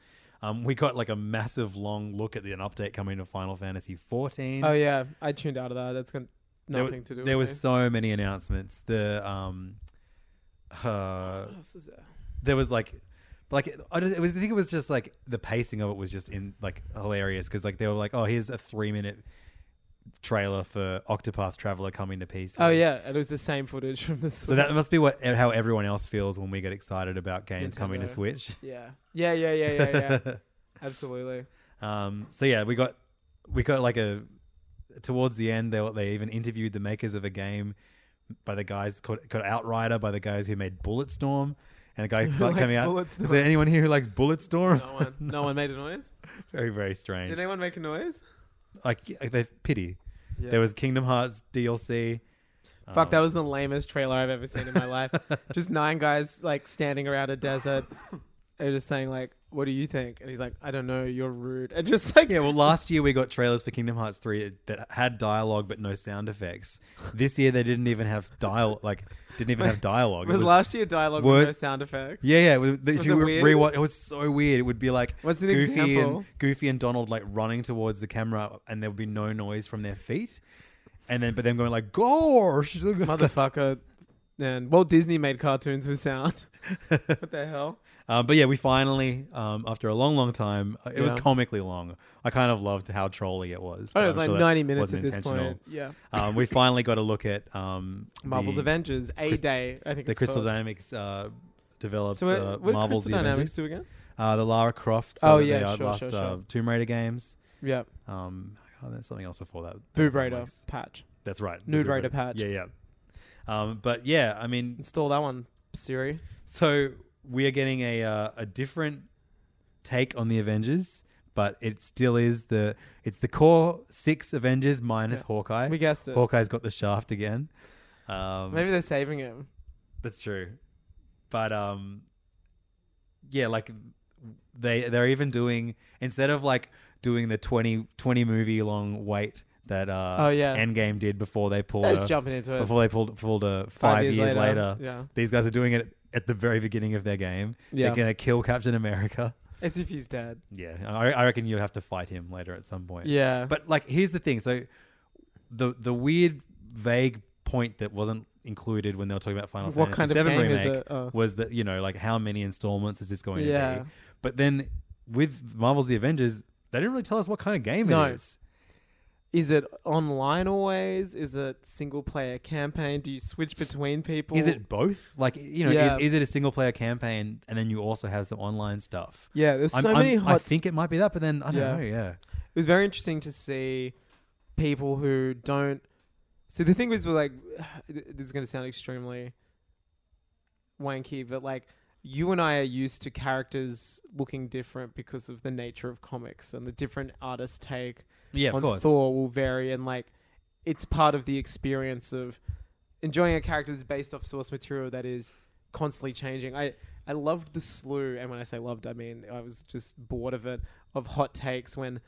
Speaker 7: um, we got like a massive long look at the, an update coming to Final Fantasy 14.
Speaker 8: Oh, yeah. I tuned out of that. That's got
Speaker 7: There were-
Speaker 8: nothing to do
Speaker 7: There
Speaker 8: with
Speaker 7: were
Speaker 8: me.
Speaker 7: so many announcements. The um, [sighs] uh,
Speaker 8: What else was there?
Speaker 7: there was like like I, don't- it was, I think it was just like the pacing of it was just in like hilarious because like they were like oh here's a three minute trailer for Octopath Traveler coming to PC.
Speaker 8: Oh, yeah. It was the same footage from the Switch.
Speaker 7: So that must be what how everyone else feels when we get excited about games coming to
Speaker 8: Nintendo.
Speaker 7: Switch.
Speaker 8: Yeah. Yeah, yeah, yeah, yeah,
Speaker 7: [laughs]
Speaker 8: yeah. Absolutely.
Speaker 7: Um, so yeah, we got we got like a towards the end they they even interviewed the makers of a game by the guys called, called Outrider by the guys who made Bulletstorm and a guy
Speaker 8: [laughs] Who
Speaker 7: came
Speaker 8: likes
Speaker 7: out.
Speaker 8: Bulletstorm?
Speaker 7: Is there anyone here who likes Bulletstorm?
Speaker 8: No one, no one made
Speaker 7: [laughs]
Speaker 8: a noise.
Speaker 7: very very strange.
Speaker 8: Did anyone make a noise?
Speaker 7: like, like they pity.
Speaker 8: Yeah.
Speaker 7: There was Kingdom Hearts DLC.
Speaker 8: Fuck, that was the lamest trailer I've ever seen in
Speaker 7: [laughs]
Speaker 8: my life. Just nine guys like standing around a desert and just saying like, "What do you think?" And he's like, "I don't know. You're rude." And just like,
Speaker 7: Yeah,
Speaker 8: [laughs]
Speaker 7: well, last year we got trailers for Kingdom Hearts 3 that had dialogue but no sound effects. This year they didn't even have dial like didn't even
Speaker 8: [laughs]
Speaker 7: have dialogue. It
Speaker 8: was, last year dialogue
Speaker 7: Word-
Speaker 8: with no sound effects?
Speaker 7: Yeah, yeah. it was- if
Speaker 8: Was
Speaker 7: you
Speaker 8: it
Speaker 7: were
Speaker 8: weird?
Speaker 7: rewatch, it was so weird. It would be like
Speaker 8: What's an
Speaker 7: Goofy
Speaker 8: example?
Speaker 7: and Goofy and Donald like running towards the camera, and there would be no noise from their feet, and then but them going like "Gosh!"
Speaker 8: [laughs]
Speaker 7: [laughs]
Speaker 8: motherfucker. And Walt Disney made cartoons
Speaker 7: [laughs]
Speaker 8: with sound. what the hell?
Speaker 7: Um, but yeah, we finally, um, after a long, long time, uh, it was
Speaker 8: Yeah.
Speaker 7: comically long. I kind of loved how trolly it was.
Speaker 8: Oh,
Speaker 7: but
Speaker 8: it was
Speaker 7: I'm
Speaker 8: like
Speaker 7: sure that
Speaker 8: 90 minutes
Speaker 7: wasn't
Speaker 8: at this
Speaker 7: intentional.
Speaker 8: point. Yeah.
Speaker 7: um, we finally got a look at um,
Speaker 8: Marvel's
Speaker 7: the,
Speaker 8: Avengers, A
Speaker 7: Chris-
Speaker 8: Day, I [laughs] think
Speaker 7: The
Speaker 8: it's
Speaker 7: Crystal
Speaker 8: called.
Speaker 7: Dynamics uh, developed
Speaker 8: So what,
Speaker 7: uh,
Speaker 8: what did
Speaker 7: Marvel's
Speaker 8: Crystal
Speaker 7: the
Speaker 8: Dynamics
Speaker 7: Avengers.
Speaker 8: do again?
Speaker 7: Uh, the Lara Croft.
Speaker 8: Oh,
Speaker 7: uh, the,
Speaker 8: yeah,
Speaker 7: uh,
Speaker 8: sure,
Speaker 7: last,
Speaker 8: sure, sure.
Speaker 7: Uh, Tomb Raider games.
Speaker 8: Yeah,
Speaker 7: Um, oh, there's something else before that.
Speaker 8: Boob Raider
Speaker 7: Likes-
Speaker 8: patch.
Speaker 7: That's right. the
Speaker 8: Nude
Speaker 7: Boob
Speaker 8: Raider patch.
Speaker 7: Yeah, yeah. Um, but yeah, I mean,
Speaker 8: Install that one, Siri.
Speaker 7: so we are getting a uh, a different take on the Avengers, but it still is the it's the core six Avengers minus Hawkeye.
Speaker 8: We guessed it.
Speaker 7: Hawkeye's got the shaft again. Um,
Speaker 8: Maybe they're saving him.
Speaker 7: that's true, but um, yeah, like they they're even doing instead of like doing the 20, 20 movie long wait that uh
Speaker 8: Oh, yeah.
Speaker 7: Endgame did before they pulled
Speaker 8: That's
Speaker 7: a-
Speaker 8: jumping into it.
Speaker 7: before they pulled pulled a five, years, later.
Speaker 8: Yeah.
Speaker 7: These guys are doing it at the very beginning of their game.
Speaker 8: Yeah.
Speaker 7: They're gonna kill Captain America.
Speaker 8: As if he's dead.
Speaker 7: Yeah, I, I reckon you'll have to fight him later at some point.
Speaker 8: Yeah.
Speaker 7: But like, here's the thing. So, the the weird, vague point that wasn't included when they were talking about Final
Speaker 8: What kind
Speaker 7: Fantasy
Speaker 8: of
Speaker 7: VII
Speaker 8: game is
Speaker 7: remake
Speaker 8: it? Oh.
Speaker 7: was that you know like how many installments is this going to
Speaker 8: Yeah.
Speaker 7: be? But then with Marvel's The Avengers, they didn't really tell us what kind of game
Speaker 8: No.
Speaker 7: it is.
Speaker 8: Is it online always? Is it single player campaign? Do you switch between people?
Speaker 7: Is it both? Like you know,
Speaker 8: Yeah.
Speaker 7: is, is it a single player campaign and then you also have some online stuff?
Speaker 8: Yeah, there's
Speaker 7: I'm-
Speaker 8: so
Speaker 7: I'm-
Speaker 8: many
Speaker 7: I
Speaker 8: hot.
Speaker 7: think it might be that, but then I don't
Speaker 8: Yeah.
Speaker 7: know. Yeah.
Speaker 8: it was very interesting to see people who don't. See, the thing was, with, like, [sighs] this is going to sound extremely wanky, but like, you and I are used to characters looking different because of the nature of comics and the different artists take
Speaker 7: Yeah, of
Speaker 8: on
Speaker 7: course.
Speaker 8: Thor will vary, and like it's part of the experience of enjoying a character that's based off source material that is constantly changing. I I loved the slew, and when I say loved, I mean I was just bored of it of hot takes when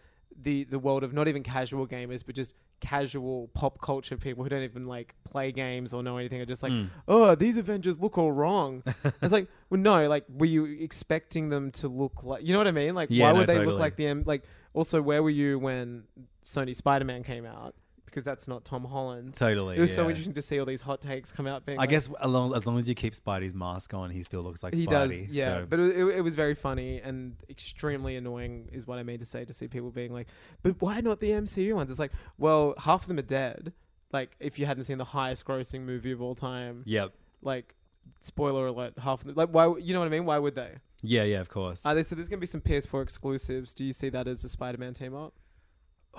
Speaker 8: the the world of not even casual gamers, but just casual pop culture people who don't even like play games or know anything are just like,
Speaker 7: Hmm.
Speaker 8: oh, these Avengers look all wrong.
Speaker 7: [laughs]
Speaker 8: it's like, well, no, like, were you expecting them to look like, you know what I mean? Like,
Speaker 7: Yeah,
Speaker 8: why
Speaker 7: no,
Speaker 8: would they
Speaker 7: totally.
Speaker 8: look like the M? Like, also, where were you when Sony Spider Man came out? Because that's not Tom Holland.
Speaker 7: Totally.
Speaker 8: It was so
Speaker 7: yeah.
Speaker 8: interesting to see all these hot takes come out. Being
Speaker 7: I
Speaker 8: like-
Speaker 7: guess along, as long as you keep Spidey's mask on, he still looks like
Speaker 8: he
Speaker 7: Spidey.
Speaker 8: does, yeah.
Speaker 7: so-
Speaker 8: But it, it, it was very funny and extremely annoying, is what I mean to say. To see people being like, "But why not the MCU ones?" It's like, well, half of them are dead. Like, if you hadn't seen the highest grossing movie of all time,
Speaker 7: yep.
Speaker 8: like spoiler alert, half of the, like why you know what I mean? Why would they?
Speaker 7: Yeah, yeah, of course.
Speaker 8: Uh, they said there's gonna be some PS4 exclusives. Do you see that as a Spider-Man team up?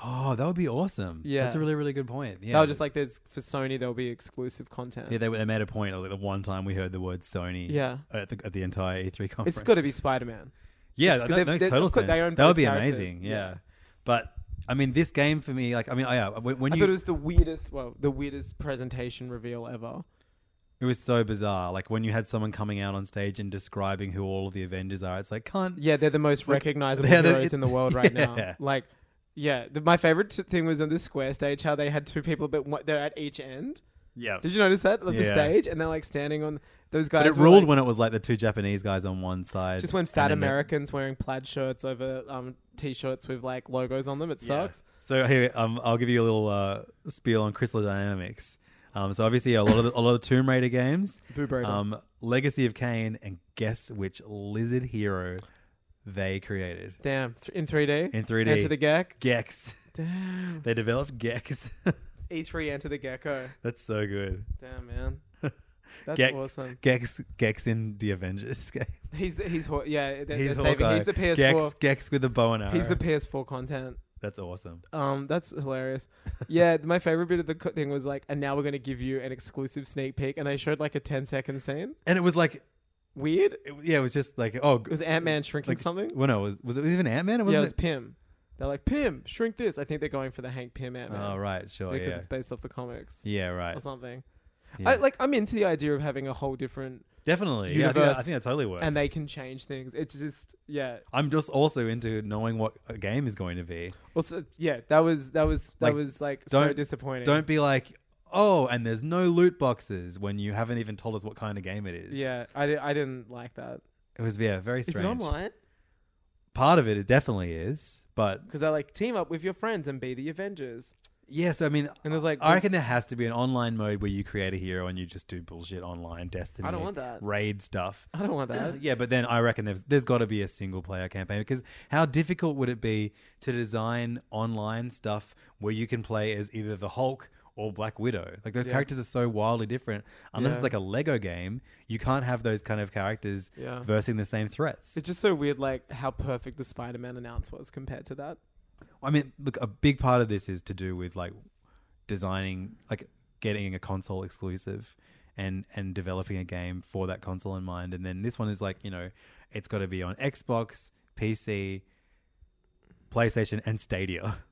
Speaker 7: oh, that would be awesome.
Speaker 8: Yeah.
Speaker 7: that's a really really good point. Yeah,
Speaker 8: They were just like there's for Sony there'll be exclusive content.
Speaker 7: yeah, they, they made a point. Like the one time we heard the word Sony.
Speaker 8: Yeah.
Speaker 7: at the, at the entire E3 conference.
Speaker 8: it's got to be Spider-Man.
Speaker 7: Yeah,
Speaker 8: It's-
Speaker 7: that,
Speaker 8: they've-
Speaker 7: that makes
Speaker 8: they've
Speaker 7: total
Speaker 8: got
Speaker 7: sense.
Speaker 8: their own
Speaker 7: That
Speaker 8: both
Speaker 7: would be
Speaker 8: characters,
Speaker 7: amazing.
Speaker 8: yeah.
Speaker 7: Yeah. but I mean, this game for me, like, I mean, I, yeah, when, when
Speaker 8: I
Speaker 7: you,
Speaker 8: thought it was the weirdest, well, the weirdest presentation reveal ever.
Speaker 7: so bizarre. Like when you had someone coming out on stage and describing who all of the Avengers are, it's like, can't.
Speaker 8: Yeah, they're the most recognizable
Speaker 7: they're the-
Speaker 8: heroes [laughs] in the world right
Speaker 7: Yeah.
Speaker 8: now. Like, yeah, the, my favorite t- thing was on this square stage how they had two people, but one, they're at each end.
Speaker 7: Yeah.
Speaker 8: Did you notice that like the
Speaker 7: Yeah.
Speaker 8: stage, and they're like standing on those guys.
Speaker 7: But it
Speaker 8: were,
Speaker 7: ruled
Speaker 8: like,
Speaker 7: when it was like the two Japanese guys on one side.
Speaker 8: just when
Speaker 7: and
Speaker 8: fat
Speaker 7: then the-
Speaker 8: Americans wearing plaid shirts over um, t-shirts with like logos on them. It
Speaker 7: Yeah.
Speaker 8: sucks.
Speaker 7: So here, um, I'll give you a little uh, spiel on Crystal Dynamics. Um, so obviously a lot of the, a lot of the Tomb Raider games,
Speaker 8: Boob Raider.
Speaker 7: Um, Legacy of Kane, and guess which lizard hero they created
Speaker 8: Damn, th- in 3D.
Speaker 7: in 3D?
Speaker 8: Enter the Gek.
Speaker 7: Gex. [laughs]
Speaker 8: Damn.
Speaker 7: They developed Gex. [laughs]
Speaker 8: E3 Enter the Gecko.
Speaker 7: That's so good. [laughs]
Speaker 8: Damn man, that's
Speaker 7: Gex,
Speaker 8: awesome.
Speaker 7: Gex, Gex in the Avengers [laughs] game.
Speaker 8: He's the, he's Haw- yeah. They're,
Speaker 7: He's
Speaker 8: they're saving.
Speaker 7: Hawkeye.
Speaker 8: He's the PS4.
Speaker 7: Gex, Gex with a bow and arrow.
Speaker 8: He's the PS4 content.
Speaker 7: That's awesome.
Speaker 8: Um, that's hilarious. Yeah, [laughs] my favorite bit of the co- thing was like, and now we're gonna give you an exclusive sneak peek, and they showed like a 10 second scene.
Speaker 7: And it was like,
Speaker 8: Weird.
Speaker 7: it, yeah, it was just like, oh,
Speaker 8: It was Ant Man shrinking something.
Speaker 7: Well, no, was was it even Ant Man?
Speaker 8: yeah, it was Pym. They're like Pym, shrink this. I think they're going for the Hank Pym Ant Man.
Speaker 7: Oh right, sure,
Speaker 8: because
Speaker 7: yeah,
Speaker 8: it's based off the comics
Speaker 7: yeah, right,
Speaker 8: or something.
Speaker 7: Yeah.
Speaker 8: I like. I'm into the idea of having a whole different,
Speaker 7: definitely. Yeah, I think, that, I
Speaker 8: Universe.
Speaker 7: think that totally works.
Speaker 8: and they can change things. It's just yeah.
Speaker 7: I'm just also into knowing what a game is going to be.
Speaker 8: Also, yeah, that was that was that
Speaker 7: Like,
Speaker 8: was like so disappointing.
Speaker 7: Don't be like, oh, and there's no loot boxes when you haven't even told us what kind of game it is.
Speaker 8: Yeah, I, di- I didn't like that.
Speaker 7: it was yeah, very
Speaker 8: Is
Speaker 7: strange.
Speaker 8: it online?
Speaker 7: Part of it, it definitely is, but
Speaker 8: Because I like team up with your friends and be the Avengers.
Speaker 7: yeah. So I mean,
Speaker 8: And there's like,
Speaker 7: I reckon there has to be an online mode where you create a hero and you just do bullshit online, Destiny,
Speaker 8: want that.
Speaker 7: raid stuff.
Speaker 8: I don't want that.
Speaker 7: yeah, but then I reckon there's there's got to be a single player campaign because how difficult would it be to design online stuff where you can play as either the Hulk or Black Widow? Like those characters are so wildly different. Unless
Speaker 8: Yeah.
Speaker 7: it's like a Lego game, you can't have those kind of characters
Speaker 8: Yeah.
Speaker 7: versing the same threats.
Speaker 8: [clears throat] It's just so weird, like how perfect the Spider-Man announce was compared to that.
Speaker 7: I mean, look, a big part of this is to do with like designing, like getting a console exclusive and and developing a game for that console in mind. And then this one is like, you know, it's got to be on Xbox, PC, PlayStation, and Stadia. [laughs]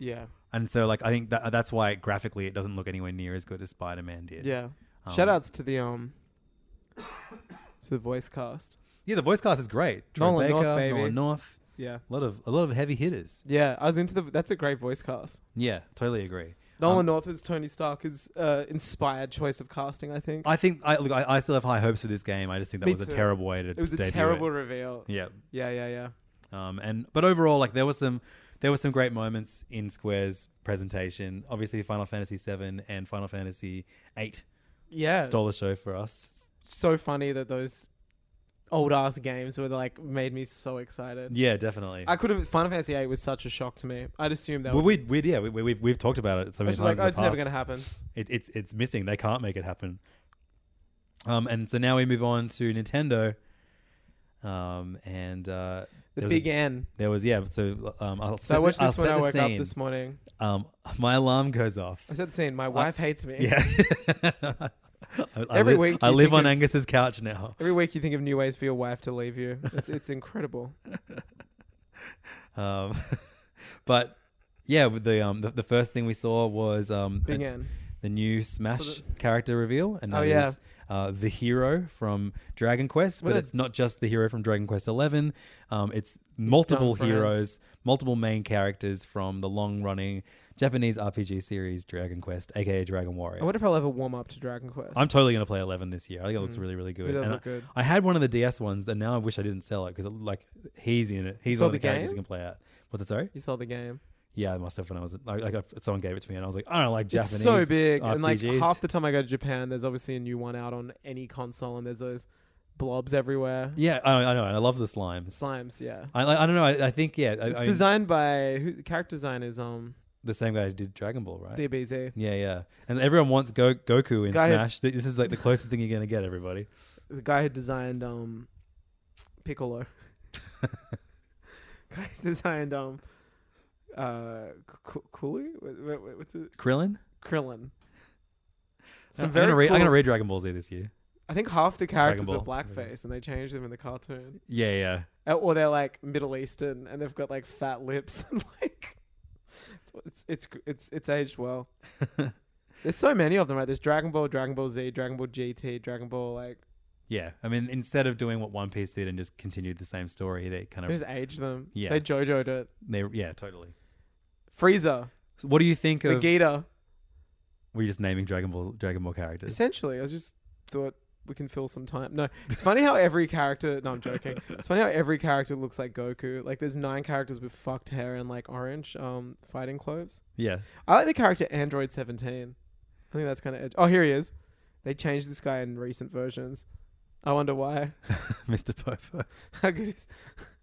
Speaker 8: Yeah,
Speaker 7: And so, like, I think that that's why graphically it doesn't look anywhere near as good as Spider Man did.
Speaker 8: yeah.
Speaker 7: Um,
Speaker 8: Shout outs to the um, [coughs] to the voice cast.
Speaker 7: yeah. The voice cast is great. Troy
Speaker 8: Nolan
Speaker 7: Baker,
Speaker 8: North, baby.
Speaker 7: Nolan North,
Speaker 8: Yeah,
Speaker 7: a lot of a lot of heavy hitters.
Speaker 8: yeah. I was into the. That's a great voice cast.
Speaker 7: Yeah, totally agree.
Speaker 8: Nolan North is Tony Stark is uh, inspired choice of casting. I think
Speaker 7: I think I look. I, I still have high hopes for this game. I just think that
Speaker 8: Me
Speaker 7: was a
Speaker 8: too.
Speaker 7: terrible way to.
Speaker 8: it was a
Speaker 7: debut
Speaker 8: terrible
Speaker 7: It.
Speaker 8: reveal.
Speaker 7: Yeah.
Speaker 8: Yeah, yeah, yeah.
Speaker 7: Um. And but overall, like there was some, there were some great moments in Square's presentation. Obviously, Final Fantasy VII and Final Fantasy VIII
Speaker 8: Yeah.
Speaker 7: stole the show for us.
Speaker 8: So funny that those old ass games were like made me so excited.
Speaker 7: Yeah, definitely.
Speaker 8: I could have Final Fantasy VIII was such a shock to me. I'd assume that
Speaker 7: well,
Speaker 8: was
Speaker 7: we, we, yeah, we, we, we've, we've talked about it so
Speaker 8: I
Speaker 7: many
Speaker 8: was just
Speaker 7: times.
Speaker 8: like,
Speaker 7: in
Speaker 8: oh,
Speaker 7: the
Speaker 8: it's never
Speaker 7: past.
Speaker 8: gonna happen.
Speaker 7: it, it's it's missing. They can't make it happen. Um, and so now we move on to Nintendo. Um, and uh,
Speaker 8: The
Speaker 7: there was a-
Speaker 8: big N.
Speaker 7: there was yeah. So um, I'll
Speaker 8: So
Speaker 7: set,
Speaker 8: I watched
Speaker 7: I'll
Speaker 8: this when
Speaker 7: set
Speaker 8: I
Speaker 7: the
Speaker 8: woke
Speaker 7: scene.
Speaker 8: up this morning.
Speaker 7: Um, [laughs] my alarm goes
Speaker 8: [laughs]
Speaker 7: off.
Speaker 8: I said the scene. My wife hates me.
Speaker 7: Yeah. [laughs] I, I
Speaker 8: Every
Speaker 7: li-
Speaker 8: week
Speaker 7: I
Speaker 8: you
Speaker 7: live
Speaker 8: think
Speaker 7: on
Speaker 8: of-
Speaker 7: Angus's couch now.
Speaker 8: Every week you think of new ways for your wife to leave you. It's it's incredible.
Speaker 7: Um, [laughs] but yeah, with the um the, the first thing we saw was um
Speaker 8: Big
Speaker 7: the-
Speaker 8: N.
Speaker 7: the new Smash character reveal, and
Speaker 8: Oh,
Speaker 7: that is
Speaker 8: yeah.
Speaker 7: uh, the hero from Dragon Quest.
Speaker 8: What
Speaker 7: but
Speaker 8: a-
Speaker 7: it's not just the hero from Dragon Quest Eleven. Um, it's multiple
Speaker 8: friends.
Speaker 7: heroes, multiple main characters from the long-running Japanese RPG series Dragon Quest, aka Dragon Warrior.
Speaker 8: I wonder if I'll ever warm up to Dragon Quest.
Speaker 7: I'm totally gonna play Eleven this year. I think it looks really, really good.
Speaker 8: Mm. It does
Speaker 7: And
Speaker 8: look
Speaker 7: I,
Speaker 8: good.
Speaker 7: I had one of the DS ones that now I wish I didn't sell it because like he's in it. He's
Speaker 8: Sold
Speaker 7: one of the
Speaker 8: the
Speaker 7: characters
Speaker 8: game?
Speaker 7: you can play out. What's it? Sorry.
Speaker 8: you saw the game.
Speaker 7: Yeah, I must have when I was like, like I- someone gave it to me and I was like, I don't like Japanese.
Speaker 8: it's so big, and like
Speaker 7: RPGs.
Speaker 8: half the time I go to Japan, there's obviously a new one out on any console, and there's those blobs everywhere.
Speaker 7: yeah, I, I know, and I love the slimes.
Speaker 8: Slimes, yeah.
Speaker 7: I, I I don't know. I, I think yeah, I,
Speaker 8: It's
Speaker 7: I mean,
Speaker 8: designed by who, the character design is um
Speaker 7: the same guy who did Dragon Ball, right?
Speaker 8: DBZ.
Speaker 7: Yeah, yeah. And everyone wants Go- Goku in
Speaker 8: Guy-
Speaker 7: Smash. Th- This is like the closest thing you're gonna get, everybody.
Speaker 8: The guy who designed um,
Speaker 7: [laughs]
Speaker 8: Piccolo. guy who designed um, uh, K- Cooley. What- what- what- What's it?
Speaker 7: Krillin.
Speaker 8: Krillin. Some
Speaker 7: I'm gonna,
Speaker 8: very
Speaker 7: read, I'm gonna
Speaker 8: cool-
Speaker 7: read Dragon Ball Z this year.
Speaker 8: I think half the
Speaker 7: Dragon
Speaker 8: characters were
Speaker 7: Ball.
Speaker 8: blackface, and they changed them in the cartoon.
Speaker 7: Yeah, yeah.
Speaker 8: Uh, Or they're like Middle Eastern, and they've got like fat lips, [laughs] and like it's it's it's gr- it's, it's aged well. There's so many of them, right? There's Dragon Ball, Dragon Ball Z, Dragon Ball GT, Dragon Ball like
Speaker 7: Yeah, I mean, instead of doing what One Piece did and just continued the same story, they kind
Speaker 8: they
Speaker 7: of
Speaker 8: just aged them.
Speaker 7: Yeah.
Speaker 8: they JoJo'd it.
Speaker 7: they yeah, totally.
Speaker 8: Frieza,
Speaker 7: So what do you think of?
Speaker 8: Vegeta.
Speaker 7: we're just naming Dragon Ball Dragon Ball characters.
Speaker 8: Essentially, I just thought we can fill some time. No, it's funny how every character. No, I'm joking. It's funny how every character looks like Goku. Like there's nine characters with fucked hair and like orange um fighting clothes.
Speaker 7: Yeah, [laughs]
Speaker 8: I like the character Android 17. I think that's kind of edge. Oh, here he is. They changed this guy in recent versions. I wonder why. [laughs]
Speaker 7: Mr. Popo.
Speaker 8: How good is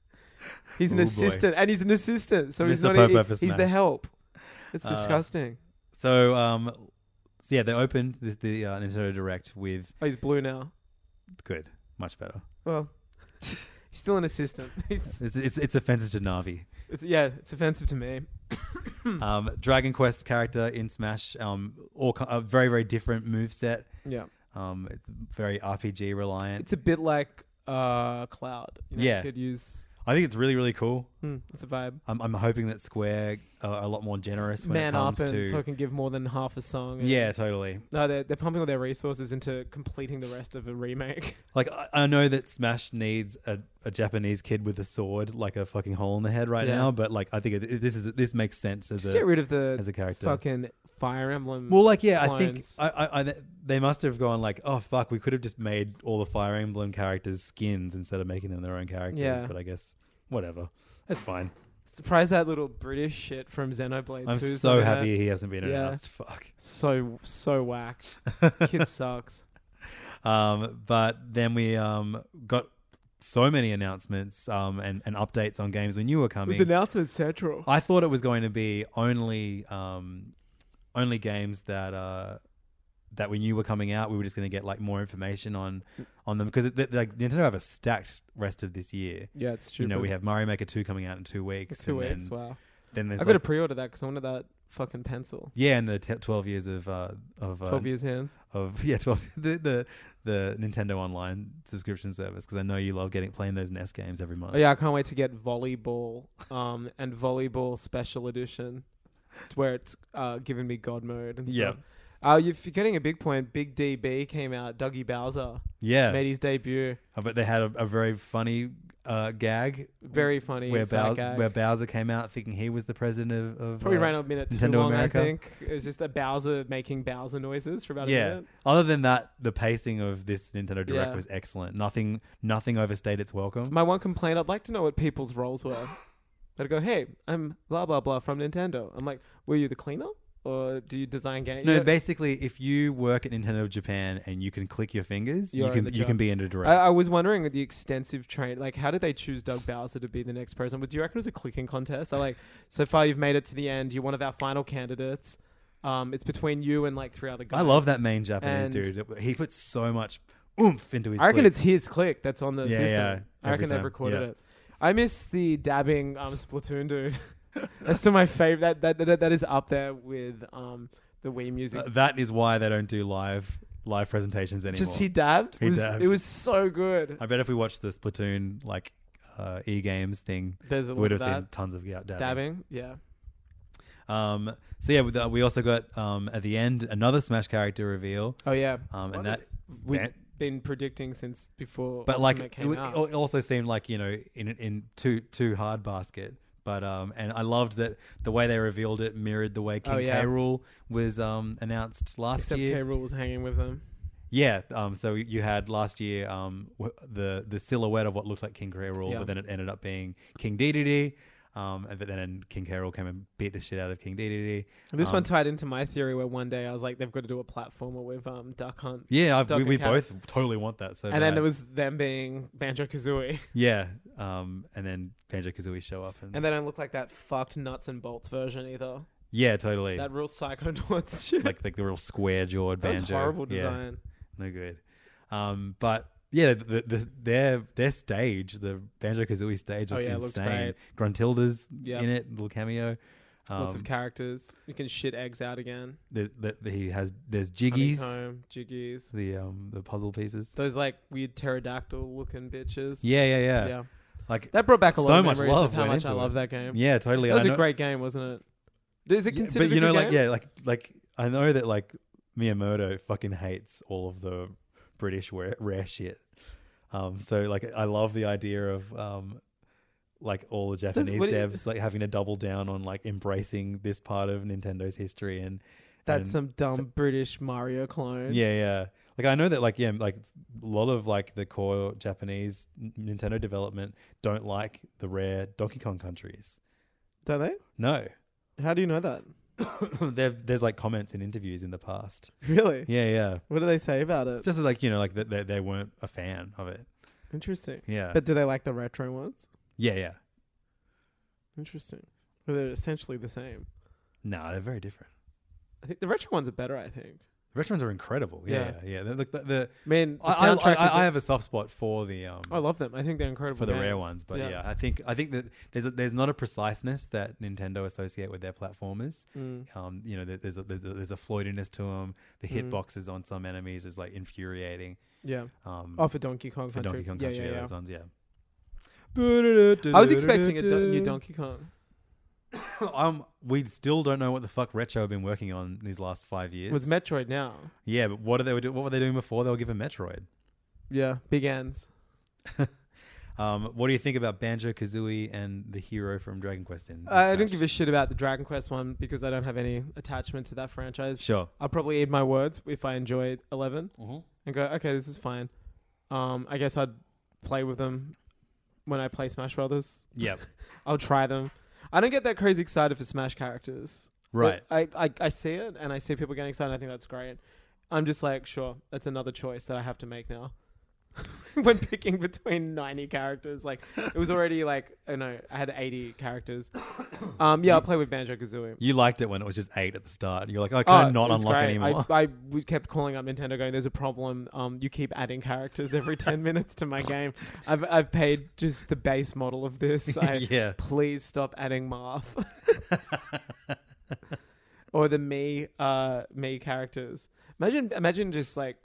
Speaker 8: [laughs] He's an
Speaker 7: Ooh, Oh, boy.
Speaker 8: assistant, and he's an assistant, so he's
Speaker 7: Mr.
Speaker 8: not.
Speaker 7: Popo
Speaker 8: He,
Speaker 7: for
Speaker 8: he's the
Speaker 7: Smash.
Speaker 8: help. It's
Speaker 7: Uh,
Speaker 8: disgusting.
Speaker 7: So um, so yeah, they opened the, the uh, Nintendo Direct with
Speaker 8: Oh, he's blue now.
Speaker 7: good, much better.
Speaker 8: Well, [laughs] he's still an assistant. [laughs] He's,
Speaker 7: It's it's, it's offensive to Navi.
Speaker 8: it's yeah, it's offensive to me. Hmm.
Speaker 7: Um, Dragon Quest character in Smash. Um, all ki- a very very different move set.
Speaker 8: Yeah,
Speaker 7: Um, it's very RPG reliant.
Speaker 8: it's a bit like uh Cloud. You know, you
Speaker 7: Yeah.
Speaker 8: could use.
Speaker 7: I think it's really really cool.
Speaker 8: Hmm, it's a vibe.
Speaker 7: I'm, I'm hoping that Square are a lot more generous when it
Speaker 8: Man up
Speaker 7: comes
Speaker 8: and
Speaker 7: to
Speaker 8: fucking give more than half a song. and-
Speaker 7: yeah, totally.
Speaker 8: No, they're, they're pumping all their resources into completing the rest of the remake.
Speaker 7: Like I, I know that Smash needs a, a Japanese kid with a sword, like a fucking hole in the head right
Speaker 8: Yeah.
Speaker 7: now. But like I think it, it- this [laughs] is this makes sense as
Speaker 8: Just
Speaker 7: a
Speaker 8: get rid of the
Speaker 7: as a character.
Speaker 8: fucking Fire Emblem.
Speaker 7: well, like yeah,
Speaker 8: clones.
Speaker 7: I think I, I, I they must have gone like oh fuck, we could have just made all the Fire Emblem characters skins instead of making them their own characters.
Speaker 8: Yeah.
Speaker 7: But I guess whatever, that's fine.
Speaker 8: surprised that little British shit from Xenoblade.
Speaker 7: I'm
Speaker 8: 2 's
Speaker 7: so
Speaker 8: not in
Speaker 7: happy
Speaker 8: there.
Speaker 7: he hasn't been
Speaker 8: Yeah.
Speaker 7: announced. Fuck.
Speaker 8: So so
Speaker 7: [laughs]
Speaker 8: whack. Kid sucks.
Speaker 7: Um, but then we um, got so many announcements um, and, and updates on games we knew were
Speaker 8: It was
Speaker 7: coming.
Speaker 8: announcement central.
Speaker 7: I thought it was going to be only um, only games that uh, that we knew were coming out. We were just going to get like more information on on them because like Nintendo have a stacked rest of this year.
Speaker 8: yeah, it's true.
Speaker 7: You know, we have Mario Maker two coming out in two weeks.
Speaker 8: two
Speaker 7: and
Speaker 8: weeks.
Speaker 7: Then,
Speaker 8: Wow.
Speaker 7: then there's
Speaker 8: I've got to
Speaker 7: like-
Speaker 8: pre-order that because I wanted that fucking pencil.
Speaker 7: yeah, and the t- twelve years of uh, of uh,
Speaker 8: Twelve years in.
Speaker 7: of [laughs] yeah, twelve the the, the Nintendo Online subscription service because I know you love getting playing those NES games every month.
Speaker 8: Oh yeah, I can't wait to get volleyball, um, and volleyball special edition, to where it's uh giving me God mode and
Speaker 7: Yeah.
Speaker 8: stuff. Uh, you're forgetting a big point. Big DB came out. Dougie Bowser
Speaker 7: yeah.
Speaker 8: made his debut.
Speaker 7: I bet they had a, a very funny uh, gag
Speaker 8: Very funny.
Speaker 7: where,
Speaker 8: sad
Speaker 7: Bow-
Speaker 8: gag.
Speaker 7: where Bowser came out thinking he was the president of, of
Speaker 8: Probably
Speaker 7: uh,
Speaker 8: ran a minute too
Speaker 7: Nintendo
Speaker 8: long.
Speaker 7: America.
Speaker 8: I think it was just a Bowser making Bowser noises for about a
Speaker 7: yeah.
Speaker 8: minute.
Speaker 7: Other than that, the pacing of this Nintendo Direct
Speaker 8: Yeah.
Speaker 7: was excellent. Nothing, nothing overstayed its welcome.
Speaker 8: My one complaint: I'd like to know what people's roles were. I'd go, "Hey, I'm blah blah blah from Nintendo." I'm like, "Were you the cleaner, or do you design games?"
Speaker 7: no, basically, if you work at Nintendo of Japan and you can click your fingers,
Speaker 8: You're
Speaker 7: you
Speaker 8: in
Speaker 7: can
Speaker 8: the
Speaker 7: you
Speaker 8: job.
Speaker 7: can be in a direct.
Speaker 8: I, I was wondering with the extensive train, like, how did they choose Doug Bowser to be the next person? But do you reckon it was a clicking contest? They're like, "So far, you've made it to the end. You're one of our final candidates. Um, it's between you and like three other guys."
Speaker 7: I love that main Japanese
Speaker 8: And-
Speaker 7: dude. He puts so much oomph into his.
Speaker 8: I reckon
Speaker 7: clicks.
Speaker 8: it's his click that's on the
Speaker 7: Yeah,
Speaker 8: system.
Speaker 7: yeah,
Speaker 8: I
Speaker 7: every
Speaker 8: reckon they've
Speaker 7: time,
Speaker 8: recorded
Speaker 7: yeah.
Speaker 8: it. I miss the dabbing um, Splatoon dude. [laughs] that's still my favorite. That, that that that is up there with um the Wii music.
Speaker 7: Uh, that is why they don't do live live presentations anymore.
Speaker 8: Just he dabbed.
Speaker 7: He
Speaker 8: was,
Speaker 7: dabbed.
Speaker 8: It was so good.
Speaker 7: I bet if we watched the Splatoon like uh, e games thing,
Speaker 8: There's a
Speaker 7: we would
Speaker 8: lot of
Speaker 7: have
Speaker 8: that.
Speaker 7: seen tons of yeah, dabbing.
Speaker 8: Dabbing, yeah.
Speaker 7: Um, so yeah, with, uh, we also got um, at the end another Smash character reveal,
Speaker 8: Oh yeah.
Speaker 7: um,
Speaker 8: What
Speaker 7: and that.
Speaker 8: is- we've
Speaker 7: that-
Speaker 8: been predicting since before.
Speaker 7: but like
Speaker 8: Ultimate
Speaker 7: it,
Speaker 8: came
Speaker 7: wa-
Speaker 8: out.
Speaker 7: it also seemed like you know in in too too hard basket. But um, and I loved that the way they revealed it mirrored the way King
Speaker 8: Oh, yeah.
Speaker 7: K. Rule was um announced last
Speaker 8: except
Speaker 7: year.
Speaker 8: K. Rule was hanging with them.
Speaker 7: Yeah. Um, so you had last year um, w- the the silhouette of what looked like King K. Rool,
Speaker 8: Yeah.
Speaker 7: but then it ended up being King DDD. Um, and but then King K. Rool came and beat the shit out of King DDD.
Speaker 8: And this
Speaker 7: Um,
Speaker 8: one tied into my theory where one day I was like, they've got to do a platformer with um Duck Hunt.
Speaker 7: Yeah, I've,
Speaker 8: Duck
Speaker 7: we,
Speaker 8: and
Speaker 7: we
Speaker 8: Cat.
Speaker 7: both totally want that. So
Speaker 8: And then
Speaker 7: bad.
Speaker 8: it was them being Banjo
Speaker 7: [laughs]
Speaker 8: Kazooie.
Speaker 7: yeah. Um, and then Banjo Kazooie show up and,
Speaker 8: And they don't look like that fucked nuts and bolts version either.
Speaker 7: Yeah, totally.
Speaker 8: That real [laughs] psychonauts
Speaker 7: [laughs]
Speaker 8: shit.
Speaker 7: like like the real square jawed
Speaker 8: That was
Speaker 7: banjo.
Speaker 8: horrible
Speaker 7: Yeah.
Speaker 8: design.
Speaker 7: no good. Um, but yeah, the, the, their their stage, the Banjo Kazooie stage,
Speaker 8: Oh,
Speaker 7: looks
Speaker 8: yeah, it looks
Speaker 7: insane. Gruntilda's
Speaker 8: Yep.
Speaker 7: in it, little cameo. Um,
Speaker 8: Lots of characters. You can shit eggs out again.
Speaker 7: there's, that that he has there's Jiggies,
Speaker 8: Honeycomb, jiggies.
Speaker 7: the um the puzzle pieces.
Speaker 8: Those like weird pterodactyl looking bitches.
Speaker 7: Yeah, yeah, yeah.
Speaker 8: Yeah.
Speaker 7: Like
Speaker 8: That brought back a lot
Speaker 7: so
Speaker 8: of
Speaker 7: much
Speaker 8: memories
Speaker 7: love
Speaker 8: of how
Speaker 7: went
Speaker 8: much I
Speaker 7: into
Speaker 8: love
Speaker 7: it.
Speaker 8: that game.
Speaker 7: Yeah, totally.
Speaker 8: That
Speaker 7: I
Speaker 8: was a
Speaker 7: know-
Speaker 8: great game, wasn't it? Is it
Speaker 7: Yeah,
Speaker 8: considered?
Speaker 7: but you
Speaker 8: a
Speaker 7: know,
Speaker 8: good
Speaker 7: like
Speaker 8: game?
Speaker 7: yeah, like like I know that like Miyamoto fucking hates all of the British rare, rare shit. Um, so like I love the idea of um, like all the Japanese
Speaker 8: what do you-
Speaker 7: devs like having to double down on like embracing this part of Nintendo's history and
Speaker 8: That's
Speaker 7: and,
Speaker 8: some dumb British Mario clone.
Speaker 7: yeah yeah like I know that like yeah like a lot of like the core Japanese N- Nintendo development don't like the rare Donkey Kong countries.
Speaker 8: Don't they? [coughs]
Speaker 7: No,
Speaker 8: How do you know that? [laughs]
Speaker 7: There- there's like comments in interviews in the past.
Speaker 8: Really?
Speaker 7: Yeah yeah.
Speaker 8: What do they say about it?
Speaker 7: Just like you know, like that they, they weren't a fan of it.
Speaker 8: Interesting.
Speaker 7: Yeah.
Speaker 8: But do they like the retro ones?
Speaker 7: Yeah, yeah.
Speaker 8: Interesting. Well, they're essentially the same.
Speaker 7: No, they're very different.
Speaker 8: I think the retro ones are better. I think.
Speaker 7: The Retrons are incredible. Yeah,
Speaker 8: Yeah.
Speaker 7: yeah. They look the, the
Speaker 8: Man, the
Speaker 7: I, I,
Speaker 8: soundtrack
Speaker 7: I-
Speaker 8: is- Oh,
Speaker 7: I have a soft spot for the um
Speaker 8: I love them. I think they're incredible
Speaker 7: for the rare
Speaker 8: games.
Speaker 7: ones, but yeah. I think I think that there's a, there's not a preciseness that Nintendo associate with their platformers.
Speaker 8: Mm.
Speaker 7: Um, you know, there- there's a, there- there's a floatiness to them. The hitboxes on some enemies is like infuriating.
Speaker 8: yeah.
Speaker 7: Um,
Speaker 8: Oh, for Donkey Kong
Speaker 7: for
Speaker 8: Country.
Speaker 7: Donkey Kong
Speaker 8: Yeah,
Speaker 7: Country,
Speaker 8: yeah,
Speaker 7: yeah,
Speaker 8: yeah.
Speaker 7: those ones, yeah. [laughs]
Speaker 8: I was expecting a do- new Donkey Kong.
Speaker 7: Um, we still don't know what the fuck Retro have been working on these last five years.
Speaker 8: With Metroid now.
Speaker 7: Yeah, but what are they do? What were they doing before they were given Metroid?
Speaker 8: Yeah, big ends.
Speaker 7: Um, what do you think about Banjo Kazooie and the hero from Dragon Quest? In, in
Speaker 8: I I don't
Speaker 7: Smash?
Speaker 8: give a shit about the Dragon Quest one because I don't have any attachment to that franchise.
Speaker 7: Sure.
Speaker 8: I'll probably eat my words if I enjoy 11 and go, okay, this is fine. Um, I guess I'd play with them when I play Smash Brothers.
Speaker 7: Yep.
Speaker 8: I'll try them. I don't get that crazy excited for Smash characters.
Speaker 7: Right.
Speaker 8: But I, I, I see it and I see people getting excited. And I think that's great. I'm just like, sure, that's another choice that I have to make now. [laughs] when picking between 90 characters, like it was already like, I know, I had 80 characters. Um, yeah, I'll play with Banjo Kazooie.
Speaker 7: You liked it when it was just eight at the start. You're like, "Oh, I can I not
Speaker 8: Oh, Uh, it was
Speaker 7: unlock
Speaker 8: great.
Speaker 7: anymore.
Speaker 8: I, I we kept calling up Nintendo, going, "There's a problem. Um, you keep adding characters
Speaker 7: [laughs]
Speaker 8: every ten minutes to my game. I've I've paid just the base model
Speaker 7: [laughs]
Speaker 8: of this. I,
Speaker 7: Yeah.
Speaker 8: Please stop adding Marth
Speaker 7: [laughs]
Speaker 8: [laughs] or the me uh me characters. Imagine imagine just like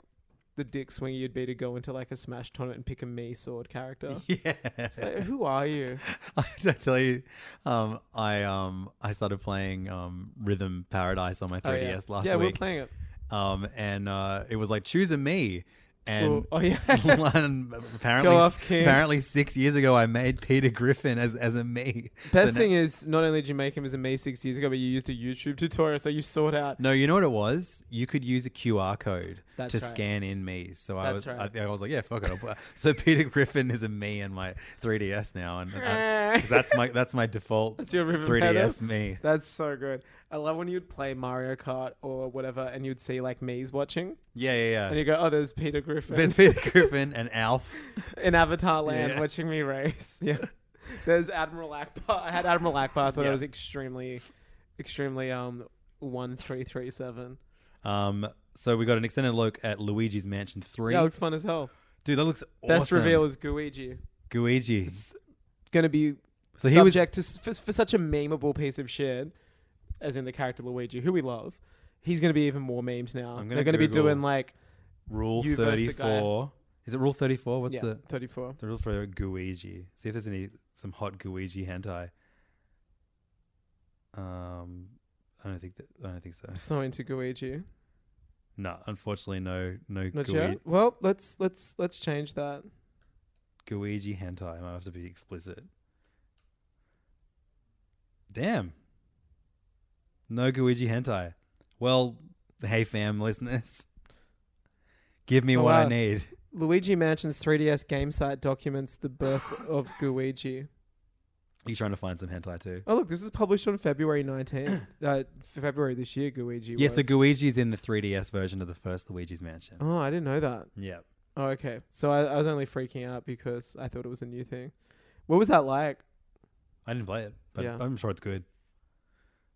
Speaker 8: the dick swing you'd be to go into like a Smash tournament and pick a me sword character.
Speaker 7: [laughs] yeah.
Speaker 8: It's like, who are you?
Speaker 7: [laughs] I don't tell you, um, I um, I started playing um, Rhythm Paradise on my 3DS
Speaker 8: Oh,
Speaker 7: last
Speaker 8: yeah,
Speaker 7: week.
Speaker 8: we're playing it.
Speaker 7: um, and uh, it was like choose a me. And,
Speaker 8: Ooh,
Speaker 7: [laughs]
Speaker 8: oh, yeah.
Speaker 7: and apparently,
Speaker 8: Go off, King.
Speaker 7: apparently, six years ago, I made Peter Griffin as as a me. [laughs]
Speaker 8: Best
Speaker 7: So
Speaker 8: thing is, not only did you make him as a me six years ago, but you used a YouTube tutorial, so you sought out
Speaker 7: No, you know what it was? You could use a QR code
Speaker 8: That's
Speaker 7: to
Speaker 8: right.
Speaker 7: scan in me. So I
Speaker 8: That's
Speaker 7: was,
Speaker 8: right.
Speaker 7: I, I was like, yeah, fuck it. I'll put- [laughs] so Peter Griffin is a me in my 3DS now, and I-
Speaker 8: [laughs]
Speaker 7: that's my that's my default
Speaker 8: That's your river
Speaker 7: 3DS
Speaker 8: pattern?
Speaker 7: me.
Speaker 8: That's so good. I love when you'd play Mario Kart or whatever, and you'd see like me's watching,
Speaker 7: Yeah, yeah,
Speaker 8: and
Speaker 7: yeah.
Speaker 8: you go, "Oh, there's Peter Griffin
Speaker 7: Uh. There's Peter Griffin and Alf.
Speaker 8: in Avatar Land
Speaker 7: Yeah.
Speaker 8: watching me race." Yeah, [laughs] there's Admiral Akbar. I had Admiral Akbar. I thought that was extremely, extremely um one three three seven.
Speaker 7: Um, so we got an extended look at Luigi's Mansion Three.
Speaker 8: That looks fun as hell.
Speaker 7: Dude, that looks
Speaker 8: Best
Speaker 7: awesome.
Speaker 8: reveal is Guigi.
Speaker 7: Luigi.
Speaker 8: Going to be
Speaker 7: Mm-hmm. So he was-
Speaker 8: subject to s- for, for such a memeable piece of shit, as in the character Luigi, who we love. He's going to be even more memes now.
Speaker 7: I'm gonna
Speaker 8: They're going to be
Speaker 7: Google-
Speaker 8: doing like
Speaker 7: Rule
Speaker 8: You versus the guy.
Speaker 7: 34. Is it Rule 34? What's
Speaker 8: yeah,
Speaker 7: the
Speaker 8: 34.
Speaker 7: the rule for Guiji? See if there's any some hot Guiji hentai. Um, I don't think that. I don't think so.
Speaker 8: [laughs] I'm so into Guiji.
Speaker 7: No, unfortunately, no, no
Speaker 8: Not
Speaker 7: Gui-
Speaker 8: yet. Well, let's let's let's change that.
Speaker 7: Guiji hentai. I might have to be explicit. Damn. No Guiji hentai. Well, hey fam, [laughs] listeners, give me
Speaker 8: Oh,
Speaker 7: what I
Speaker 8: wow.
Speaker 7: need.
Speaker 8: Luigi Mansion's 3DS game site documents the birth
Speaker 7: [laughs]
Speaker 8: of Guiji.
Speaker 7: You trying to find some hentai too?
Speaker 8: Oh look, this was published on February 19th, [coughs] uh, February this year. Guiji.
Speaker 7: Yes, the
Speaker 8: was.
Speaker 7: so Guiji's in the 3DS version of the first Luigi's Mansion.
Speaker 8: Oh, I didn't know that.
Speaker 7: Yeah.
Speaker 8: Oh, okay. So I, I was only freaking out because I thought it was a new thing. What was that like?
Speaker 7: I didn't play it, but
Speaker 8: Yeah.
Speaker 7: I'm sure it's good.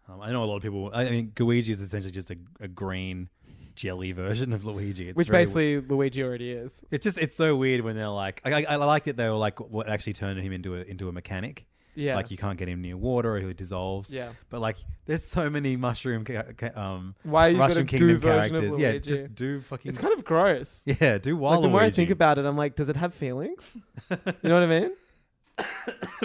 Speaker 7: Um, I know a lot of people. I I mean, Luigi is essentially just a, a green jelly version of Luigi. It's
Speaker 8: Which
Speaker 7: very-
Speaker 8: basically Luigi already is.
Speaker 7: it's just it's so weird when they're like I, I, I liked it they were like what actually turned him into a into a mechanic
Speaker 8: Yeah.
Speaker 7: like you can't get him near water or he dissolves
Speaker 8: Yeah.
Speaker 7: but like there's so many mushroom ca- ca- um
Speaker 8: Why you got a
Speaker 7: mushroom
Speaker 8: goo
Speaker 7: kingdom
Speaker 8: version of
Speaker 7: characters
Speaker 8: Luigi?
Speaker 7: yeah just do fucking
Speaker 8: It's kind of gross.
Speaker 7: [laughs] yeah do
Speaker 8: Like,
Speaker 7: wild
Speaker 8: the more I
Speaker 7: Luigi. [laughs]
Speaker 8: think about it, I'm like, does it have feelings? you know what I mean?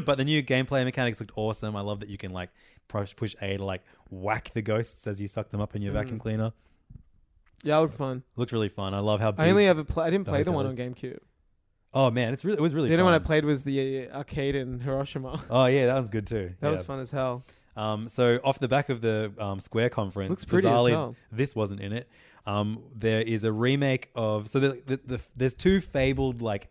Speaker 7: but the new gameplay mechanics looked awesome I love that you can like push push A to like whack the ghosts as you suck them up in your vacuum
Speaker 8: Mm.
Speaker 7: cleaner
Speaker 8: Yeah, it looked fun.
Speaker 7: looked really fun I love how big,
Speaker 8: I only ever play. I didn't
Speaker 7: the
Speaker 8: play the one on
Speaker 7: hotel
Speaker 8: GameCube.
Speaker 7: oh man it's really it was really
Speaker 8: the only
Speaker 7: fun.
Speaker 8: one I played was the uh, arcade in Hiroshima. [laughs]
Speaker 7: oh yeah that one's good too
Speaker 8: that was
Speaker 7: Yeah.
Speaker 8: fun as hell.
Speaker 7: Um, so off the back of the um, Square conference,
Speaker 8: Looks pretty as
Speaker 7: bizarrely,
Speaker 8: hell.
Speaker 7: this wasn't in it. Um, there is a remake of so the, the, the, there's two fabled like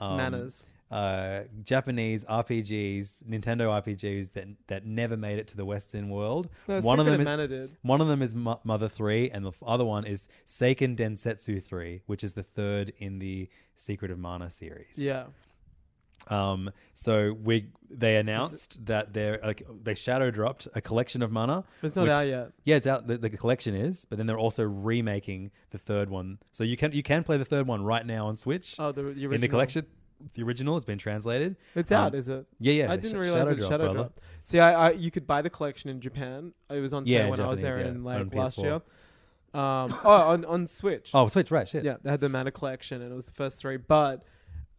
Speaker 7: um,
Speaker 8: Manners.
Speaker 7: uh, Japanese RPGs, Nintendo RPGs that that never made it to the Western world.
Speaker 8: No,
Speaker 7: one of
Speaker 8: Secret
Speaker 7: them
Speaker 8: of
Speaker 7: is,
Speaker 8: Mana did.
Speaker 7: one of them is Mo- Mother Three, and the f- other one is Seiken Densetsu Three, which is the third in the Secret of Mana series.
Speaker 8: Yeah.
Speaker 7: Um, so we they announced that they're like they shadow dropped a collection of mana.
Speaker 8: It's not out yet.
Speaker 7: Yeah, it's out. The, the collection is, but then they're also remaking the third one. So you can you can play the third one right now on Switch.
Speaker 8: Oh, the- the
Speaker 7: in the
Speaker 8: original.
Speaker 7: collection, the original has been translated.
Speaker 8: It's
Speaker 7: Um,
Speaker 8: out, is it?
Speaker 7: Yeah, yeah.
Speaker 8: I
Speaker 7: the
Speaker 8: didn't
Speaker 7: sh-
Speaker 8: realize it
Speaker 7: drop,
Speaker 8: shadow
Speaker 7: brother.
Speaker 8: drop. See, I, I you could buy the collection in Japan. It was on sale
Speaker 7: Yeah,
Speaker 8: when I was
Speaker 7: Japanese,
Speaker 8: there
Speaker 7: yeah,
Speaker 8: in
Speaker 7: on
Speaker 8: like last
Speaker 7: PS4.
Speaker 8: year. Um, [laughs] oh, on on Switch.
Speaker 7: Oh, Switch, right? Shit.
Speaker 8: yeah, they had the Mana collection, and it was the first three. But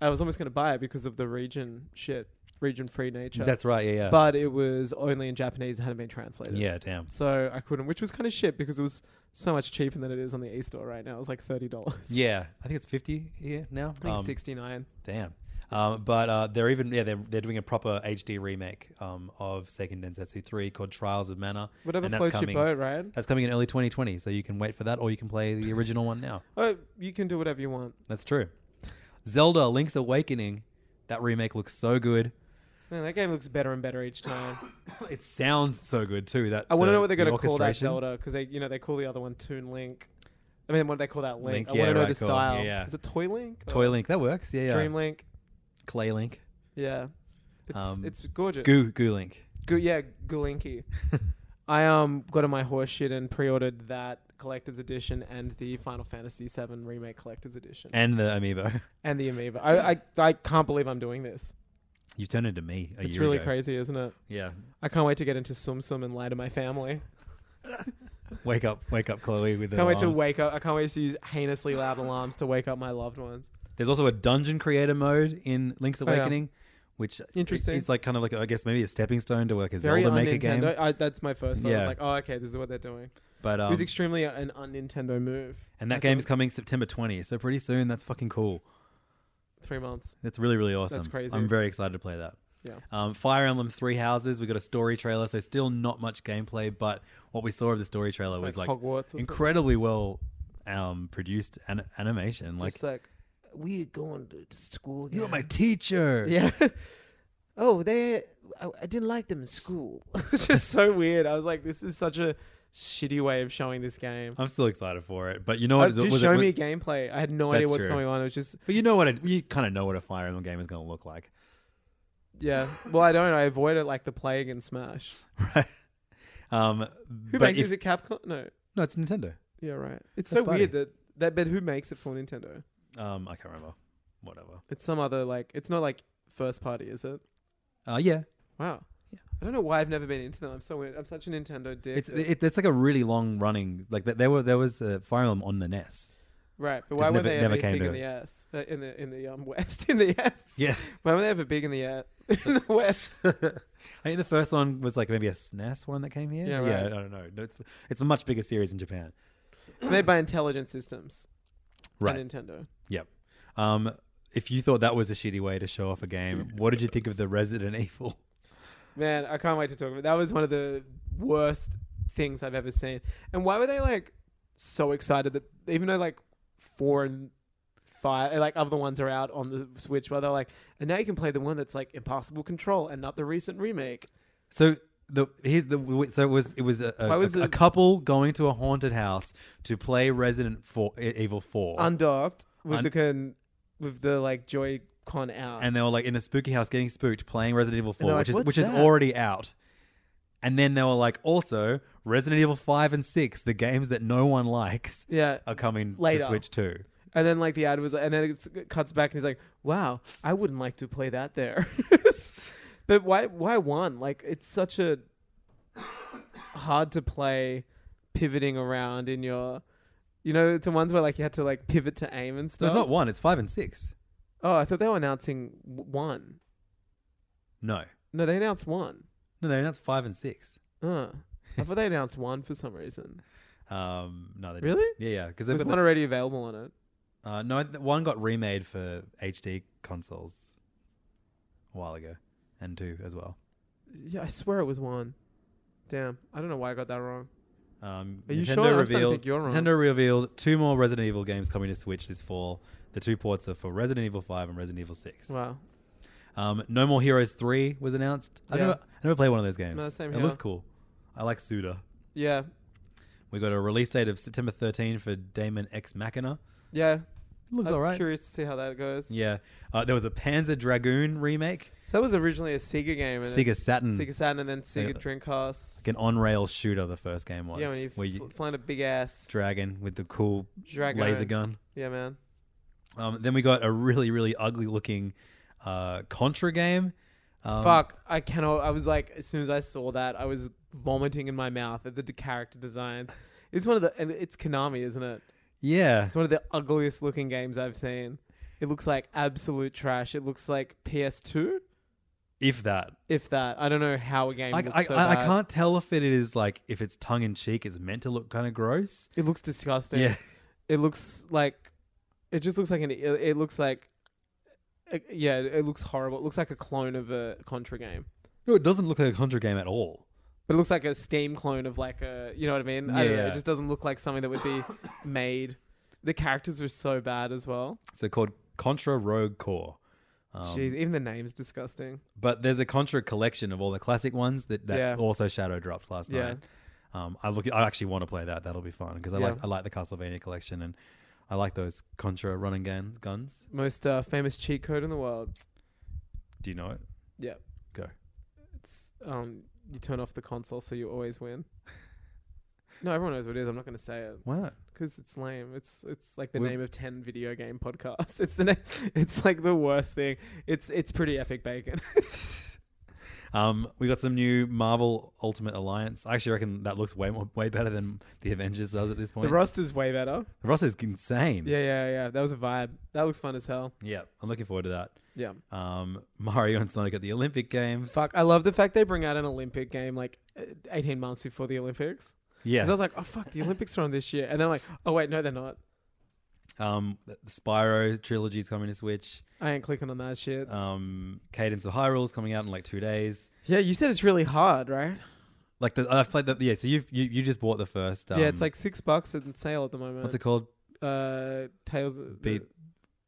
Speaker 8: I was almost going to buy it because of the region shit, region free nature.
Speaker 7: that's right. Yeah, yeah.
Speaker 8: But it was only in Japanese and hadn't been translated.
Speaker 7: yeah, damn.
Speaker 8: So I couldn't, which was kind of shit because it was so much cheaper than it is on the e-store right now. It was like thirty dollars.
Speaker 7: Yeah, I think it's fifty here now.
Speaker 8: I think
Speaker 7: Um,
Speaker 8: sixty nine.
Speaker 7: Damn. Um, but uh, they're even yeah they're, they're doing a proper HD remake um, of Seiken Densetsu 3 called Trials of Mana.
Speaker 8: Whatever
Speaker 7: and that's
Speaker 8: floats
Speaker 7: coming-
Speaker 8: your boat, right?
Speaker 7: That's coming in early 2020, so you can wait for that, or you can play the original one now.
Speaker 8: Oh, you can do whatever you want.
Speaker 7: That's true. Zelda: Link's Awakening. That remake looks so good.
Speaker 8: Man, that game looks better and better each time.
Speaker 7: It sounds so good too. That
Speaker 8: [sighs] I want to know what they're
Speaker 7: the
Speaker 8: going to call that
Speaker 7: orchestration.
Speaker 8: Zelda because they, you know, they call the other one Toon Link. I mean, what do they call that
Speaker 7: Link,
Speaker 8: Link? I
Speaker 7: yeah,
Speaker 8: want to know
Speaker 7: right,
Speaker 8: the
Speaker 7: cool.
Speaker 8: style.
Speaker 7: Yeah, yeah.
Speaker 8: Is it Toy Link? or
Speaker 7: Toy Link. That works. Yeah, yeah.
Speaker 8: Dream Link.
Speaker 7: Clay Link.
Speaker 8: Yeah, it's
Speaker 7: Um,
Speaker 8: it's gorgeous.
Speaker 7: Goo Goo Link.
Speaker 8: Goo- yeah,
Speaker 7: [laughs]
Speaker 8: Goolinky. I um got on my horse shit and pre-ordered that collector's edition and the Final Fantasy VII remake collector's edition and,
Speaker 7: And the amiibo. [laughs]
Speaker 8: the Amiibo. I, I I can't believe I'm doing this.
Speaker 7: You've turned into me. A
Speaker 8: It's
Speaker 7: year
Speaker 8: really
Speaker 7: ago.
Speaker 8: crazy, isn't it?
Speaker 7: Yeah.
Speaker 8: I can't wait to get into Sum Sum and lie to my family.
Speaker 7: Wake up, wake up, Chloe. With
Speaker 8: Can't wait to
Speaker 7: alarms.
Speaker 8: wake up. I can't wait to use heinously loud alarms to wake up my loved ones.
Speaker 7: There's also a dungeon creator mode in Link's
Speaker 8: Oh, yeah.
Speaker 7: Awakening, which it-
Speaker 8: Interesting.
Speaker 7: It's like kind of like I guess maybe a stepping stone to like a
Speaker 8: Very
Speaker 7: Zelda
Speaker 8: un
Speaker 7: maker game.
Speaker 8: Nintendo. I, that's my first. thought. I was
Speaker 7: Yeah.
Speaker 8: like, oh, okay, this is what they're doing.
Speaker 7: But
Speaker 8: it
Speaker 7: um,
Speaker 8: was extremely uh, an un Nintendo move.
Speaker 7: and that
Speaker 8: I
Speaker 7: game
Speaker 8: thought-
Speaker 7: is coming September 20th, so pretty soon. That's fucking cool.
Speaker 8: Three months.
Speaker 7: That's really really awesome.
Speaker 8: crazy.
Speaker 7: I'm very excited to play that.
Speaker 8: Yeah.
Speaker 7: Um, Fire Emblem Three Houses. We got a story trailer, so still not much gameplay, but what we saw of the story trailer
Speaker 8: It's
Speaker 7: was
Speaker 8: like
Speaker 7: like,
Speaker 8: Hogwarts or something.
Speaker 7: incredibly well um, produced an- animation. Like,
Speaker 8: Just like we're going to school.
Speaker 7: you're my teacher.
Speaker 8: Yeah. [laughs] oh, they. I, I didn't like them in school. [laughs] it's just so weird. I was like, this is such a shitty way of showing this game.
Speaker 7: I'm still excited for it, but you know
Speaker 8: Uh,
Speaker 7: what? it-
Speaker 8: just
Speaker 7: was it-
Speaker 8: show
Speaker 7: was-
Speaker 8: me gameplay. I had no idea
Speaker 7: That's
Speaker 8: what's
Speaker 7: true.
Speaker 8: going on. It was just
Speaker 7: But you know what? It, you kind of know what a Fire Emblem game is going to look like.
Speaker 8: yeah. Well, I don't. I avoid it like the plague in Smash.
Speaker 7: Right. Um,
Speaker 8: Who
Speaker 7: but
Speaker 8: makes
Speaker 7: if-
Speaker 8: is it? Capcom? No.
Speaker 7: No, it's Nintendo.
Speaker 8: Yeah, right.
Speaker 7: That's
Speaker 8: It's so
Speaker 7: funny.
Speaker 8: weird that that. But who makes it for Nintendo?
Speaker 7: Um, I can't remember. Whatever.
Speaker 8: It's some other like. It's not like first party, is it?
Speaker 7: Uh, yeah.
Speaker 8: Wow. I don't know why I've never been into them. I'm so weird. I'm such a Nintendo dick.
Speaker 7: It's
Speaker 8: that-
Speaker 7: it, it's like a really long running like th- there were there was a Fire Emblem on the E NES.
Speaker 8: Right, but
Speaker 7: Just
Speaker 8: why were
Speaker 7: never-
Speaker 8: they
Speaker 7: never
Speaker 8: ever
Speaker 7: came
Speaker 8: big
Speaker 7: to
Speaker 8: in
Speaker 7: it.
Speaker 8: the ass? Uh, in the in the um [laughs] west in the ass.
Speaker 7: [laughs] Yeah.
Speaker 8: Why were they ever big in the ass? [laughs] In the west.
Speaker 7: I think the first one was like maybe a SNES one that came here.
Speaker 8: Yeah,
Speaker 7: yeah I
Speaker 8: right.
Speaker 7: don't know. No, It's it's a much bigger series in Japan.
Speaker 8: it's made by Intelligent Systems.
Speaker 7: Right.
Speaker 8: And Nintendo.
Speaker 7: Yep. Um, if you thought that was a shitty way to show off a
Speaker 8: [clears throat]
Speaker 7: game, what did you think of the Resident Evil?
Speaker 8: Man, I can't wait to talk about. It. That was one of the worst things I've ever seen. And why were they like so excited that even though like four and five, like other ones are out on the Switch, where they're like, and now you can play the one that's like Impossible Control and not the recent remake.
Speaker 7: So the here's the so it was it was a, a,
Speaker 8: Why was
Speaker 7: a,
Speaker 8: it-
Speaker 7: couple going to a haunted house to play Resident Four, E, Evil Four.
Speaker 8: Undocked with
Speaker 7: Un-
Speaker 8: the con, with the like Joy-Con out.
Speaker 7: and they were like in a spooky house getting spooked playing Resident Evil 4
Speaker 8: they're like,
Speaker 7: which is
Speaker 8: "What's
Speaker 7: which is
Speaker 8: that?"
Speaker 7: already out And then they were like, also, Resident Evil 5 and 6, the games that no one likes,
Speaker 8: Yeah.
Speaker 7: are coming
Speaker 8: Later.
Speaker 7: to Switch too.
Speaker 8: And then like the ad was, and then it s- cuts back, and he's like, "Wow, I wouldn't like to play that there." [laughs] but why? Why one? Like it's such a hard to play, pivoting around in your, you know, it's the ones where like you had to like pivot to aim and
Speaker 7: No,
Speaker 8: stuff.
Speaker 7: it's not one, it's 5 and 6.
Speaker 8: Oh, I thought they were announcing w- one.
Speaker 7: No.
Speaker 8: No, they announced one.
Speaker 7: No, they announced 5 and 6.
Speaker 8: Uh, I thought they announced one for some reason.
Speaker 7: Um, no, they
Speaker 8: Really?
Speaker 7: Didn't. Yeah, yeah. Because they've
Speaker 8: There's
Speaker 7: got
Speaker 8: one
Speaker 7: the-
Speaker 8: already available on it.
Speaker 7: Uh, no, th- one got remade for HD consoles a while ago, and two as well.
Speaker 8: Yeah, I swear it was one. Damn, I don't know why I got that wrong.
Speaker 7: Um,
Speaker 8: Are you
Speaker 7: Nintendo
Speaker 8: sure? I'm starting to
Speaker 7: revealed,
Speaker 8: think you're wrong.
Speaker 7: Nintendo revealed two more Resident Evil games coming to Switch this fall. The two ports are for Resident Evil 5 and Resident Evil 6.
Speaker 8: Wow.
Speaker 7: Um, no More Heroes 3 was announced. I,
Speaker 8: Yeah.
Speaker 7: never, I never played one of those games.
Speaker 8: No, same
Speaker 7: it
Speaker 8: here.
Speaker 7: looks cool. I like Suda.
Speaker 8: Yeah,
Speaker 7: We got a release date of September 13 for Damon X Machina.
Speaker 8: yeah.
Speaker 7: Looks
Speaker 8: I'm
Speaker 7: all right.
Speaker 8: Curious to see how that goes.
Speaker 7: Yeah. Uh, there was a Panzer Dragoon remake,
Speaker 8: So that was originally a Sega game. And then-
Speaker 7: Sega Saturn.
Speaker 8: Sega Saturn and then Sega
Speaker 7: Yeah.
Speaker 8: Dreamcast.
Speaker 7: like an on rail shooter, the first game was.
Speaker 8: yeah, when you,
Speaker 7: where you-
Speaker 8: fl- flying a big ass
Speaker 7: dragon with the cool
Speaker 8: dragon.
Speaker 7: laser gun.
Speaker 8: Yeah, man.
Speaker 7: Um, then we got a really, really ugly looking uh, Contra game. Um,
Speaker 8: Fuck, I cannot. I was like, as soon as I saw that, I was vomiting in my mouth at the d- character designs. It's one of the, and it's Konami, isn't it?
Speaker 7: Yeah.
Speaker 8: It's one of the ugliest looking games I've seen. It looks like absolute trash. It looks like PS2,
Speaker 7: If that.
Speaker 8: if that. I don't know how a game
Speaker 7: I,
Speaker 8: looks
Speaker 7: I,
Speaker 8: so
Speaker 7: I, I
Speaker 8: bad.
Speaker 7: can't tell if it is like, if it's tongue in cheek, it's meant to look kind of gross.
Speaker 8: It looks disgusting.
Speaker 7: Yeah.
Speaker 8: It looks like, it just looks like an. It, it looks like, it- yeah, it looks horrible. It looks like a clone of a Contra game.
Speaker 7: No, it doesn't look like a Contra game at all.
Speaker 8: But it looks like a Steam clone of like a, you know what I mean? I
Speaker 7: Yeah,
Speaker 8: don't know.
Speaker 7: yeah.
Speaker 8: It just doesn't look like something that
Speaker 7: [coughs]
Speaker 8: would be made. The characters were so bad as well.
Speaker 7: So called Contra Rogue Core. Um,
Speaker 8: Jeez, even the name's disgusting.
Speaker 7: But there's a Contra collection of all the classic ones that, that
Speaker 8: Yeah.
Speaker 7: also Shadow dropped last
Speaker 8: Yeah.
Speaker 7: night. Um, I look. I actually want to play that. That'll be fun because I
Speaker 8: Yeah.
Speaker 7: like I like the Castlevania collection and I like those Contra running gun guns.
Speaker 8: Most uh, famous cheat code in the world.
Speaker 7: Do you know it?
Speaker 8: Yeah.
Speaker 7: Go.
Speaker 8: It's um you turn off the console so you always win. [laughs] No, everyone knows what it is. I'm not going to say it
Speaker 7: Why not?
Speaker 8: because it's lame. It's it's like the
Speaker 7: We-
Speaker 8: name of ten video game podcasts. [laughs] It's the name. It's like the worst thing. It's it's pretty epic bacon. [laughs]
Speaker 7: Um, we got some new Marvel Ultimate Alliance. I actually reckon that looks way more way better than the Avengers does at this
Speaker 8: the
Speaker 7: point.
Speaker 8: roster's way better.
Speaker 7: the roster's insane.
Speaker 8: Yeah, yeah, yeah. That was a vibe. That looks fun as hell.
Speaker 7: yeah. I'm looking forward to that.
Speaker 8: Yeah.
Speaker 7: Um, Mario and Sonic at the Olympic Games.
Speaker 8: Fuck, I love the fact they bring out an Olympic game like uh, 18 months before the Olympics.
Speaker 7: Yeah.
Speaker 8: Because I was like, oh, fuck, the Olympics are on this year. And then I'm like, oh, wait, no, they're not.
Speaker 7: Um, the Spyro trilogy's coming to Switch.
Speaker 8: I ain't clicking on that shit.
Speaker 7: Um, Cadence of Hyrule's coming out in like two days.
Speaker 8: yeah, you said it's really hard, right?
Speaker 7: Like the I've played the yeah. So you've you, you just bought the first. Um,
Speaker 8: yeah, it's like six bucks at sale at the moment.
Speaker 7: what's it called?
Speaker 8: Uh, Tales of
Speaker 7: Be-
Speaker 8: the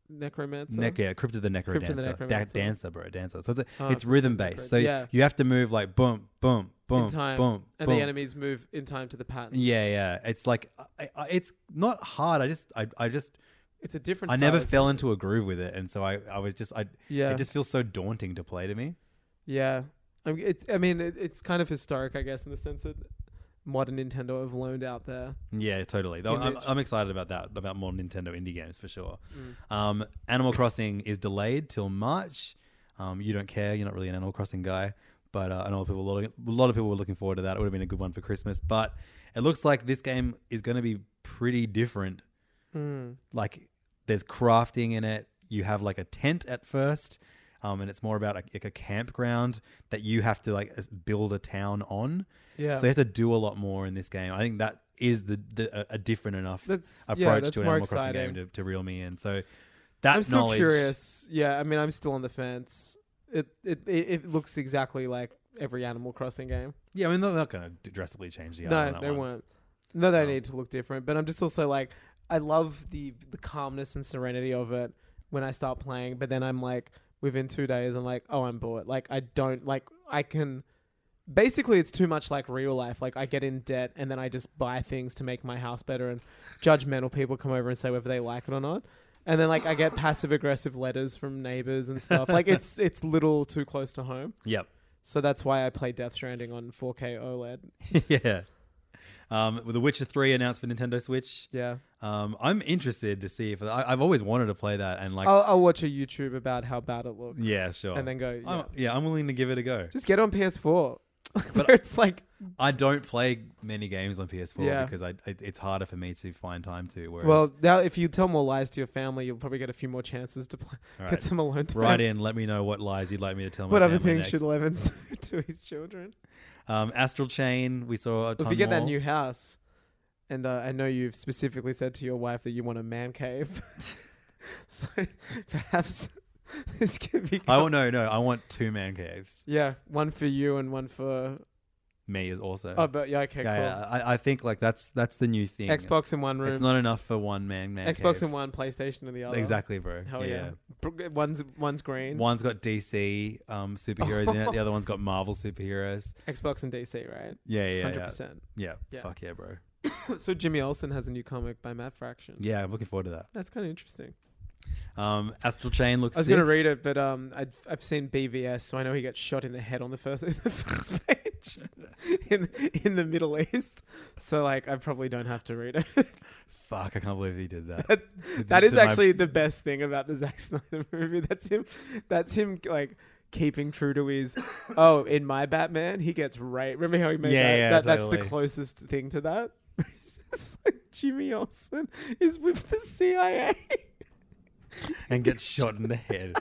Speaker 8: Necromancer.
Speaker 7: Neck, yeah, Crypt of the Necro
Speaker 8: Crypt of
Speaker 7: Dancer.
Speaker 8: the
Speaker 7: Da-
Speaker 8: Necromancer.
Speaker 7: dancer, bro, dancer. So it's a,
Speaker 8: Oh,
Speaker 7: it's
Speaker 8: Crypt of
Speaker 7: rhythm
Speaker 8: the
Speaker 7: based.
Speaker 8: Necro-
Speaker 7: So
Speaker 8: yeah.
Speaker 7: you have to move like boom, boom, boom,
Speaker 8: in time.
Speaker 7: boom,
Speaker 8: and
Speaker 7: boom.
Speaker 8: the enemies move in time to the pattern.
Speaker 7: Yeah, yeah. It's like I, I, it's not hard. I just I, I just
Speaker 8: It's a different
Speaker 7: I never
Speaker 8: style.
Speaker 7: fell into a groove with it, and so I I was just I
Speaker 8: Yeah.
Speaker 7: It just feels so daunting to play to me.
Speaker 8: Yeah, I mean, it's. I mean, it, it's kind of historic, I guess, in the sense that modern Nintendo have loaned out there.
Speaker 7: Yeah, totally. Though I'm,
Speaker 8: Image.
Speaker 7: I'm excited about that about more Nintendo indie games for sure. Um, Animal Crossing is delayed till March. Um, you don't care. You're not really an Animal Crossing guy, but uh, I know people. A lot, of, a lot of people were looking forward to that. It would have been a good one for Christmas, but it looks like this game is going to be pretty different. Like there's crafting in it. You have like a tent at first. Um, and it's more about like, like a campground that you have to like as- build a town on.
Speaker 8: Yeah.
Speaker 7: So you have to do a lot more in this game. I think that is the, the a, a different enough
Speaker 8: That's- yeah,
Speaker 7: approach
Speaker 8: that's
Speaker 7: to an
Speaker 8: more
Speaker 7: Animal Crossing
Speaker 8: exciting.
Speaker 7: game to, to reel me in. So that
Speaker 8: I'm still
Speaker 7: knowledge,
Speaker 8: curious. Yeah, I mean, I'm still on the fence. It it it, it looks exactly like every Animal Crossing game.
Speaker 7: Yeah, I mean they're not going to drastically change the art on
Speaker 8: no,
Speaker 7: that
Speaker 8: they
Speaker 7: one.
Speaker 8: won't. No, they need to look different. But I'm just also like, I love the the calmness and serenity of it when I start playing. But then I'm like, within two days, I'm like, oh, I'm bored. Like, I don't like. I can. Basically, it's too much like real life. Like, I get in debt and then I just buy things to make my house better, and judgmental people come over and say whether they like it or not. And then, like, I
Speaker 7: [laughs]
Speaker 8: get passive aggressive letters from neighbors and stuff. Like, it's it's little too close to home.
Speaker 7: Yep. [laughs]
Speaker 8: So that's why I play Death Stranding on 4K OLED.
Speaker 7: yeah. Um, with The Witcher Three announced for Nintendo Switch.
Speaker 8: Yeah.
Speaker 7: Um, I'm interested to see if I, I've always wanted to play that and like.
Speaker 8: I'll, I'll watch a YouTube about how bad it looks.
Speaker 7: yeah, sure.
Speaker 8: Oh. And then go. Yeah.
Speaker 7: I'm, yeah, I'm willing to give it a go.
Speaker 8: Just get on [laughs] PS4. But it's like
Speaker 7: I don't play many games on PS4
Speaker 8: Yeah.
Speaker 7: because I it, it's harder for me to find time to. Whereas
Speaker 8: Well, now if you tell more lies to your family, you'll probably get a few more chances to play,
Speaker 7: All right.
Speaker 8: get some alone [laughs] time.
Speaker 7: Write in. Let me know what lies you'd like me to tell. my
Speaker 8: What other
Speaker 7: family
Speaker 8: things
Speaker 7: next.
Speaker 8: should Levins do [laughs] to his children?
Speaker 7: Um, Astral Chain. We saw. A
Speaker 8: If
Speaker 7: ton
Speaker 8: you get that
Speaker 7: more. [laughs]
Speaker 8: new house, and uh, I know you've specifically said to your wife that you want a man cave, [laughs] so [laughs] perhaps [laughs] this could be.
Speaker 7: I want Oh, no, no. I want two man caves.
Speaker 8: Yeah, one for you and one for.
Speaker 7: Me is also.
Speaker 8: Oh, but yeah, okay,
Speaker 7: Uh, yeah,
Speaker 8: cool.
Speaker 7: yeah, I, I think like that's that's the new thing.
Speaker 8: Xbox in one room.
Speaker 7: It's not enough for one man man.
Speaker 8: Xbox
Speaker 7: cave.
Speaker 8: in one, PlayStation in the other.
Speaker 7: Exactly, bro.
Speaker 8: Hell yeah. Br- One's one's green.
Speaker 7: One's got DC um, superheroes in it. The other one's got Marvel superheroes.
Speaker 8: Xbox and DC, right?
Speaker 7: Yeah, yeah, yeah.
Speaker 8: 100%.
Speaker 7: Yeah.
Speaker 8: Yeah.
Speaker 7: Fuck yeah, bro.
Speaker 8: [laughs] so Jimmy Olsen has a new comic by Matt Fraction.
Speaker 7: Yeah, I'm looking forward to that.
Speaker 8: That's kind of interesting.
Speaker 7: Um, Astral Chain looks.
Speaker 8: I was going to
Speaker 7: sick.
Speaker 8: read it, but um, I'd, I've seen BVS, so I know he got shot in the head on the first, [laughs] the first
Speaker 7: [laughs]
Speaker 8: page in in the Middle East. So like, I probably don't have to read it. [laughs]
Speaker 7: Fuck, I can't believe he did that.
Speaker 8: That-
Speaker 7: Did
Speaker 8: that is
Speaker 7: to my-
Speaker 8: actually the best thing about the Zack Snyder [laughs] movie. That's him. That's him. Like. Keeping true to
Speaker 7: [laughs]
Speaker 8: his, oh, in my Batman, he gets right. Remember how he made
Speaker 7: Yeah,
Speaker 8: that?
Speaker 7: yeah,
Speaker 8: that That's
Speaker 7: totally.
Speaker 8: the closest thing to that. [laughs] it's like Jimmy Olsen is with the CIA.
Speaker 7: and gets shot in the head.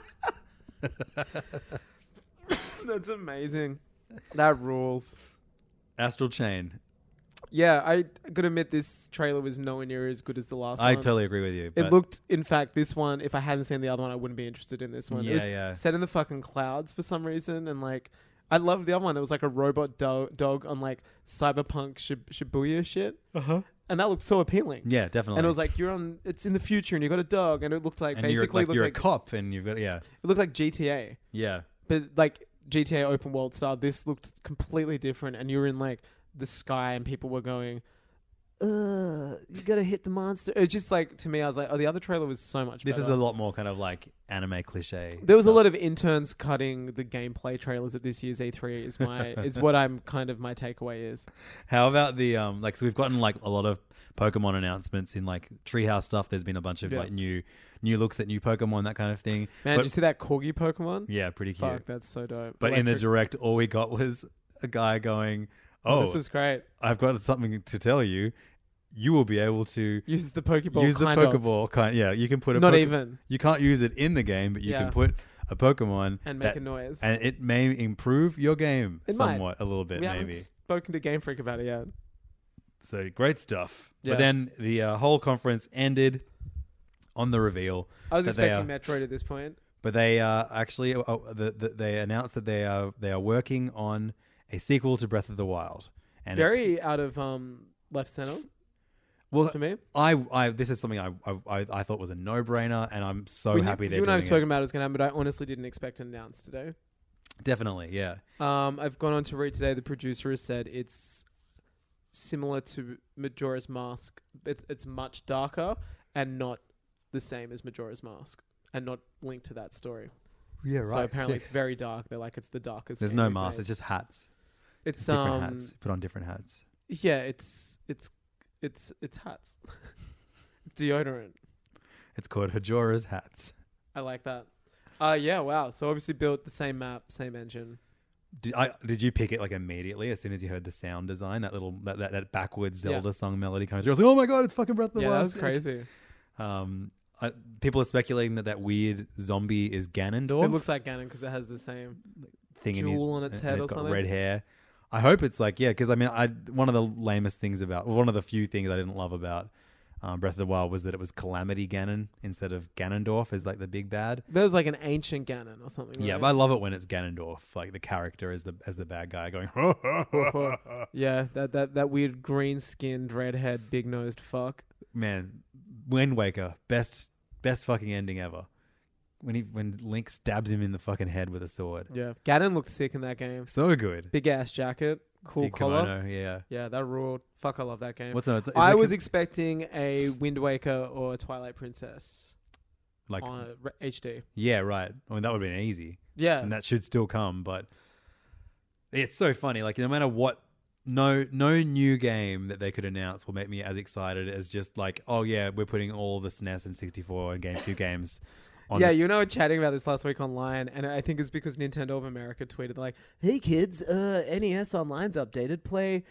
Speaker 8: [laughs] That's amazing. That rules.
Speaker 7: Astral Chain.
Speaker 8: Yeah, I gotta admit this trailer was nowhere near as good as the last
Speaker 7: I
Speaker 8: one.
Speaker 7: totally agree with you.
Speaker 8: It
Speaker 7: but-
Speaker 8: looked, in fact, this one. If I hadn't seen the other one, I wouldn't be interested in this one.
Speaker 7: Yeah,
Speaker 8: it was
Speaker 7: yeah.
Speaker 8: Set in the fucking clouds for some reason, and like, I loved the other one. It was like a robot do- dog on like cyberpunk Shib- Shibuya shit, uh-huh. and that looked so appealing.
Speaker 7: Yeah, definitely.
Speaker 8: And it was like you're on. It's in the future, and you got a dog, and it looked like
Speaker 7: and you're,
Speaker 8: basically
Speaker 7: like,
Speaker 8: looked
Speaker 7: you're
Speaker 8: like
Speaker 7: a cop, and you've got yeah,
Speaker 8: it looked like GTA.
Speaker 7: yeah.
Speaker 8: but like GTA open world style, this looked completely different, and you were in like the sky, and people were going, "Uh, you gotta hit the monster." It just like to me, I was like, "Oh, the other trailer was so much."
Speaker 7: This is
Speaker 8: better."
Speaker 7: a lot more kind of like anime cliche.
Speaker 8: There was a lot of interns cutting the gameplay trailers at this year's E3. Is
Speaker 7: [laughs]
Speaker 8: my is what I'm kind of my takeaway is.
Speaker 7: How about the um like so we've gotten like a lot of Pokemon announcements in like Treehouse stuff. There's been a bunch of
Speaker 8: Yeah.
Speaker 7: like new new looks at new Pokemon that kind of thing. but,
Speaker 8: Man, did you see that corgi Pokemon?
Speaker 7: yeah, pretty cute.
Speaker 8: Fuck, that's so dope.
Speaker 7: but in the
Speaker 8: Electric-
Speaker 7: direct, all we got was a guy going, "Oh,
Speaker 8: this was great.
Speaker 7: I've got something to tell you. You will be able to."
Speaker 8: Uses the Pokeball.
Speaker 7: use the
Speaker 8: kind of.
Speaker 7: Pokeball kind. Yeah, you can put a
Speaker 8: Not
Speaker 7: Poke-
Speaker 8: even.
Speaker 7: You can't use it in the game, but you
Speaker 8: Yeah.
Speaker 7: can put a Pokemon
Speaker 8: And make
Speaker 7: that-
Speaker 8: a noise.
Speaker 7: and it may improve your game
Speaker 8: It might.
Speaker 7: somewhat a little
Speaker 8: We
Speaker 7: bit,
Speaker 8: haven't
Speaker 7: maybe.
Speaker 8: spoken to Game Freak about it yet.
Speaker 7: So great stuff.
Speaker 8: Yeah.
Speaker 7: But then the uh, whole conference ended on the reveal.
Speaker 8: I was
Speaker 7: that they
Speaker 8: expecting
Speaker 7: are-
Speaker 8: Metroid at this point.
Speaker 7: but they uh, actually uh, the, the, they announced that they are they are working on a sequel to Breath of the Wild. And it's- Oh,
Speaker 8: Very out of um, left center.
Speaker 7: well
Speaker 8: for me.
Speaker 7: I, I this is something I I, I- I thought was a no brainer, and I'm so
Speaker 8: We-
Speaker 7: happy they're
Speaker 8: you and I
Speaker 7: doing
Speaker 8: have spoken
Speaker 7: it.
Speaker 8: about it was going to happen, but I honestly didn't expect it announced today.
Speaker 7: Definitely, yeah.
Speaker 8: Um, I've gone on to read today. The producer has said it's similar to Majora's Mask. It's it's much darker and not the same as Majora's Mask, and not linked to that story.
Speaker 7: Yeah,
Speaker 8: So
Speaker 7: [laughs]
Speaker 8: apparently it's very dark. They're like it's the darkest.
Speaker 7: There's
Speaker 8: game
Speaker 7: no
Speaker 8: we've
Speaker 7: mask.
Speaker 8: made.
Speaker 7: It's just hats.
Speaker 8: it's
Speaker 7: different
Speaker 8: um
Speaker 7: hats. Put on different hats.
Speaker 8: yeah. It's it's it's it's hats. [laughs] it's deodorant.
Speaker 7: It's called Hajora's hats.
Speaker 8: I like that. Uh yeah. Wow. So obviously built the same map, same engine.
Speaker 7: Did, I, did you pick it like immediately as soon as you heard the sound design? That little that that, that backwards
Speaker 8: Yeah.
Speaker 7: Zelda song melody coming through. I was like, oh my god, it's fucking Breath of the
Speaker 8: yeah,
Speaker 7: Wild.
Speaker 8: that was
Speaker 7: sick.
Speaker 8: crazy.
Speaker 7: Um, I, people are speculating that that weird zombie is Ganondorf.
Speaker 8: It looks like Ganon because it has the same.
Speaker 7: thing in his- uh,
Speaker 8: jewel on its
Speaker 7: and
Speaker 8: head
Speaker 7: it's
Speaker 8: or
Speaker 7: got
Speaker 8: something.
Speaker 7: red hair. I hope it's like yeah, because I mean, I one of the lamest things about one of the few things I didn't love about um, Breath of the Wild was that it was Calamity Ganon instead of Ganondorf as like the big bad.
Speaker 8: There's like an ancient Ganon or something.
Speaker 7: Yeah,
Speaker 8: right?
Speaker 7: but I love it when it's Ganondorf, like the character as the as the bad guy going.
Speaker 8: Or- [laughs] yeah, that that that weird green skinned, redhead, big nosed fuck.
Speaker 7: Man, Wind Waker, best best fucking ending ever. When he when Link stabs him in the fucking head with a sword,
Speaker 8: Yeah, Ganon looked sick in that game.
Speaker 7: so good.
Speaker 8: Big ass jacket, cool
Speaker 7: Big
Speaker 8: collar.
Speaker 7: kimono, yeah.
Speaker 8: Yeah, that ruled. Fuck, I love that game.
Speaker 7: What's that? Is
Speaker 8: I
Speaker 7: it
Speaker 8: was
Speaker 7: com-
Speaker 8: expecting a Wind Waker or Twilight Princess
Speaker 7: like,
Speaker 8: on re- HD.
Speaker 7: yeah, right. I mean, that would have been easy.
Speaker 8: Yeah,
Speaker 7: and that should still come. But It's so funny. Like no matter what, no no new game that they could announce will make me as excited as just like, oh yeah, we're putting all the SNES and 64 and GameCube games. On
Speaker 8: yeah,
Speaker 7: the-
Speaker 8: you know, we're chatting about this last week online, and I think it's because Nintendo of America tweeted like, "Hey kids, uh, NES Online's updated. Play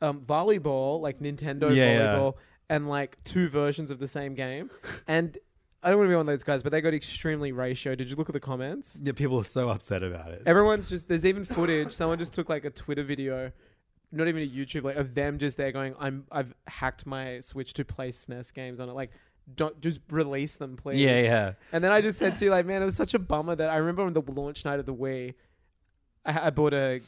Speaker 8: um, volleyball, like Nintendo
Speaker 7: Yeah, yeah.
Speaker 8: volleyball, and like two versions of the
Speaker 7: [laughs]
Speaker 8: same game." and I don't want to be one of those guys, but they got extremely ratio. Did you look at the comments?
Speaker 7: yeah, people are so upset about it.
Speaker 8: Everyone's just there's even footage. Someone just took like a Twitter video, not even a YouTube, like of them just there going, "I'm I've hacked my Switch to play SNES games on it." Like, don't just release them, please.
Speaker 7: Yeah, yeah.
Speaker 8: And then I just said to you, like, man, it was such a bummer that I remember on the launch night of the Wii, I, I bought a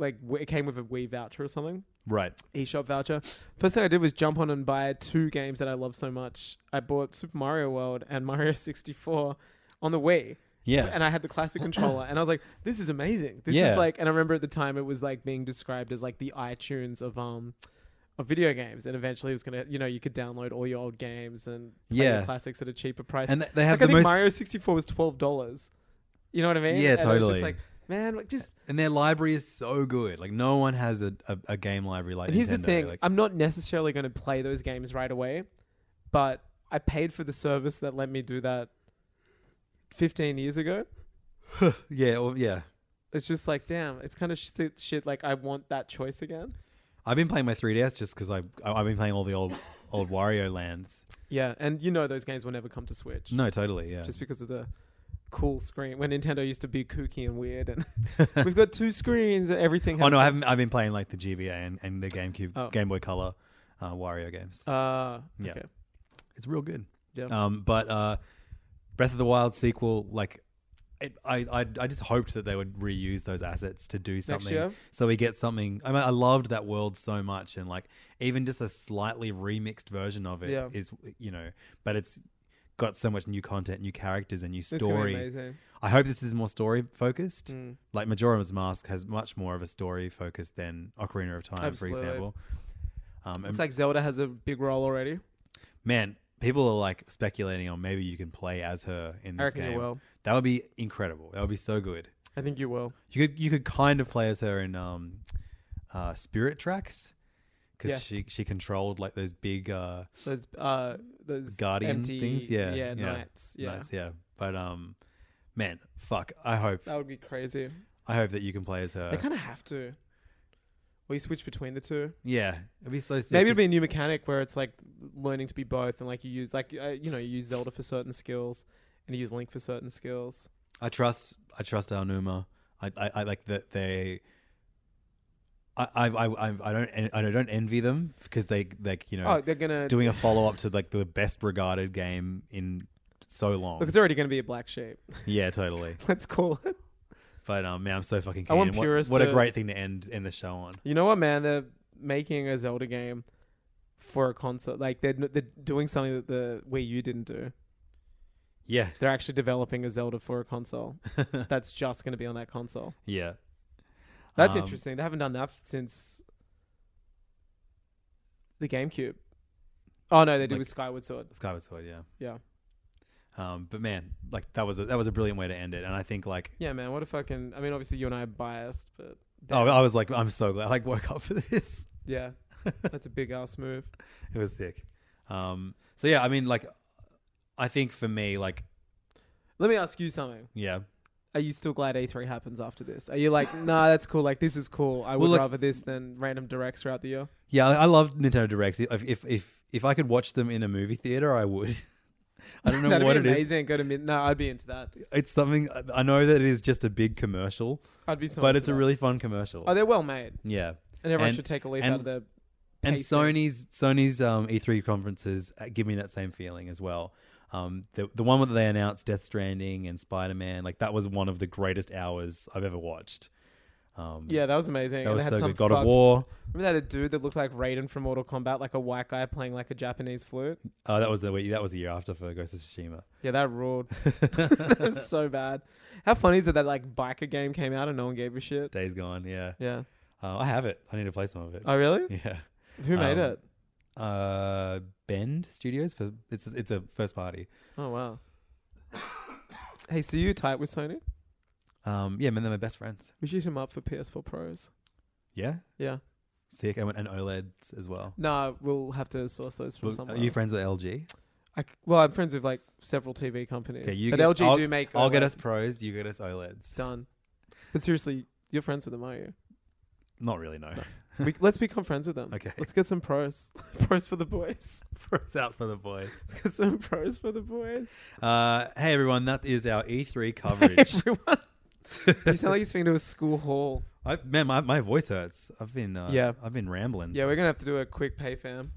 Speaker 8: like w- it came with a Wii voucher or something,
Speaker 7: right.
Speaker 8: eShop voucher. First thing I did was jump on and buy two games that I love so much. I bought Super Mario World and [laughs] Mario 64 on the Wii.
Speaker 7: Yeah.
Speaker 8: And I had the classic controller, and I was like, "This is amazing. This
Speaker 7: Yeah.
Speaker 8: is like." And I remember at the time it was like being described as like the iTunes of um of video games, and eventually it was gonna, you know, you could download all your old games and play your
Speaker 7: Yeah.
Speaker 8: classics at a cheaper price.
Speaker 7: And th- they have
Speaker 8: like,
Speaker 7: the
Speaker 8: I think
Speaker 7: most-
Speaker 8: Mario 64 was twelve dollars. You know what I mean?
Speaker 7: Yeah,
Speaker 8: and I was
Speaker 7: totally.
Speaker 8: just like, man, like, just
Speaker 7: And their library is so good. Like no one has a, a, a game library like
Speaker 8: And here's the
Speaker 7: Nintendo.
Speaker 8: thing:
Speaker 7: Like,
Speaker 8: I'm not necessarily going to play those games right away, but I paid for the service that let me do that 15 years ago.
Speaker 7: [laughs] yeah, well, yeah.
Speaker 8: It's just like, damn, it's kind of shit. shit like, I want that choice again.
Speaker 7: I've been playing my 3DS just because I I- I've been playing all the old [laughs] old Wario lands.
Speaker 8: Yeah, and you know those games will never come to Switch.
Speaker 7: No, totally. Yeah.
Speaker 8: just because of the cool screen when Nintendo used to be kooky and weird,
Speaker 7: [laughs]
Speaker 8: and we've got two screens and everything.
Speaker 7: Oh no, I
Speaker 8: happened.
Speaker 7: haven't. I've been playing like the GBA and, and the GameCube,
Speaker 8: Oh.
Speaker 7: Game Boy Color, uh, Wario games.
Speaker 8: Uh,
Speaker 7: Yeah.
Speaker 8: okay.
Speaker 7: It's real good.
Speaker 8: Yeah.
Speaker 7: Um, but uh, Breath of the Wild sequel, like, it, I, I I just hoped that they would reuse those assets to do something.
Speaker 8: year?
Speaker 7: So we get something. I mean, I loved that world so much, and like even just a slightly remixed version of it is,
Speaker 8: Yeah.
Speaker 7: you know, but it's got so much new content, new characters, and new
Speaker 8: It's gonna be
Speaker 7: story.
Speaker 8: amazing. Hmm.
Speaker 7: I hope this is more story focused. Like Majora's Mask has much more of a story focus than Ocarina of Time,
Speaker 8: Absolutely.
Speaker 7: for example. Um, and
Speaker 8: It's like Zelda has a big role already.
Speaker 7: man, people are like speculating on maybe you can play as her in
Speaker 8: I
Speaker 7: this
Speaker 8: reckon you
Speaker 7: game.
Speaker 8: will.
Speaker 7: That would be incredible. That would be so good.
Speaker 8: I think you will.
Speaker 7: You could you could kind of play as her in um, uh, Spirit Tracks because
Speaker 8: Yes.
Speaker 7: she she controlled like those big uh,
Speaker 8: those uh those
Speaker 7: guardian
Speaker 8: empty,
Speaker 7: things. Yeah,
Speaker 8: E, yeah, nights yeah
Speaker 7: knights, yeah. But um, man, fuck. I hope
Speaker 8: that would be crazy
Speaker 7: I hope that you can play as her.
Speaker 8: they kind of have to we switch between the two
Speaker 7: yeah, it'd be so sick.
Speaker 8: maybe it'd
Speaker 7: 'cause-
Speaker 8: be a new mechanic where it's like learning to be both and like you use like uh, you know you use zelda for certain skills and you use link for certain skills
Speaker 7: I trust I trust Alnuma. I, I, I like that they. I I, I I- I don't en- I don't envy them because they like you know
Speaker 8: oh they're gonna
Speaker 7: doing a follow up to like the best regarded game in so long.
Speaker 8: look it's already gonna be a black shape [laughs]
Speaker 7: yeah, totally.
Speaker 8: let's call it
Speaker 7: But um, man, I'm so fucking.
Speaker 8: I
Speaker 7: Keen.
Speaker 8: want
Speaker 7: And what-
Speaker 8: purists
Speaker 7: What,
Speaker 8: to-
Speaker 7: a great thing to end end the show on.
Speaker 8: you know what man they're making a zelda game for a console like they're, they're doing something that the wii u didn't do
Speaker 7: Yeah, [laughs]
Speaker 8: they're actually developing a zelda for a console that's just going to be on that console
Speaker 7: yeah.
Speaker 8: That's
Speaker 7: Um,
Speaker 8: interesting. They haven't done that f- since the GameCube. Oh no, they did
Speaker 7: Like-
Speaker 8: with Skyward Sword.
Speaker 7: Skyward Sword, yeah.
Speaker 8: Yeah,
Speaker 7: Um, but man, like that was a, that was a brilliant way to end it, and I think like
Speaker 8: yeah, man. What a fucking. I mean, obviously you and I are biased, but
Speaker 7: oh, I was like I'm so glad I like woke up for this. [laughs]
Speaker 8: yeah, that's a big ass move.
Speaker 7: It was sick. Um, so yeah, I mean, like, I think for me, like,
Speaker 8: Let me ask you something.
Speaker 7: yeah,
Speaker 8: Are you still glad E3 happens after this? Are you like, [laughs] nah, that's cool. Like this is cool. I would
Speaker 7: Well, look-
Speaker 8: rather this than random directs throughout the year.
Speaker 7: yeah, I, I love Nintendo Directs. If, if if if I could watch them in a movie theater, I would. [laughs] I don't know
Speaker 8: That'd
Speaker 7: what
Speaker 8: be
Speaker 7: it is.
Speaker 8: amazing. Go to mid. No, I'd be into that.
Speaker 7: It's something I know that it is just a big commercial,
Speaker 8: I'd be so.
Speaker 7: but
Speaker 8: into
Speaker 7: it's a
Speaker 8: that.
Speaker 7: really fun commercial.
Speaker 8: Oh, they're well made,
Speaker 7: yeah,
Speaker 8: and everyone should take a leaf
Speaker 7: and-
Speaker 8: out of their.
Speaker 7: and
Speaker 8: pacing.
Speaker 7: Sony's Sony's um, E3 conferences uh, give me that same feeling as well. Um, the the one where they announced Death Stranding and Spider Man, like that was one of the greatest hours I've ever watched. Um,
Speaker 8: Yeah, that was amazing.
Speaker 7: that
Speaker 8: and they
Speaker 7: was
Speaker 8: had
Speaker 7: so
Speaker 8: some
Speaker 7: good. God of
Speaker 8: fucked-
Speaker 7: War.
Speaker 8: Remember that a dude that looked like Raiden from Mortal Kombat, like a white guy playing like a Japanese flute?
Speaker 7: Oh, that was the week. That was the year after for Ghost of Tsushima.
Speaker 8: Yeah, that ruled. [laughs] that was so bad. How funny is it that like biker game came out and no one gave a shit?
Speaker 7: Days gone. Yeah,
Speaker 8: Yeah.
Speaker 7: Uh, I have it. I need to play some of it.
Speaker 8: Oh really?
Speaker 7: Yeah.
Speaker 8: Who made
Speaker 7: Um,
Speaker 8: it?
Speaker 7: Uh, Bend Studios for it's it's
Speaker 8: [coughs]
Speaker 7: a first party.
Speaker 8: Oh wow. hey, so you tight with Sony?
Speaker 7: Um, yeah, man, they're my best friends.
Speaker 8: We should hit him up for PS4 Pros.
Speaker 7: Yeah,
Speaker 8: Yeah.
Speaker 7: sick. And, and OLEDs as well.
Speaker 8: No, we'll have to source those from
Speaker 7: Well,
Speaker 8: somewhere.
Speaker 7: are you
Speaker 8: else.
Speaker 7: friends with LG?
Speaker 8: I c- well, I'm friends with like several TV companies.
Speaker 7: Okay, you
Speaker 8: but
Speaker 7: get-
Speaker 8: LG
Speaker 7: I'll-
Speaker 8: do make. E
Speaker 7: I'll get
Speaker 8: OLED.
Speaker 7: us pros. You get us E
Speaker 8: [laughs]
Speaker 7: OLEDs.
Speaker 8: done. But seriously, you're friends with them, are you?
Speaker 7: Not really,
Speaker 8: [laughs]
Speaker 7: no.
Speaker 8: We, let's become friends with them.
Speaker 7: Okay.
Speaker 8: Let's get some pros. [laughs] pros for the boys.
Speaker 7: pros out for the boys.
Speaker 8: Let's get some pros for the boys.
Speaker 7: Uh, hey everyone, that is our E3
Speaker 8: [laughs]
Speaker 7: coverage.
Speaker 8: Everyone. you sound like you're speaking to a school hall.
Speaker 7: [laughs] I, man, my, my voice hurts. I've been uh,
Speaker 8: Yeah.
Speaker 7: I've been rambling.
Speaker 8: Yeah, we're gonna have to do a quick pay fam.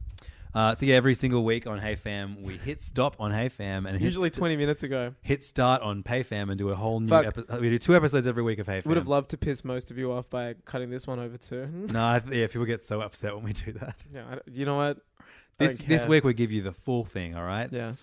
Speaker 7: Uh, so yeah, every single week on Hey Fam, we hit stop on Hey Fam and hit
Speaker 8: Usually
Speaker 7: st-
Speaker 8: 20 minutes ago.
Speaker 7: hit start on Pay Fam and do a whole new
Speaker 8: Fuck.
Speaker 7: episode. We do two episodes every week of Hey Fam.
Speaker 8: Would have loved to piss most of you off by cutting this one over too. [laughs]
Speaker 7: No, I th- yeah, people get so upset when we do that.
Speaker 8: yeah, I don't- you know what? I
Speaker 7: This
Speaker 8: don't
Speaker 7: this
Speaker 8: care.
Speaker 7: week we give you the full thing. All right.
Speaker 8: Yeah.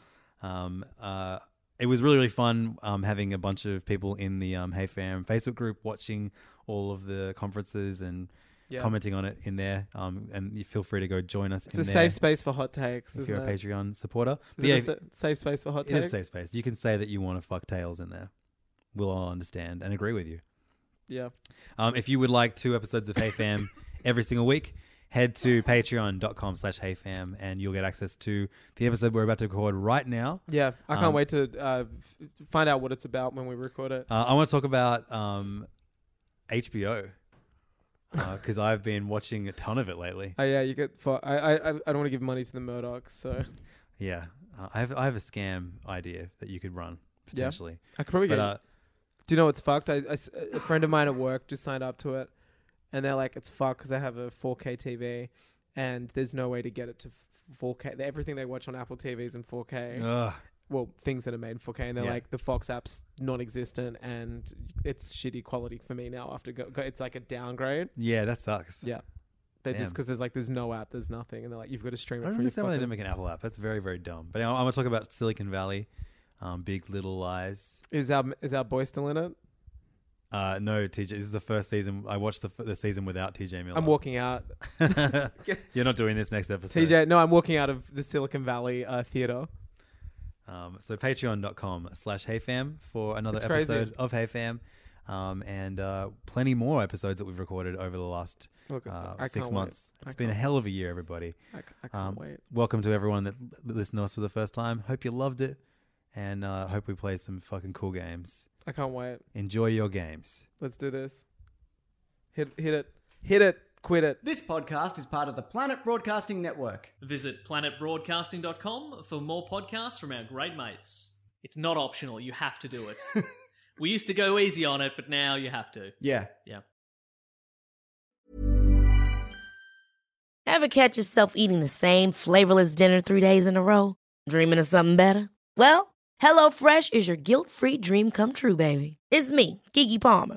Speaker 7: Um, uh, it was really, really fun um, having a bunch of people in the um, Hey Fam Facebook group watching all of the conferences and
Speaker 8: Yeah.
Speaker 7: commenting on it in there. Um, and you feel free to go join us
Speaker 8: It's
Speaker 7: in
Speaker 8: a
Speaker 7: there
Speaker 8: safe space for hot takes,
Speaker 7: if
Speaker 8: isn't
Speaker 7: you're a
Speaker 8: it?
Speaker 7: Patreon supporter.
Speaker 8: Is
Speaker 7: But yeah,
Speaker 8: it a sa- safe space for hot
Speaker 7: it is
Speaker 8: takes?
Speaker 7: a safe space. You can say that you want to fuck tails in there. We'll all understand and agree with you.
Speaker 8: Yeah.
Speaker 7: Um, if you would like two episodes of Hey
Speaker 8: [laughs]
Speaker 7: Fam every single week, head to patreon.com slash heyfam and you'll get access to the episode we're about to record right now.
Speaker 8: Yeah, I can't
Speaker 7: Um,
Speaker 8: wait to uh, f- find out what it's about when we record it.
Speaker 7: Uh, I want to talk about um, HBO
Speaker 8: [laughs]
Speaker 7: because uh, I've been watching a ton of it lately.
Speaker 8: Oh yeah, you get. Fu- I I I I don't want to give money to the Murdochs, so [laughs]
Speaker 7: Yeah, uh, I have I have a scam idea that you could run potentially.
Speaker 8: I could probably
Speaker 7: But
Speaker 8: get.
Speaker 7: uh,
Speaker 8: do you know what's fucked? I I s a friend of mine at work just signed up to it, and they're like, it's fucked because I have a 4K TV, and there's no way to get it to f- 4K. Everything they watch on Apple TV is in 4K.
Speaker 7: ugh,
Speaker 8: well, things that are made in 4K, and they're
Speaker 7: Yeah.
Speaker 8: like the Fox app's non-existent, and it's shitty quality for me now. After go, go it's like a downgrade.
Speaker 7: yeah, that sucks.
Speaker 8: Yeah. They just
Speaker 7: Damn.
Speaker 8: because there's like there's no app, there's nothing, and they're like you've got to stream
Speaker 7: I
Speaker 8: it.
Speaker 7: don't
Speaker 8: from your
Speaker 7: understand why they
Speaker 8: fucking-
Speaker 7: didn't make an Apple app. That's very very dumb. But anyway, I want to talk about Silicon Valley, um, Big Little Lies.
Speaker 8: Is our is our boy still in it?
Speaker 7: Uh, no, TJ, this is the first season. I watched the, f- the season without TJ Miller.
Speaker 8: I'm walking out.
Speaker 7: [laughs] You're not doing this next episode.
Speaker 8: TJ, no, I'm walking out of the Silicon Valley uh, theater.
Speaker 7: Um, so patreon.com slash heyfam for another
Speaker 8: It's crazy.
Speaker 7: episode of heyfam. Um, and uh, plenty more episodes that we've recorded over the last
Speaker 8: Look,
Speaker 7: uh,
Speaker 8: I
Speaker 7: six
Speaker 8: can't
Speaker 7: months.
Speaker 8: Wait. I
Speaker 7: It's been a
Speaker 8: can't-
Speaker 7: hell of a year, everybody.
Speaker 8: I, c- I
Speaker 7: Um,
Speaker 8: can't wait.
Speaker 7: Welcome to everyone that l- listened to us for the first time. Hope you loved it, and uh, hope we play some fucking cool games.
Speaker 8: I can't wait.
Speaker 7: Enjoy your games.
Speaker 8: Let's do this. Hit hit it. Hit it. Quit it.
Speaker 3: This podcast is part of the Planet Broadcasting Network.
Speaker 4: Visit planetbroadcasting.com for more podcasts from our great mates. It's not optional, you have to do it. we used to go easy on it, but now you have to.
Speaker 3: Yeah.
Speaker 4: Yeah.
Speaker 9: Ever catch yourself eating the same flavorless dinner three days in a row? Dreaming of something better? Well, HelloFresh is your guilt free dream come true, baby. It's me, Gigi Palmer.